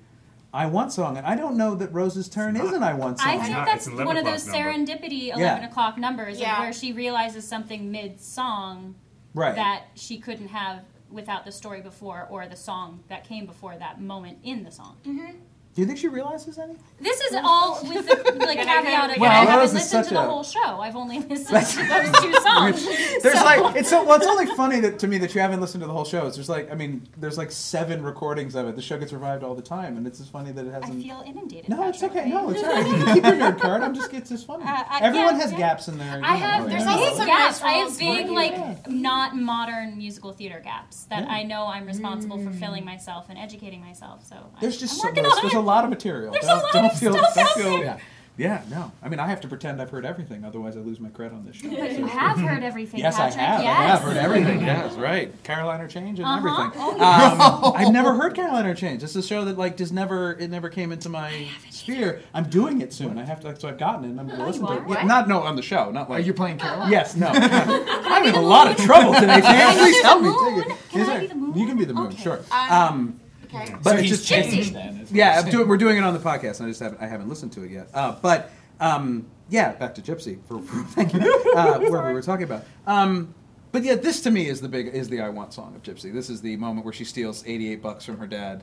Speaker 6: I want song, and I don't know that Rose's Turn is an I want song.
Speaker 8: I think
Speaker 9: Yeah,
Speaker 8: that's
Speaker 9: it's an 11
Speaker 8: one of those
Speaker 9: o'clock number.
Speaker 8: serendipity 11 o'clock numbers of
Speaker 5: Yeah.
Speaker 8: where she realizes something mid song
Speaker 6: right.
Speaker 8: that she couldn't have without the story before or the song that came before that moment in the song.
Speaker 5: Mm-hmm.
Speaker 6: Do you think she realizes anything?
Speaker 8: This is all with the like,
Speaker 5: And I
Speaker 8: caveat of
Speaker 5: Well,
Speaker 8: I haven't
Speaker 6: Rose is
Speaker 8: listened
Speaker 6: such
Speaker 8: to the
Speaker 6: a-
Speaker 8: whole show. I've only listened to those two songs.
Speaker 6: There's
Speaker 8: So-
Speaker 6: like it's so well. It's only funny that to me that you haven't listened to the whole show. It's just like I mean, there's like seven recordings of it. The show gets revived all the time, and it's just funny that it
Speaker 8: I
Speaker 6: hasn't.
Speaker 8: feel inundated.
Speaker 6: no, it's
Speaker 8: Patrick.
Speaker 6: okay. No, it's all right. You can keep your nerd card. I'm just it's just funny.
Speaker 8: Uh, I-
Speaker 6: Everyone
Speaker 8: yeah,
Speaker 6: has
Speaker 8: yeah.
Speaker 6: gaps in there.
Speaker 8: I have
Speaker 6: there's
Speaker 8: there's
Speaker 5: also
Speaker 8: big
Speaker 5: some
Speaker 8: gaps.
Speaker 5: nice
Speaker 8: I have
Speaker 5: roles
Speaker 8: big
Speaker 5: where
Speaker 8: like
Speaker 6: you-
Speaker 8: not modern musical theater gaps that
Speaker 6: Yeah. Mm.
Speaker 8: I know I'm responsible for filling myself and educating myself. So
Speaker 6: There's
Speaker 8: I,
Speaker 6: just
Speaker 8: I'm
Speaker 6: so
Speaker 8: working
Speaker 6: much.
Speaker 8: on
Speaker 6: There's
Speaker 8: it.
Speaker 6: a lot of material.
Speaker 8: There's a
Speaker 6: don't,
Speaker 8: lot
Speaker 6: don't
Speaker 8: of
Speaker 6: feel,
Speaker 8: stuff
Speaker 6: don't
Speaker 8: out
Speaker 6: feel,
Speaker 8: there.
Speaker 6: Yeah. Yeah, no. I mean, I have to pretend I've heard everything, otherwise I lose my cred on this show.
Speaker 8: But you have heard everything,
Speaker 6: Yes, I
Speaker 8: Patrick.
Speaker 6: have.
Speaker 8: Yes.
Speaker 6: I have heard everything. yes, right. Carolina Change and
Speaker 8: Uh-huh.
Speaker 6: everything.
Speaker 8: Oh,
Speaker 6: um, I've never heard Carolina Change. This is a show that like just never it never came into my sphere. I'm doing it soon. I have to. So I've gotten it. and I'm going to listen to it.
Speaker 8: Oh, are?
Speaker 6: Yeah, not no on the show. Not
Speaker 3: Are
Speaker 6: like
Speaker 3: you playing Carol?
Speaker 6: Yes, no. I'm in a lot of trouble today, Sam. Please help me.
Speaker 8: moon?
Speaker 6: Take it.
Speaker 8: Can
Speaker 6: Is
Speaker 8: I
Speaker 6: there-
Speaker 8: be the moon?
Speaker 6: You can be the moon.
Speaker 8: Okay.
Speaker 6: Sure.
Speaker 5: Um,
Speaker 6: Um,
Speaker 5: Okay.
Speaker 6: but it's
Speaker 4: he's
Speaker 6: just
Speaker 4: changed then. is what
Speaker 6: yeah,
Speaker 4: you're
Speaker 6: I'm
Speaker 4: saying.
Speaker 6: doing, we're doing it on the podcast, and I just haven't, I haven't listened to it yet. Uh, but um, yeah, back to Gypsy for, for thank you, uh, where we were talking about. Um, but yeah, this to me is the big is the I want song of Gypsy. This is the moment where she steals 88 bucks from her dad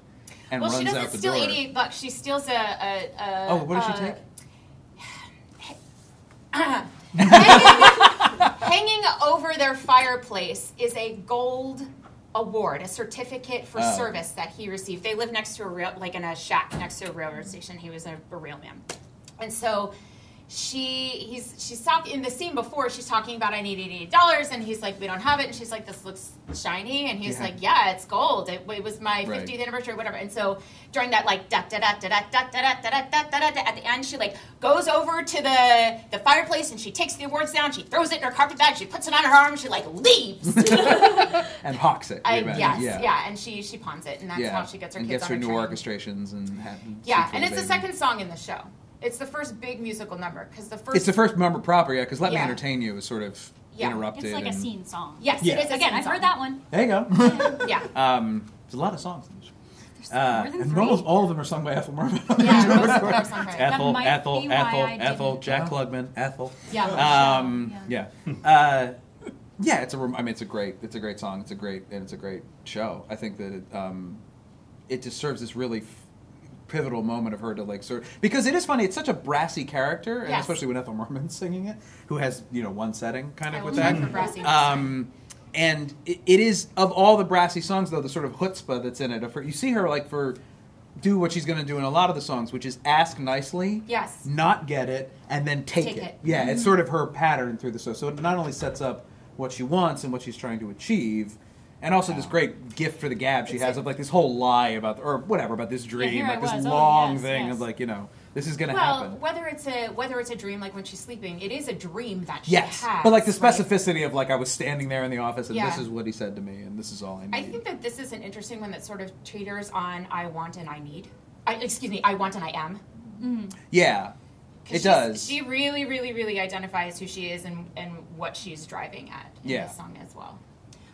Speaker 6: and
Speaker 5: Well, she
Speaker 6: runs out
Speaker 5: doesn't
Speaker 6: the
Speaker 5: steal
Speaker 6: door.
Speaker 5: 88 bucks. She steals a. a, a
Speaker 6: Oh, what does she
Speaker 5: uh,
Speaker 6: take?
Speaker 5: hanging over their fireplace is a gold award, a certificate for
Speaker 6: Oh.
Speaker 5: service that he received. They live next to a rail, like in a shack next to a railroad station. He was a, a railman, and so she he's she's talking in the scene before she's talking about I need eighty eight dollars and he's like we don't have it and she's like this looks shiny and he's
Speaker 6: Yeah.
Speaker 5: like yeah it's gold it, it was my
Speaker 6: Right.
Speaker 5: fiftieth anniversary or whatever and so during that like da da da da da da da da da da da da da at the end she like goes over to the the fireplace and she takes the awards down she throws it in her carpet bag she puts it on her arm she like leaves
Speaker 6: and hawks it.
Speaker 5: I,
Speaker 6: you bet.
Speaker 5: yes yeah. and she she pawns it and that's how she gets her
Speaker 6: and
Speaker 5: kids on
Speaker 6: gets her new
Speaker 5: train.
Speaker 6: orchestrations and had-
Speaker 5: yeah
Speaker 6: for
Speaker 5: and it's the
Speaker 6: baby.
Speaker 5: second song in the show it's the first big musical number because the first
Speaker 6: It's the first member proper, yeah. Because let me
Speaker 5: Yeah.
Speaker 6: entertain you is sort of
Speaker 5: Yeah, it's
Speaker 6: interrupted.
Speaker 8: It's like a
Speaker 6: and-
Speaker 8: scene song.
Speaker 5: yes
Speaker 6: Yeah.
Speaker 5: it is a
Speaker 8: Again,
Speaker 5: scene
Speaker 8: I've
Speaker 5: song.
Speaker 8: heard that one.
Speaker 6: There you go.
Speaker 5: yeah
Speaker 6: Um, there's a lot of songs in the show.
Speaker 8: There's
Speaker 6: Uh,
Speaker 8: more than
Speaker 6: and
Speaker 8: three.
Speaker 6: almost all of them are sung by Ethel Merman.
Speaker 5: Yeah, most of them are sung by-
Speaker 6: Ethel,
Speaker 8: That might
Speaker 6: Ethel,
Speaker 8: be why
Speaker 6: Ethel,
Speaker 8: I
Speaker 6: Ethel,
Speaker 8: didn't-
Speaker 6: Jack Klugman, Ethel.
Speaker 5: yeah
Speaker 6: Um, yeah, uh, yeah. It's a. rem- I mean, it's a great. It's a great song. It's a great and it's a great show. I think that it, um, it just serves this really f- pivotal moment of her to like sort because it is funny. It's such a brassy character, and
Speaker 5: Yes.
Speaker 6: especially when Ethel Merman's singing it, who has you know one setting kind
Speaker 5: I
Speaker 6: of
Speaker 5: will
Speaker 6: with
Speaker 5: try
Speaker 6: that.
Speaker 5: for brassy next time.
Speaker 6: Um, and it, it is of all the brassy songs though the sort of chutzpah that's in it. Of her, you see her like for do what she's going to do in a lot of the songs, which is ask nicely,
Speaker 5: Yes.
Speaker 6: not get it, and then take,
Speaker 5: Take it.
Speaker 6: Yeah,
Speaker 8: Mm-hmm.
Speaker 6: it's sort of her pattern through the show. So it not only sets up what she wants and what she's trying to achieve, and also this great gift for the gab she
Speaker 8: It's
Speaker 6: has
Speaker 8: it.
Speaker 6: of like this whole lie about or whatever about this dream,
Speaker 8: here I
Speaker 6: like this
Speaker 8: was. Oh,
Speaker 6: long
Speaker 8: yes,
Speaker 6: thing
Speaker 8: yes.
Speaker 6: of like you know this is going to
Speaker 5: well,
Speaker 6: happen.
Speaker 5: whether it's a whether it's a dream like when she's sleeping, it is a dream that she
Speaker 6: Yes,
Speaker 5: has.
Speaker 6: but like the
Speaker 5: right?
Speaker 6: specificity of like I was standing there in the office and this
Speaker 5: Yeah.
Speaker 6: is what he said to me and this is all I need.
Speaker 5: I think that this is an interesting one that sort of teeters on I want and I need. I, excuse me, I want and I am.
Speaker 6: yeah,
Speaker 5: 'Cause
Speaker 6: it
Speaker 5: she's-
Speaker 6: does.
Speaker 5: She really, really, really identifies who she is and, and what she's driving at in
Speaker 6: Yeah.
Speaker 5: this song as well.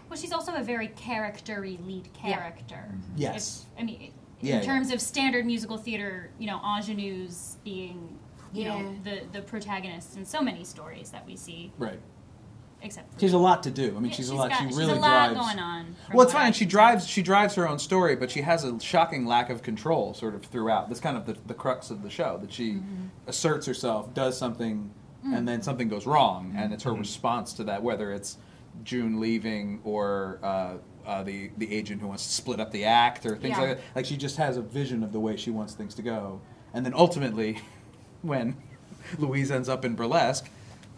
Speaker 8: Well, she's also a very charactery lead character.
Speaker 6: yes,
Speaker 8: If- I mean, in
Speaker 6: Yeah, yeah.
Speaker 8: terms of standard musical theater, you know, ingenues being, you know,
Speaker 5: Yeah.
Speaker 8: the the protagonist in so many stories that we see,
Speaker 6: right.
Speaker 8: except for
Speaker 6: She has a lot to do. I mean,
Speaker 8: Yeah,
Speaker 6: she's a lot.
Speaker 8: got-
Speaker 6: she
Speaker 8: she's
Speaker 6: really
Speaker 8: a lot
Speaker 6: drives.
Speaker 8: going on. from
Speaker 6: Well, it's
Speaker 8: what I-
Speaker 6: fine. She drives. She drives her own story, but she has a shocking lack of control, sort of throughout. That's kind of the, the crux of the show. That she asserts herself, does something,
Speaker 2: Mm-hmm. Mm.
Speaker 6: and then something goes wrong, and it's her response to that. Whether it's June leaving or uh, uh, the the agent who wants to split up the act or things
Speaker 5: Yeah.
Speaker 6: like that. Like she just has a vision of the way she wants things to go, and then ultimately, when Louise ends up in burlesque.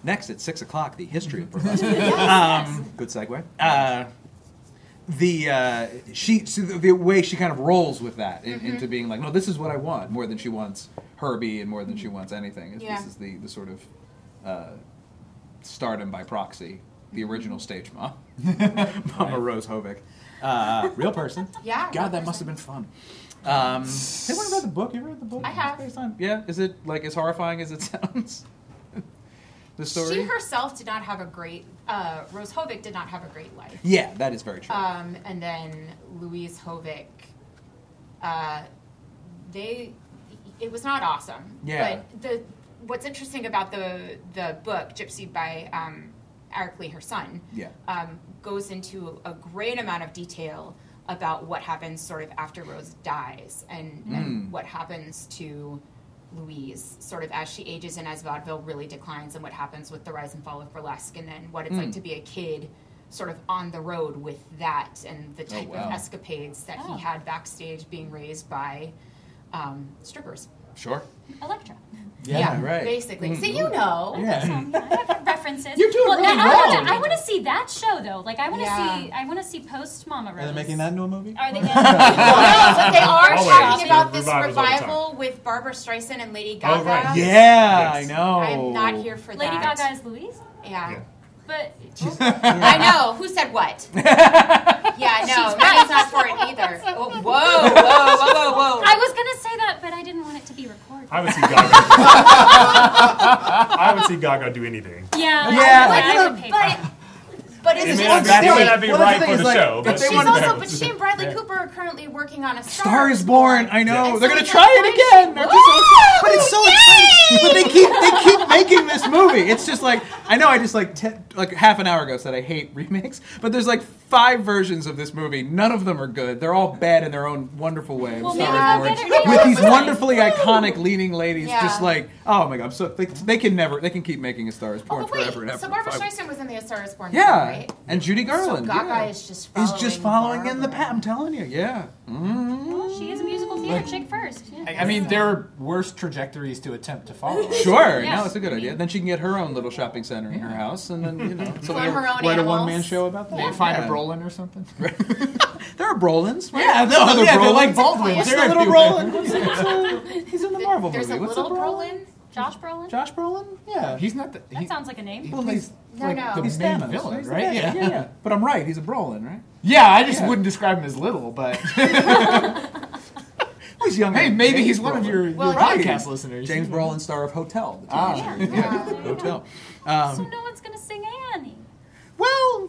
Speaker 6: Next at six o'clock, the history of burlesque. um, good segue. Uh, the uh, she so the, the way she kind of rolls with that in, into being like, no, this is what I want more than she wants Herbie and more than she wants anything. It's-
Speaker 5: Yeah.
Speaker 6: This is the the sort of uh, stardom by proxy, the original stage mom, Mama Rose Hovick, uh, real person.
Speaker 5: Yeah, real
Speaker 6: God, that must have been fun. Um, has anyone read the book? You read the book?
Speaker 5: I have.
Speaker 6: It's based on- Yeah. Is it like as horrifying as it sounds? the story.
Speaker 5: She herself did not have a great, uh, Rose Hovick did not have a great life.
Speaker 6: yeah, that is very true.
Speaker 5: Um, and then Louise Hovick, uh, they, it was not awesome.
Speaker 6: Yeah.
Speaker 5: But the, what's interesting about the, the book, Gypsy by um, Eric Lee, her son,
Speaker 6: yeah.
Speaker 5: um, goes into a great amount of detail about what happens sort of after Rose dies and,
Speaker 6: Hmm.
Speaker 5: and what happens to Louise sort of as she ages and as vaudeville really declines and what happens with the rise and fall of burlesque and then what it's
Speaker 6: Hmm.
Speaker 5: like to be a kid sort of on the road with that and the type
Speaker 6: Oh, wow.
Speaker 5: of escapades that
Speaker 8: Oh.
Speaker 5: he had backstage being raised by um, strippers.
Speaker 6: Sure.
Speaker 8: Electra.
Speaker 6: right. Hmm.
Speaker 5: Basically. So you
Speaker 6: oh,
Speaker 5: know.
Speaker 6: Yeah.
Speaker 8: references.
Speaker 6: You're doing
Speaker 8: well,
Speaker 6: really
Speaker 8: I- I
Speaker 6: wrong.
Speaker 8: Wanna, I want to see that show though. Like I want to
Speaker 5: Yeah.
Speaker 8: see. I want to see post Mama Rose.
Speaker 6: Are they making that into a movie?
Speaker 8: Are they? Gonna,
Speaker 5: No, but they are
Speaker 9: Always.
Speaker 5: talking about this
Speaker 9: Revivals all the time.
Speaker 5: revival with Barbara Streisand and Lady Gaga.
Speaker 9: Oh, right.
Speaker 6: Yeah, I
Speaker 9: Yes.
Speaker 6: know.
Speaker 5: I'm not here for
Speaker 8: Lady
Speaker 5: that.
Speaker 8: Gaga is Louise,
Speaker 5: Yeah.
Speaker 9: Yeah.
Speaker 8: but
Speaker 5: I know. Who said what? yeah, no, Matt's not for it either. Oh, Whoa, whoa, whoa, whoa, whoa.
Speaker 8: I was gonna say that, but I didn't want it to be recorded.
Speaker 9: I would see Gaga. I would see Gaga do anything.
Speaker 8: yeah,
Speaker 6: Yeah.
Speaker 8: I,
Speaker 6: Like,
Speaker 8: would pay for it.
Speaker 5: But, but
Speaker 9: It
Speaker 5: it's
Speaker 9: may not be, it may not be
Speaker 6: Well, the
Speaker 9: right
Speaker 6: thing
Speaker 9: for
Speaker 6: is,
Speaker 9: the
Speaker 6: like,
Speaker 9: show,
Speaker 6: if
Speaker 9: but
Speaker 6: they
Speaker 5: she's
Speaker 6: wanted
Speaker 5: also, but she and Bradley Cooper are currently working on a Star,
Speaker 6: Star is born. I
Speaker 5: And
Speaker 6: know.
Speaker 5: so
Speaker 6: They're gonna
Speaker 5: it's
Speaker 6: try
Speaker 5: like,
Speaker 6: it again.
Speaker 5: why-
Speaker 6: They're just so excited. But it's so exciting. But they keep they keep making this movie. It's just like I know. I just like te- like half an hour ago said I hate remakes, but there's like five versions of this movie. None of them are good. They're all bad in their own wonderful way.
Speaker 8: Well,
Speaker 6: with
Speaker 8: maybe
Speaker 6: Star
Speaker 8: they'll
Speaker 6: is
Speaker 8: get
Speaker 6: Born.
Speaker 8: it right
Speaker 6: with
Speaker 8: this
Speaker 6: these
Speaker 8: time.
Speaker 6: wonderfully iconic leading ladies,
Speaker 5: Yeah.
Speaker 6: just like oh my god, I'm so they, they can never they can keep making a Star is
Speaker 5: Oh,
Speaker 6: Born
Speaker 5: but wait,
Speaker 6: forever and ever.
Speaker 5: so Barbara
Speaker 6: Five-
Speaker 5: Streisand was in the A Star is Born movie,
Speaker 6: yeah,
Speaker 5: right?
Speaker 6: and Judy Garland.
Speaker 5: so Gaga
Speaker 6: yeah.
Speaker 5: is just
Speaker 6: Is
Speaker 5: following
Speaker 6: just following in the
Speaker 5: Barbara.
Speaker 6: path. I'm telling you, yeah. Mm-hmm.
Speaker 8: Well, she is a musical theater chick first. Yeah.
Speaker 2: I, uh, I mean, there are worse trajectories to attempt to follow.
Speaker 6: Sure,
Speaker 8: Yeah.
Speaker 6: no, it's a good idea. Then she can get her own little shopping center in her house, and then you know, so
Speaker 5: Farm her own
Speaker 2: Write a
Speaker 5: animals.
Speaker 2: one-man show about that.
Speaker 8: Yeah.
Speaker 2: Find
Speaker 6: Yeah.
Speaker 2: a Brolin or something.
Speaker 6: there are Brolins. Right?
Speaker 2: Yeah, no,
Speaker 6: other
Speaker 2: yeah, they're
Speaker 6: Brolins.
Speaker 2: like Baldwins.
Speaker 6: What's
Speaker 2: They're
Speaker 6: the little
Speaker 2: everywhere.
Speaker 6: Brolin? What's the- what's the- he's in the
Speaker 5: Th-
Speaker 6: Marvel
Speaker 5: There's
Speaker 6: movie.
Speaker 5: a
Speaker 6: What's
Speaker 5: little
Speaker 6: the
Speaker 5: Brolin.
Speaker 8: Josh Brolin.
Speaker 6: Josh Brolin? Yeah.
Speaker 2: He's not the.
Speaker 8: that
Speaker 2: He,
Speaker 8: sounds like a name.
Speaker 6: well, he's
Speaker 5: No,
Speaker 2: like
Speaker 5: no.
Speaker 2: the
Speaker 6: he's
Speaker 2: main
Speaker 6: Thanos.
Speaker 2: villain,
Speaker 6: He's the
Speaker 2: right?
Speaker 6: bad-
Speaker 2: Yeah.
Speaker 6: yeah, yeah. But I'm right. He's a Brolin, right?
Speaker 2: yeah, I just
Speaker 6: Yeah.
Speaker 2: wouldn't describe him as little, but
Speaker 6: Oh, He's young.
Speaker 2: hey,
Speaker 6: and
Speaker 2: maybe
Speaker 6: James
Speaker 2: he's one of
Speaker 6: Brolin.
Speaker 2: your, your
Speaker 5: Well,
Speaker 6: Right.
Speaker 2: podcast listeners.
Speaker 6: James Brolin, star of Hotel. The TV
Speaker 2: Ah.
Speaker 6: show.
Speaker 8: Yeah.
Speaker 5: Yeah.
Speaker 6: Hotel.
Speaker 8: So
Speaker 6: Um,
Speaker 8: no one's gonna sing Annie.
Speaker 6: well,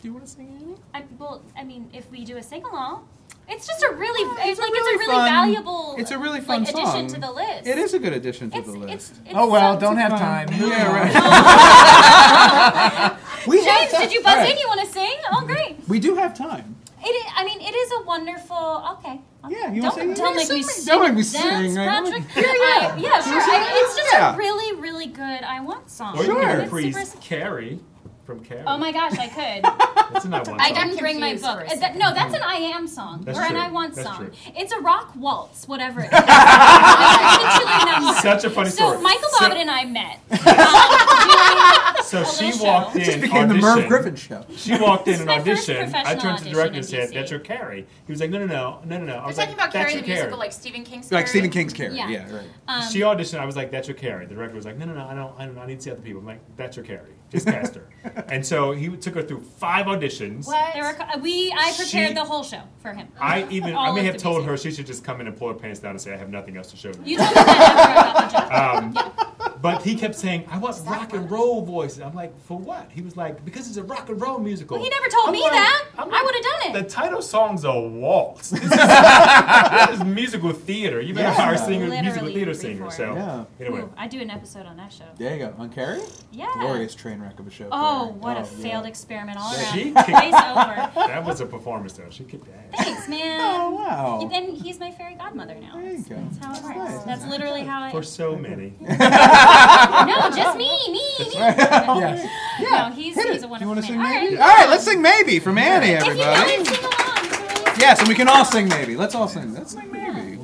Speaker 2: Do you want to sing anything?
Speaker 8: I, well, I mean, if we do a sing along, it's just a really, it's, like
Speaker 6: really
Speaker 8: it's a really
Speaker 6: fun-
Speaker 8: valuable.
Speaker 6: it's a really
Speaker 8: like,
Speaker 6: fun song.
Speaker 8: addition to the list.
Speaker 6: it is a good addition to
Speaker 8: It's,
Speaker 6: the list.
Speaker 8: it's, it's
Speaker 2: Oh well,
Speaker 8: fun
Speaker 2: don't
Speaker 8: to-
Speaker 2: have time.
Speaker 6: yeah, right. we have
Speaker 8: James,
Speaker 6: time.
Speaker 8: did you buzz
Speaker 6: All right. Mm-hmm.
Speaker 8: in? You want to sing? Oh, great.
Speaker 6: We do have time.
Speaker 8: It, i- I mean, it is a wonderful. Okay.
Speaker 6: Yeah, you wanna
Speaker 8: don't,
Speaker 6: sing?
Speaker 8: don't
Speaker 6: Yeah,
Speaker 8: make me
Speaker 6: sing.
Speaker 8: sing.
Speaker 6: Don't make me
Speaker 8: dance,
Speaker 6: sing, right?
Speaker 8: Patrick.
Speaker 6: Yeah,
Speaker 8: I-
Speaker 6: yeah.
Speaker 8: yeah, sure.
Speaker 6: sing
Speaker 8: I- it's just
Speaker 6: Yeah. Oh,
Speaker 8: a really, really good I want song.
Speaker 9: Or you
Speaker 6: Sure.
Speaker 9: could
Speaker 8: It's
Speaker 9: reprise
Speaker 8: super-
Speaker 9: Carrie from Carrie.
Speaker 8: Oh my gosh, I could.
Speaker 9: That's an I want
Speaker 8: I
Speaker 9: song.
Speaker 8: didn't bring my
Speaker 5: confused
Speaker 8: book.
Speaker 5: for a
Speaker 8: Is that- no, that's an I am song
Speaker 9: That's
Speaker 8: or an
Speaker 9: true.
Speaker 8: I want
Speaker 9: That's
Speaker 8: song.
Speaker 9: true.
Speaker 8: It's a rock waltz, whatever it is. I literally know.
Speaker 9: Such a funny
Speaker 8: So
Speaker 9: story.
Speaker 8: Michael
Speaker 9: So-
Speaker 8: Bobbitt and I met. Um, doing-
Speaker 9: So
Speaker 8: a
Speaker 9: she
Speaker 8: little
Speaker 9: walked
Speaker 8: show.
Speaker 9: in.
Speaker 8: It
Speaker 3: Just became the
Speaker 9: audition.
Speaker 3: Merv Griffin show.
Speaker 9: She walked in
Speaker 8: This is
Speaker 9: and
Speaker 8: my first
Speaker 9: auditioned. I
Speaker 8: professional
Speaker 9: turned to the director and
Speaker 8: audition in
Speaker 9: said,
Speaker 8: DC.
Speaker 9: "That's your Carrie." He was like, "No, no, no, no, no, no." I
Speaker 5: We're
Speaker 9: was
Speaker 5: talking
Speaker 9: like,
Speaker 5: about
Speaker 9: "That's
Speaker 5: Carrie the
Speaker 9: your
Speaker 5: musical,
Speaker 9: Carrie."
Speaker 5: like Stephen King's.
Speaker 6: Like
Speaker 5: Carrie.
Speaker 6: Stephen King's Carrie.
Speaker 8: Yeah.
Speaker 6: Yeah, right.
Speaker 8: um,
Speaker 9: She auditioned. I was like, "That's your Carrie." The director was like, "No, no, no, I don't, I don't, I need to see other people." I'm like, "That's your Carrie. Just cast her." and so he took her through five auditions.
Speaker 5: What?
Speaker 8: there were, co- we, I prepared
Speaker 9: She-
Speaker 8: the whole show for him.
Speaker 9: I even I
Speaker 8: All
Speaker 9: may
Speaker 8: of
Speaker 9: have
Speaker 8: the
Speaker 9: told
Speaker 8: music.
Speaker 9: her she should just come in and pull her pants down and say, "I have nothing else to show you." Um,
Speaker 8: You told me that after I got the job.
Speaker 9: But he kept saying, "I want rock and roll voices." I'm like, "For what?" He was like, "Because it's a rock and roll musical."
Speaker 8: Well, he never told
Speaker 9: I'm
Speaker 8: me
Speaker 9: like-
Speaker 8: that.
Speaker 9: I'm
Speaker 8: I would've done
Speaker 9: The
Speaker 8: it.
Speaker 9: title song's a waltz. This is, this is musical theater. You better
Speaker 6: Yeah.
Speaker 9: hire singers, musical
Speaker 8: Literally
Speaker 9: theater singers. So
Speaker 6: Yeah.
Speaker 9: anyway,
Speaker 8: Ooh, I do an episode on that show.
Speaker 6: There you go. On Carrie?
Speaker 8: Yeah.
Speaker 6: Glorious train wreck of a show.
Speaker 8: Oh,
Speaker 6: Carrie.
Speaker 8: what a
Speaker 6: yeah.
Speaker 8: failed experiment all
Speaker 9: Yeah,
Speaker 8: around.
Speaker 9: she kicked-
Speaker 8: Race over.
Speaker 9: that was a performance though. She kicked ass.
Speaker 8: Thanks, man.
Speaker 6: Oh, wow.
Speaker 8: And then he's my fairy godmother now.
Speaker 6: There you go.
Speaker 8: That's how it works.
Speaker 6: nice.
Speaker 8: That's literally how I.
Speaker 9: For so many.
Speaker 8: No, just me, me, me.
Speaker 6: Yes.
Speaker 8: No, he's
Speaker 6: Hit it.
Speaker 8: he's a
Speaker 6: Do
Speaker 8: wonderful
Speaker 6: you wanna
Speaker 8: man.
Speaker 6: sing
Speaker 8: All right.
Speaker 6: maybe? All right, let's sing maybe from Annie,
Speaker 8: If you know
Speaker 6: everybody.
Speaker 8: it, sing along. It's really-
Speaker 6: Yes, and we can all sing maybe. Let's all sing. Let's sing maybe.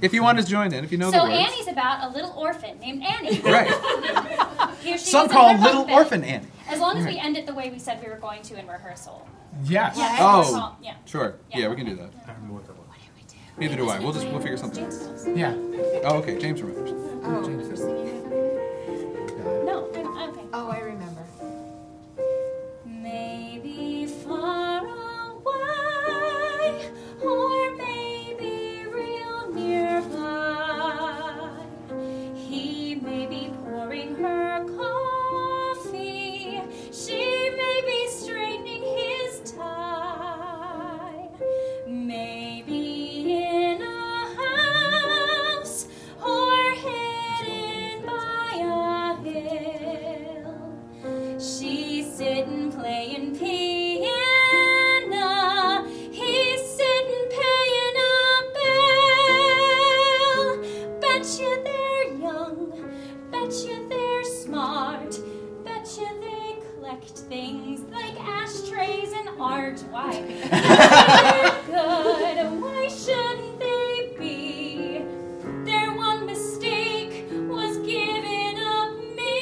Speaker 6: If you want to join in, if you know the
Speaker 8: So
Speaker 6: words.
Speaker 8: Annie's about a little orphan named Annie.
Speaker 6: Right.
Speaker 8: Here she
Speaker 6: Some
Speaker 8: is in
Speaker 6: call
Speaker 8: her
Speaker 6: Little
Speaker 8: bunk bed.
Speaker 6: Orphan Annie.
Speaker 8: As long as we end it the way we said we were going to in rehearsal.
Speaker 6: Yes.
Speaker 8: Yeah.
Speaker 6: Oh.
Speaker 8: Yeah.
Speaker 6: Sure.
Speaker 8: Yeah.
Speaker 6: Yeah, we can do that.
Speaker 9: I don't know what that was.
Speaker 6: Neither do I. We'll just we'll figure something out.
Speaker 3: Yeah.
Speaker 6: Oh, okay. James remembers.
Speaker 3: Oh, James.
Speaker 8: No, I'm, I'm okay.
Speaker 11: Oh, I remember.
Speaker 8: Maybe far away, or maybe real nearby. He may be pouring her coffee, she may be straightening his tie. Maybe in a house, or hidden by a hill. She's sitting playing piano. He's sitting paying a bill. Betcha they're young. Betcha they're smart. Betcha they collect things like ashtrays and art. Why? They're good. Why shouldn't they be? Their one mistake was giving up me.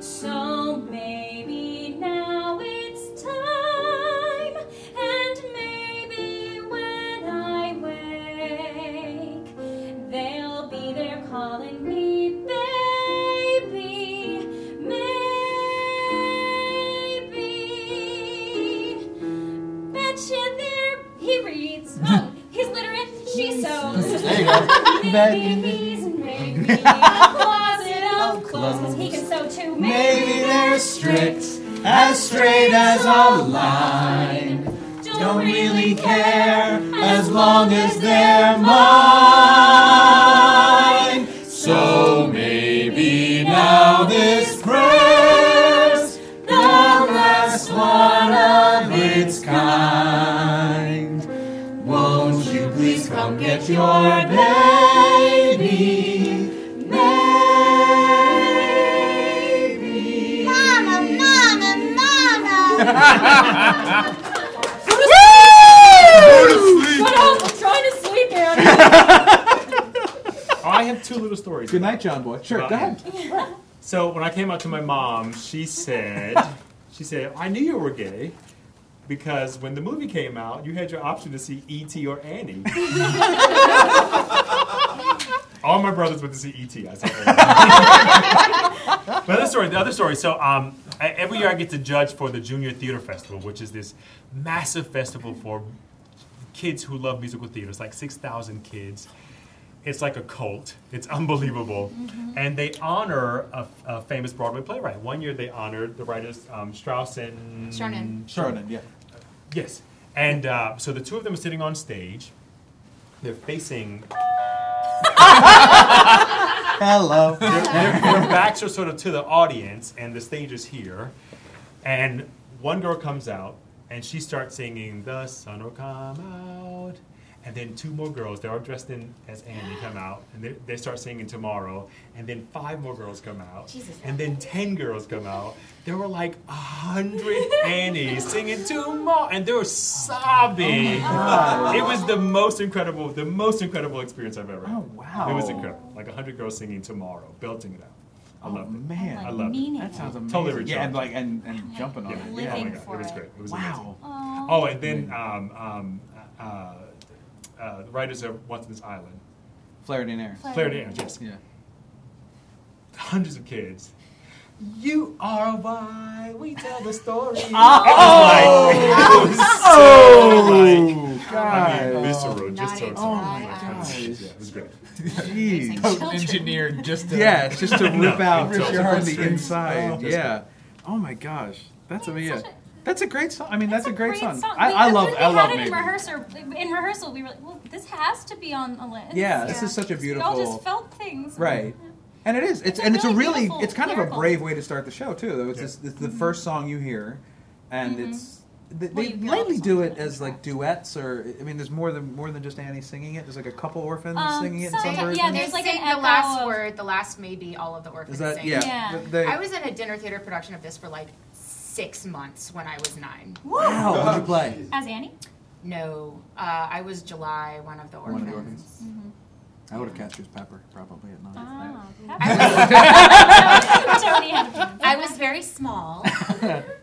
Speaker 8: So maybe now it's time, and maybe when I wake, they'll be there calling me baby. Maybe. Betcha there. He reads. Oh, he's literate. She sews.
Speaker 6: There you go.
Speaker 8: Maybe he's maybe a closet of clothes. He can sew too. Maybe they're strict,
Speaker 6: as straight as
Speaker 8: a line. Don't really care as long as they're mine. So maybe now this prayer's the last one of its kind. Won't you please come get your baby? Maybe. Mama, mama, mama. Shut up! I'm trying to sleep, Annie.
Speaker 9: I have two little stories.
Speaker 6: Good night, John Boy. Sure. Go ahead.
Speaker 9: So when I came out to my mom, she said, she said, I knew you were gay because when the movie came out, you had your option to see E.T. or Annie. All my brothers went to see E.T. I said, "Oh." But other story, the other story. So um, I, every year I get to judge for the Junior Theater Festival, which is this massive festival for kids who love musical theater. It's like 6,000 kids. It's like a cult. It's unbelievable. And they honor a, a famous Broadway playwright. One year they honored the writers um, Strauss and
Speaker 5: Sharnan.
Speaker 6: Sharnan. Yeah.
Speaker 9: Yes. And uh, so the two of them are sitting on stage. They're facing,
Speaker 6: Hello.
Speaker 9: their, their, their backs are sort of to the audience, and the stage is here. And one girl comes out, and she starts singing, The sun will come out, and then two more girls. They're all dressed in as Annie come out, and they, they start singing tomorrow. And then five more girls come out,
Speaker 5: Jesus.
Speaker 9: and then ten girls come out. There were like a hundred Annies singing tomorrow, and they were sobbing. it was the most incredible, the most incredible experience I've ever. had.
Speaker 6: Oh, wow.
Speaker 9: It was incredible. Like a hundred girls singing tomorrow, belting it out. I
Speaker 6: Oh
Speaker 9: loved it.
Speaker 6: man,
Speaker 8: like
Speaker 9: I love it.
Speaker 8: meaning
Speaker 6: that sounds amazing.
Speaker 9: Totally
Speaker 6: yeah, and
Speaker 9: rejected.
Speaker 6: like and, and jumping on
Speaker 9: Yeah.
Speaker 6: it.
Speaker 9: Oh my
Speaker 8: Living
Speaker 9: god,
Speaker 8: for
Speaker 9: it was
Speaker 8: it.
Speaker 9: great. It was amazing.
Speaker 6: Wow.
Speaker 8: Aw.
Speaker 9: Oh, and then um, um, uh, uh, the writers of What's This Island,
Speaker 6: Flared in air.
Speaker 9: Claire Danes, yes,
Speaker 6: Yeah.
Speaker 9: hundreds of kids. You are why we tell the story.
Speaker 6: Oh, oh,
Speaker 9: I mean,
Speaker 6: God.
Speaker 9: visceral, just
Speaker 5: Naughty
Speaker 9: so excited.
Speaker 5: child.
Speaker 9: Like, kind of shit. Yeah, it was great.
Speaker 6: Jeez.
Speaker 5: Children.
Speaker 2: engineered just to
Speaker 6: Yeah, it's just to
Speaker 9: No,
Speaker 6: rip out
Speaker 9: rip
Speaker 6: from
Speaker 9: your
Speaker 6: the
Speaker 9: heartstrings.
Speaker 6: inside.
Speaker 9: Oh.
Speaker 6: yeah. Oh my gosh, that's amazing.
Speaker 8: such a-
Speaker 6: That's a great song. I mean, that's,
Speaker 8: It's
Speaker 6: a great, song.
Speaker 8: We-
Speaker 6: I, I
Speaker 8: when
Speaker 6: love.
Speaker 8: we
Speaker 6: I love.
Speaker 8: had it in
Speaker 6: Maybe.
Speaker 8: rehearsal. In rehearsal, we were like, "Well, this has to be on a list."
Speaker 6: Yeah, this
Speaker 5: Yeah.
Speaker 6: is such a
Speaker 8: We all
Speaker 6: beautiful.
Speaker 8: just felt things.
Speaker 6: Right. And it is. It's,
Speaker 8: It's a
Speaker 6: and it's a
Speaker 8: really
Speaker 6: really
Speaker 8: beautiful
Speaker 6: it's kind of a
Speaker 8: lyrical.
Speaker 6: brave way to start the show too. Though it's
Speaker 9: Yeah.
Speaker 6: just it's the first song you hear, and it's they,
Speaker 8: Mm-hmm. Well,
Speaker 6: they
Speaker 8: you've got
Speaker 6: lately
Speaker 8: songs
Speaker 6: do
Speaker 8: that
Speaker 6: it
Speaker 8: are
Speaker 6: as like duets or I mean there's more than more than just Annie singing it. There's like a couple orphans
Speaker 8: Um,
Speaker 6: singing it. In
Speaker 8: some-
Speaker 6: some
Speaker 8: yeah,
Speaker 6: versions.
Speaker 5: They
Speaker 8: there's like
Speaker 5: sing
Speaker 8: an
Speaker 5: the
Speaker 8: echo
Speaker 5: last
Speaker 8: of-
Speaker 5: word, the last maybe, all of the orphans
Speaker 6: is that
Speaker 5: sing.
Speaker 6: yeah?
Speaker 8: Yeah.
Speaker 6: th- They,
Speaker 5: I was in a dinner theater production of this for like six months when I was nine.
Speaker 6: wow. What did you play?
Speaker 8: As Annie.
Speaker 5: No, uh, I was July, one of the
Speaker 6: One
Speaker 5: orphans.
Speaker 6: of the orphans. I would have cast as Pepper probably at night.
Speaker 8: Ah. Tony had a
Speaker 5: I was very small.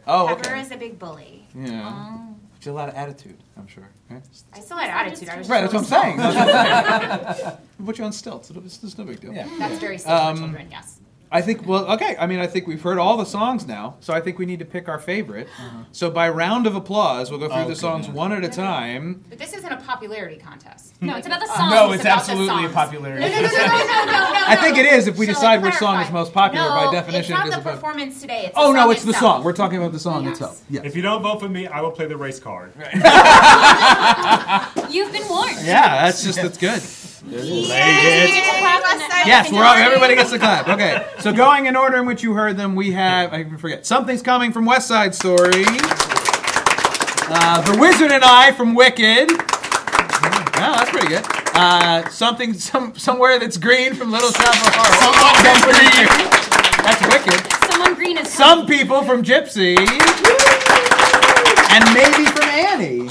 Speaker 6: Oh,
Speaker 5: Pepper
Speaker 6: okay.
Speaker 5: is a big bully.
Speaker 6: yeah.
Speaker 8: Oh.
Speaker 6: But you had a lot of attitude, I'm sure. Right,
Speaker 5: I still had attitude. I was just
Speaker 6: right that's what
Speaker 5: really
Speaker 6: I'm saying. That's what I'm saying. Put you on stilts. It'll- It's just no big deal.
Speaker 4: Yeah.
Speaker 5: small. That's very safe
Speaker 6: Um,
Speaker 5: for children. Yes.
Speaker 6: I think well okay I mean I think we've heard all the songs now so I think we need to pick our favorite
Speaker 2: Uh-huh.
Speaker 6: so by round of applause we'll go through
Speaker 4: Oh,
Speaker 6: the songs
Speaker 4: goodness.
Speaker 6: one at a time
Speaker 5: But this isn't a popularity contest.
Speaker 8: No, it's about the
Speaker 5: Uh,
Speaker 8: song.
Speaker 5: No,
Speaker 2: No,
Speaker 5: it's
Speaker 2: it's
Speaker 5: about the
Speaker 2: absolutely a
Speaker 5: songs.
Speaker 2: popularity.
Speaker 5: No, no, no, no, no, no, no, no.
Speaker 6: I think it is if we
Speaker 5: Shall I
Speaker 6: decide which song
Speaker 5: clarify?
Speaker 6: is most popular
Speaker 5: no,
Speaker 6: by definition
Speaker 5: It's
Speaker 6: it is
Speaker 5: not the
Speaker 6: about-
Speaker 5: performance today. It's
Speaker 6: oh
Speaker 5: the
Speaker 6: no
Speaker 5: song
Speaker 6: it's the
Speaker 5: itself.
Speaker 6: song we're talking about the song
Speaker 5: Yes.
Speaker 6: itself yeah
Speaker 9: If you don't vote for me, I will play the race card.
Speaker 8: You've been warned.
Speaker 6: yeah that's just that's good
Speaker 8: Everybody gets a clap on that.
Speaker 6: yes we're all, everybody gets the clap okay so going in order in which you heard them we have I even forget something's coming from West Side Story uh, the Wizard and I from Wicked. Wow, that's pretty good. Uh, something, some, somewhere that's green from Little Shop of Horrors. That's green. That's wicked.
Speaker 8: Someone green is
Speaker 6: Some people from Gypsy. And maybe from Annie.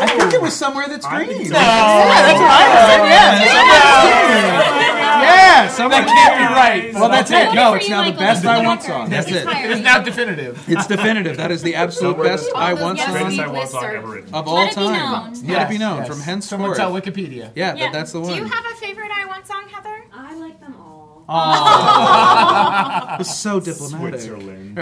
Speaker 6: I think it was somewhere that's
Speaker 9: I think
Speaker 6: green.
Speaker 9: so.
Speaker 6: Yeah, that's what I said. Yeah, yeah. somewhere that's green. Yeah, somewhere-
Speaker 2: can't be right.
Speaker 6: Well, that's it.
Speaker 8: Voted
Speaker 6: No,
Speaker 8: for
Speaker 6: it's
Speaker 8: you,
Speaker 6: now the
Speaker 8: Michael.
Speaker 6: best
Speaker 8: For the
Speaker 6: I want
Speaker 8: record.
Speaker 6: song. That's it.
Speaker 2: It's now definitive.
Speaker 6: It's definitive. That is the absolute
Speaker 4: Somewhere
Speaker 6: best
Speaker 4: that's-
Speaker 6: I
Speaker 5: All those
Speaker 6: want
Speaker 5: yes,
Speaker 9: Greatest
Speaker 6: song
Speaker 5: we-
Speaker 9: I want song
Speaker 5: Listserv.
Speaker 9: ever written.
Speaker 6: of all
Speaker 8: Let it be
Speaker 6: time.
Speaker 8: known.
Speaker 6: Let it be known
Speaker 2: Yes,
Speaker 6: from
Speaker 2: yes.
Speaker 6: henceforth.
Speaker 2: Someone tell Wikipedia.
Speaker 6: Yeah, that-
Speaker 8: Yeah.
Speaker 6: that's the
Speaker 5: Do
Speaker 6: one.
Speaker 5: you have a favorite I Want song, Heather?
Speaker 10: I like them all.
Speaker 2: Oh.
Speaker 6: Aw. It was so diplomatic.
Speaker 9: Switzerland.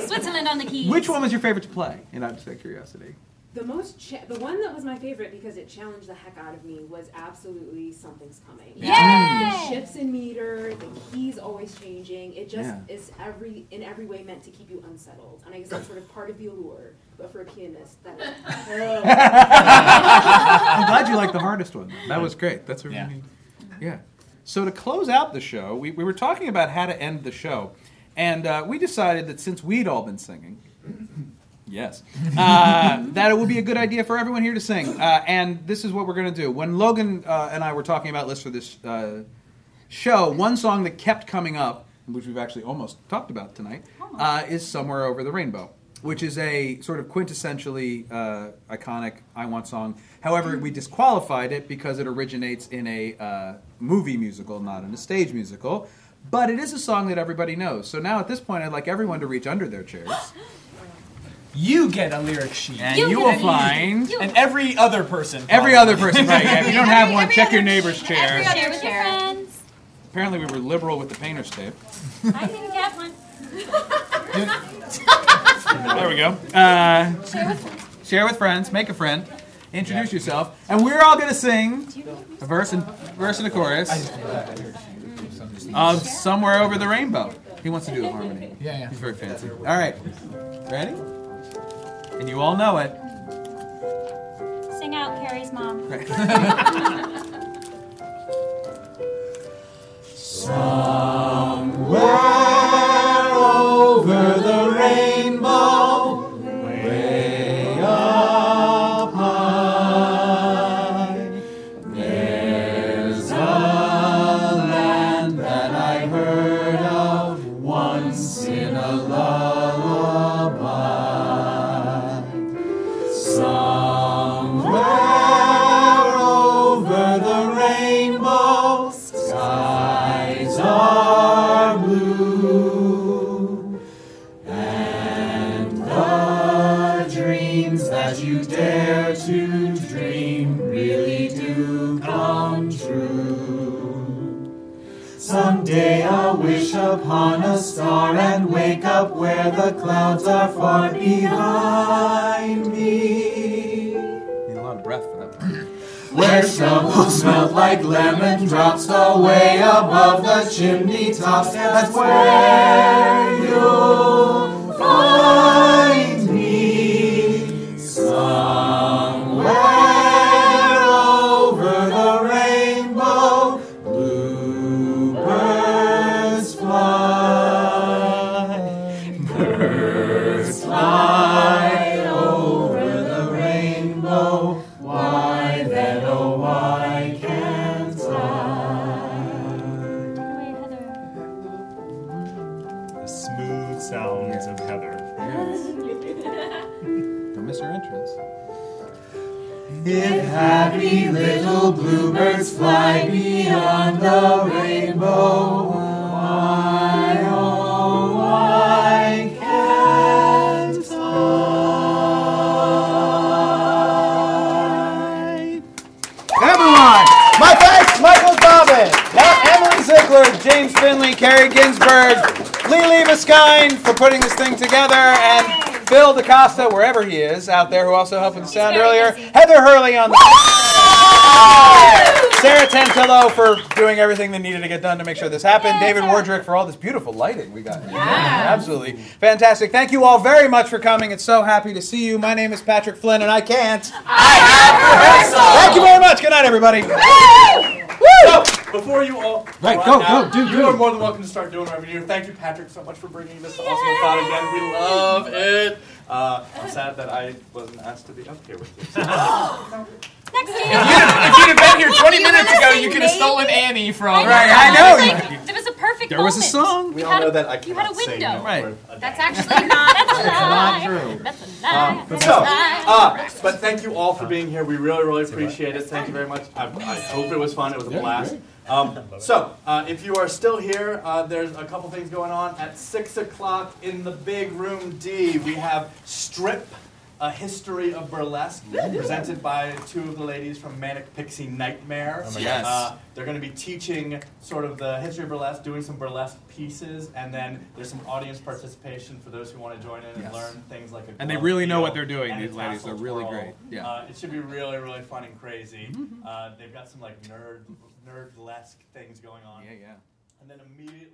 Speaker 8: Switzerland on the keys.
Speaker 6: Which one was your favorite to play? And I'm just out of curiosity.
Speaker 10: The most, cha- the one that was my favorite because it challenged the heck out of me was absolutely something's coming. The
Speaker 8: Yay!
Speaker 10: shifts in meter, the keys always changing. It just
Speaker 6: Yeah.
Speaker 10: is every in every way meant to keep you unsettled, and I guess that's sort of part of the allure. But for a pianist, that is terrible.
Speaker 6: I'm glad you liked the hardest one. though. That was great. That's what
Speaker 2: Yeah.
Speaker 6: we need. Yeah. So to close out the show, we, we were talking about how to end the show, and uh, we decided that since we'd all been singing, yes, uh, that it would be a good idea for everyone here to sing. Uh, and this is what we're going to do. When Logan uh, and I were talking about lists for this uh, show, one song that kept coming up, which we've actually almost talked about tonight, uh, is "Somewhere Over the Rainbow," which is a sort of quintessentially uh, iconic "I Want" song. However, we disqualified it because it originates in a uh, movie musical, not in a stage musical. But it is a song that everybody knows. So now at this point, I'd like everyone to reach under their chairs,
Speaker 2: You get a lyric sheet.
Speaker 6: and
Speaker 8: You
Speaker 6: you
Speaker 8: get
Speaker 6: will
Speaker 8: it.
Speaker 6: find
Speaker 8: You-
Speaker 2: And every other person.
Speaker 6: every
Speaker 2: follows.
Speaker 6: other person. Right? Yeah, if you don't have one, check your neighbor's chair.
Speaker 5: every other
Speaker 8: Share with your
Speaker 5: chair.
Speaker 8: friends.
Speaker 6: Apparently, we were liberal with the painter's tape.
Speaker 8: I didn't get one.
Speaker 6: There we go. Uh, share with friends. Make a friend. Introduce yourself, and we're all gonna sing a verse and verse and a chorus of "Somewhere Over the Rainbow." He wants to do the harmony.
Speaker 2: Yeah, yeah.
Speaker 6: He's very fancy. All right, ready? And you all know it.
Speaker 8: Sing out Carrie's mom.
Speaker 6: Over the rainbow, way up
Speaker 2: dare to dream really do come true. Someday I'll wish upon a star and wake up where the clouds are far behind me.
Speaker 9: Need a lot of breath for that part.
Speaker 2: Where trouble smelt like lemon drops away above the chimney tops. That's where you'll find me. Somewhere over the rainbow, bluebirds fly. Birds fly over the rainbow. Why then, oh, why can't I? The smooth sounds of Heather.
Speaker 9: Don't miss your entrance.
Speaker 2: If happy little bluebirds fly beyond the rainbow, why, oh, why can't I?
Speaker 6: Everyone! My thanks, Michael Dobbin, Emily Ziegler, James Finley, Carrie Ginsburg, Lee Leveskine for putting this thing together, and Bill DaCosta, wherever he is out there, who also helped with the sound earlier. Heather Hurley on the. Sarah Tantillo for doing everything that needed to get done to make sure this happened. David Wardrick for all this beautiful lighting we got. Absolutely fantastic. Thank you all very much for coming. It's so happy to see you. My name is Patrick Flynn, and I can't. Thank you very much. Good night, everybody.
Speaker 2: So, before you all
Speaker 9: Right,
Speaker 2: run
Speaker 9: go,
Speaker 2: out,
Speaker 9: go, do,
Speaker 2: you
Speaker 9: do.
Speaker 2: are more than welcome to start doing whatever you do. Thank you, Patrick, so much for bringing this awesome thought again. We love it. Uh, I'm sad that I wasn't asked to be up here with you.
Speaker 13: If you'd have been here 20
Speaker 8: You
Speaker 13: minutes
Speaker 8: wanna
Speaker 13: ago,
Speaker 8: say
Speaker 13: you could have
Speaker 8: maybe?
Speaker 13: stolen Annie from.
Speaker 9: Right, I know.
Speaker 8: It was, like, it was a perfect
Speaker 9: There was a
Speaker 8: moment.
Speaker 9: song.
Speaker 6: We
Speaker 8: You
Speaker 6: all
Speaker 8: had a-
Speaker 6: know that I
Speaker 8: you had a
Speaker 6: cannot say
Speaker 8: window.
Speaker 6: no.
Speaker 9: Right.
Speaker 5: That's actually not.
Speaker 8: That's a
Speaker 6: Not
Speaker 8: lie.
Speaker 6: true.
Speaker 8: That's a lie.
Speaker 6: Um,
Speaker 8: That's
Speaker 2: So,
Speaker 8: a lie.
Speaker 2: uh, but thank you all for being here. We really, really appreciate it. Thank you very much. I, I hope it was fun. It was a blast. Um, so, uh, if you are still here, uh, there's a couple things going on. At 6 o'clock in the big room D, we have Strip, a history of burlesque, presented by two of the ladies from Manic Pixie Nightmare.
Speaker 9: Oh my God.
Speaker 2: Uh, they're going to be teaching sort of the history of burlesque, doing some burlesque pieces, and then there's some audience participation for those who want to join in and
Speaker 9: Yes.
Speaker 2: learn things like a
Speaker 9: And they
Speaker 2: glove
Speaker 9: really know
Speaker 2: deal
Speaker 9: what they're doing,
Speaker 2: and
Speaker 9: these
Speaker 2: a
Speaker 9: ladies.
Speaker 2: tassel
Speaker 9: They're really
Speaker 2: twirl.
Speaker 9: great. Yeah. Mm-hmm.
Speaker 2: Uh, it should be really, really fun and crazy. Uh, they've got some like nerd, nerd-lesque things going on.
Speaker 9: yeah.
Speaker 2: And then immediately